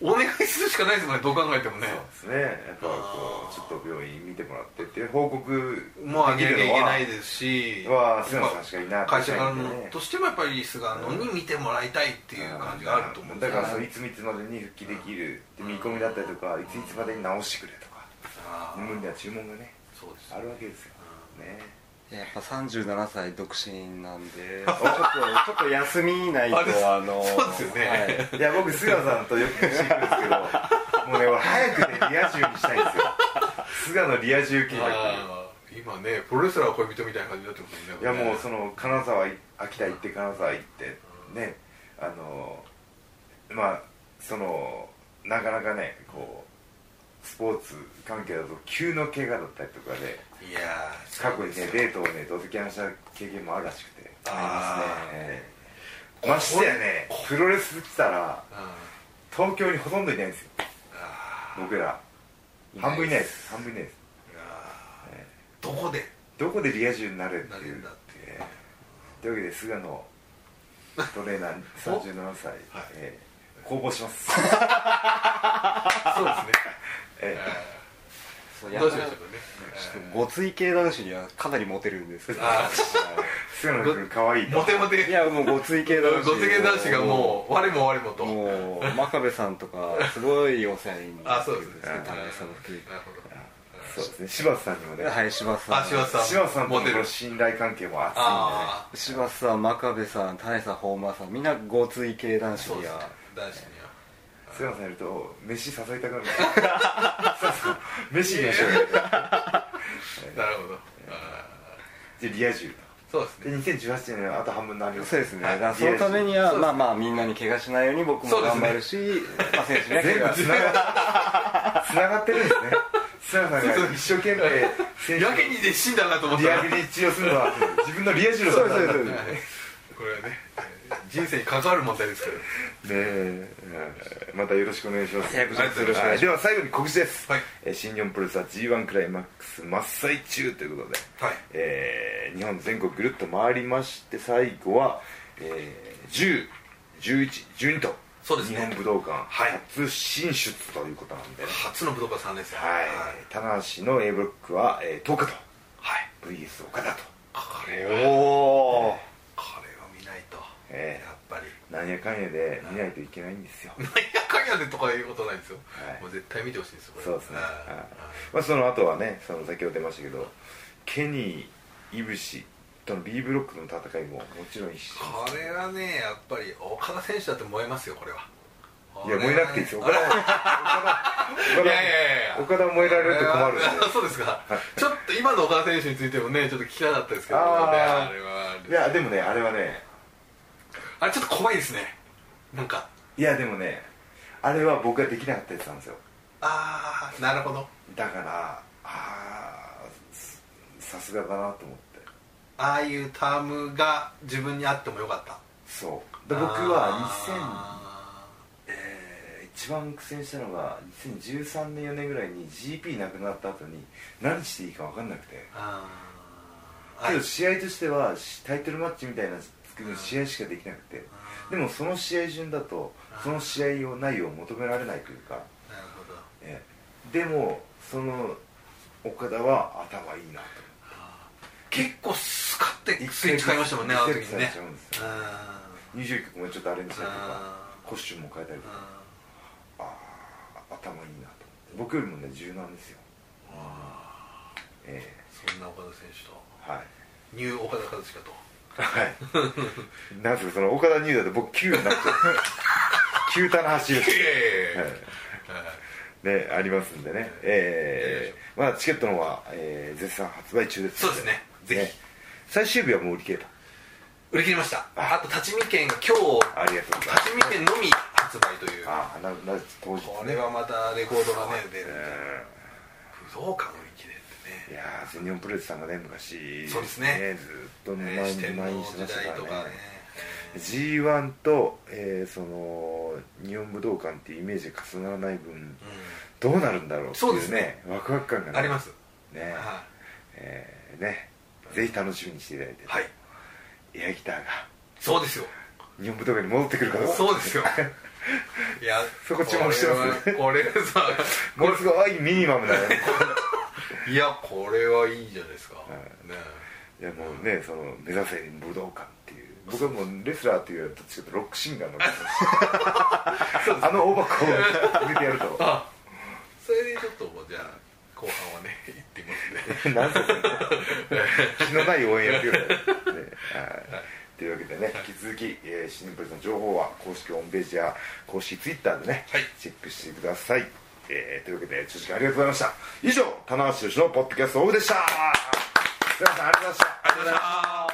[SPEAKER 2] お願いするしかないですもんねどう考えてもね
[SPEAKER 1] そうですねやっぱこうちょっと病院見てもらってっていう報告
[SPEAKER 2] もうあげなきゃいけない
[SPEAKER 1] で
[SPEAKER 2] ですし
[SPEAKER 1] は菅野さんしかいない
[SPEAKER 2] 会社からの
[SPEAKER 1] ね
[SPEAKER 2] としてもやっぱり菅野に見てもらいたいっていう感じがあると思うんで
[SPEAKER 1] だ
[SPEAKER 2] すよ
[SPEAKER 1] か
[SPEAKER 2] ね
[SPEAKER 1] らそういついつまでに復帰できるって見込みだったりとかいついつまでに直してくれとか
[SPEAKER 2] ああ
[SPEAKER 1] 無理な注文がね
[SPEAKER 2] そうです
[SPEAKER 1] あるわけですよね
[SPEAKER 3] やっぱ37歳独身なんでちょっとちょっと休みないとあの
[SPEAKER 2] そうですよね
[SPEAKER 3] はい
[SPEAKER 1] いや僕菅野さんとよく知ってるんですけどもうね俺早くねリア充にしたいんですよ菅野リア充計画
[SPEAKER 2] ああ今ねプロレスラー恋人みたいな感じになってます
[SPEAKER 1] いや
[SPEAKER 2] よね
[SPEAKER 1] もうその金沢い秋田行って金沢行ってねあのまあそのなかなかねこうスポーツ関係だと急の怪我だったりとかで
[SPEAKER 2] いやー
[SPEAKER 1] 過去に
[SPEAKER 2] そう
[SPEAKER 1] ね
[SPEAKER 2] ですよ
[SPEAKER 1] デートをねドキキャンした経験もあるらしくて
[SPEAKER 2] あー
[SPEAKER 1] ええましてやねプロレス来たら
[SPEAKER 2] う
[SPEAKER 1] 東京にほとんどいないんですよ
[SPEAKER 2] んあ
[SPEAKER 1] 僕ら
[SPEAKER 3] いないです
[SPEAKER 1] 半分いないです半分いないです
[SPEAKER 2] ー いやーどこで
[SPEAKER 1] どこでリア充になれって
[SPEAKER 2] なれ
[SPEAKER 1] い
[SPEAKER 2] る
[SPEAKER 1] うん
[SPEAKER 2] だっていう
[SPEAKER 1] えーというわけで菅野トレーナー37歳、
[SPEAKER 2] はい
[SPEAKER 1] えー公募します、
[SPEAKER 2] そうですね
[SPEAKER 1] え
[SPEAKER 3] そうや
[SPEAKER 2] ど
[SPEAKER 3] っ
[SPEAKER 2] う
[SPEAKER 3] ぱ
[SPEAKER 2] し
[SPEAKER 3] り
[SPEAKER 2] まし
[SPEAKER 3] ち
[SPEAKER 2] ょ
[SPEAKER 3] ょ
[SPEAKER 2] う
[SPEAKER 3] っとごつい系男子にはかなりモテるんですけ ど
[SPEAKER 2] かねあ
[SPEAKER 1] ー 菅野君かわいい
[SPEAKER 2] ーモテモ
[SPEAKER 3] い
[SPEAKER 2] テ
[SPEAKER 3] やもうごつい系男子
[SPEAKER 2] ご世間男子がもう我も我もと
[SPEAKER 3] もう真壁さんとかすごいお世話にな
[SPEAKER 2] あ
[SPEAKER 3] って
[SPEAKER 2] そう
[SPEAKER 3] る
[SPEAKER 2] で
[SPEAKER 3] ん
[SPEAKER 2] す
[SPEAKER 3] で
[SPEAKER 2] ね
[SPEAKER 3] すけど田中さんも含めて
[SPEAKER 2] なるほど
[SPEAKER 1] そうですね柴田さんにもね、
[SPEAKER 3] はい柴田さん
[SPEAKER 2] あ柴田さん
[SPEAKER 1] 柴田さんと
[SPEAKER 2] モテ
[SPEAKER 1] の
[SPEAKER 2] る
[SPEAKER 1] この信頼関係も厚いん
[SPEAKER 2] ああ
[SPEAKER 3] 柴田さん真壁さん田中さんホーマーさんみんなごつい系男子
[SPEAKER 2] そう
[SPEAKER 3] に
[SPEAKER 2] ですね
[SPEAKER 3] は
[SPEAKER 2] 男子には
[SPEAKER 1] でね菅野さんいる と飯誘いたくなるそうそう飯行きましょうよ、え
[SPEAKER 2] なるほどあ
[SPEAKER 1] でリア充
[SPEAKER 2] ーそうです
[SPEAKER 1] で
[SPEAKER 2] ね
[SPEAKER 1] 2018年のあと半分のあります
[SPEAKER 3] そうですね、
[SPEAKER 1] はい
[SPEAKER 3] だからそのためには、
[SPEAKER 2] そうです
[SPEAKER 3] まあまあみんなに怪我しないように僕も頑張るし、まあ選手ね
[SPEAKER 1] 全部つながつながってるんですね須永さんが一生懸命選手
[SPEAKER 2] やけにで死んだなと思っ
[SPEAKER 1] リ
[SPEAKER 2] た
[SPEAKER 1] ア
[SPEAKER 2] ら
[SPEAKER 1] ルに一致をするのは自分のリア充の
[SPEAKER 3] そう
[SPEAKER 1] 方
[SPEAKER 3] で
[SPEAKER 1] なん
[SPEAKER 3] す
[SPEAKER 1] だ
[SPEAKER 3] そうですそう
[SPEAKER 1] ね
[SPEAKER 3] です
[SPEAKER 2] これはね人生に関わる問題ですから
[SPEAKER 1] えうんまたよろしくお願いします
[SPEAKER 3] いやこちらこそよろしくお
[SPEAKER 1] は
[SPEAKER 3] 願い
[SPEAKER 1] い
[SPEAKER 3] し
[SPEAKER 1] では最後に告知です、
[SPEAKER 2] はい
[SPEAKER 1] えー新日本プロレスは g 1クライマックス真っ最中ということで、
[SPEAKER 2] はい
[SPEAKER 1] えー日本全国ぐるっと回りまして最後は、えー、101112と
[SPEAKER 2] そうですね
[SPEAKER 1] 日本武道館
[SPEAKER 2] はい
[SPEAKER 1] 初進出ということなんで、ね
[SPEAKER 2] 初の武道館3です
[SPEAKER 1] はい棚橋の A ブロックは、えー10日と
[SPEAKER 2] はい、
[SPEAKER 1] VS 岡田と
[SPEAKER 2] これは
[SPEAKER 1] おお
[SPEAKER 2] これを見ないと、
[SPEAKER 1] ええ
[SPEAKER 2] やっぱり
[SPEAKER 1] なんやかんやで見ないといけないんですよ
[SPEAKER 2] なんやかんやでとかいうことないんですよ、
[SPEAKER 1] はい
[SPEAKER 2] もう絶対見てほしいですよこれ
[SPEAKER 1] そうですね、
[SPEAKER 2] あ
[SPEAKER 1] はい
[SPEAKER 2] ー
[SPEAKER 1] まあ、その後はねその先ほど出ましたけどケニーイブシとの B ブロックの戦いももちろん一緒
[SPEAKER 2] これはねやっぱり岡田選手だって燃えますよこれはい
[SPEAKER 1] や燃えなくていいですよ
[SPEAKER 2] こ
[SPEAKER 1] 岡
[SPEAKER 2] れ
[SPEAKER 1] 田
[SPEAKER 2] はね
[SPEAKER 1] 岡田
[SPEAKER 2] いやいやいや
[SPEAKER 1] 岡田燃えられると困るんで
[SPEAKER 2] あー そうですかちょっと今の岡田選手についてもねちょっと聞きたかったですけどね
[SPEAKER 1] あー
[SPEAKER 2] あれはあ
[SPEAKER 1] い
[SPEAKER 2] れ
[SPEAKER 1] やでもねあれはね
[SPEAKER 2] あれちょっと怖いですねなんか
[SPEAKER 1] いやでもねあれは僕ができなかったやつなんですよ
[SPEAKER 2] ああなるほど
[SPEAKER 1] だからああすさすがだなと思って
[SPEAKER 2] ああいうタームが自分にあってもよかった
[SPEAKER 1] そうで僕は2000
[SPEAKER 2] あ
[SPEAKER 1] えー一番苦戦したのが2013年4年ぐらいに GP なくなった後に何していいか分かんなくて
[SPEAKER 2] ーあー
[SPEAKER 1] け
[SPEAKER 2] はい
[SPEAKER 1] ど試合としてはしタイトルマッチみたいな試合しかできなくてでもその試合順だとその試合を内容を求められないというか、
[SPEAKER 2] なるほど
[SPEAKER 1] ええでもその岡田は頭いいなと
[SPEAKER 2] 結構スカってスイッチ変えましたもんねあの時に
[SPEAKER 1] 一回スイッチ変
[SPEAKER 2] ね
[SPEAKER 1] えちゃうんですよ
[SPEAKER 2] あ
[SPEAKER 1] 入場曲もちょっとアレンジしたりとか
[SPEAKER 2] あー
[SPEAKER 1] コスチュームも変えたり
[SPEAKER 2] ー
[SPEAKER 1] とか
[SPEAKER 2] あ
[SPEAKER 1] ああ頭いいなと思って僕よりもね柔軟ですよええ
[SPEAKER 2] ーそんな岡田選手と
[SPEAKER 1] はい
[SPEAKER 2] ニュー岡田和親と
[SPEAKER 1] はいなんすかその岡田入団で僕9になっちゃう9棚橋です
[SPEAKER 2] え
[SPEAKER 1] はいね、ありますんでね、えーまあ、チケットの方は、えー絶賛発売中です
[SPEAKER 2] そうですねぜひ
[SPEAKER 1] 最終日はもう売り切れた
[SPEAKER 2] 売り切りましたあと立ち見券が今日
[SPEAKER 1] ありがとうございま
[SPEAKER 2] 立ち見券のみ発売という
[SPEAKER 1] ああなな当日
[SPEAKER 2] こ
[SPEAKER 1] ね
[SPEAKER 2] れはまたレコードがね出る
[SPEAKER 1] うん
[SPEAKER 2] 武道館売り切れって
[SPEAKER 1] い
[SPEAKER 2] ね
[SPEAKER 1] やー全日本プロレスさんがね昔
[SPEAKER 2] そうですね
[SPEAKER 1] ずっと満
[SPEAKER 2] ね
[SPEAKER 1] 員
[SPEAKER 2] 四天
[SPEAKER 1] 満
[SPEAKER 2] 王
[SPEAKER 1] 員してま
[SPEAKER 2] 時
[SPEAKER 1] した
[SPEAKER 2] 代と
[SPEAKER 1] から
[SPEAKER 2] か
[SPEAKER 1] ね
[SPEAKER 2] ね
[SPEAKER 1] g 1と、えーその日本武道館っていうイメージが重ならない分
[SPEAKER 2] う
[SPEAKER 1] どうなるんだろうってい
[SPEAKER 2] そうですね
[SPEAKER 1] ワクワク感が
[SPEAKER 2] ん
[SPEAKER 1] ね
[SPEAKER 2] あります
[SPEAKER 1] ね
[SPEAKER 2] は
[SPEAKER 1] えーねぜひ楽しみにしていただいて、
[SPEAKER 2] いはい
[SPEAKER 1] エアギターが
[SPEAKER 2] そうですよ
[SPEAKER 1] 日本武道館に戻ってくるかどうか
[SPEAKER 2] そうです よいや
[SPEAKER 1] そこ注目してますね
[SPEAKER 2] これはこれさ
[SPEAKER 1] ものすごいミニマムなね
[SPEAKER 2] いやこれはいいじゃないですか、ね
[SPEAKER 1] いやもうねその目指せ武道館っていう僕はもうレスラーというよりはどっちかというとロックシンガーの あの大箱を入れてやると
[SPEAKER 2] あそれでちょっとじゃあ後半はね行ってみます ね
[SPEAKER 1] なんせ気のない応援やってくるからねねはいというわけでね引き続き、えー、新日本プロレスの情報は公式ホームページや公式ツイッターでね、
[SPEAKER 2] はい
[SPEAKER 1] チェックしてください、えーというわけで長時間ありがとうございました以上棚橋宏のポッドキャストオフでしたすいませんありがとうございました
[SPEAKER 2] ありがとうございます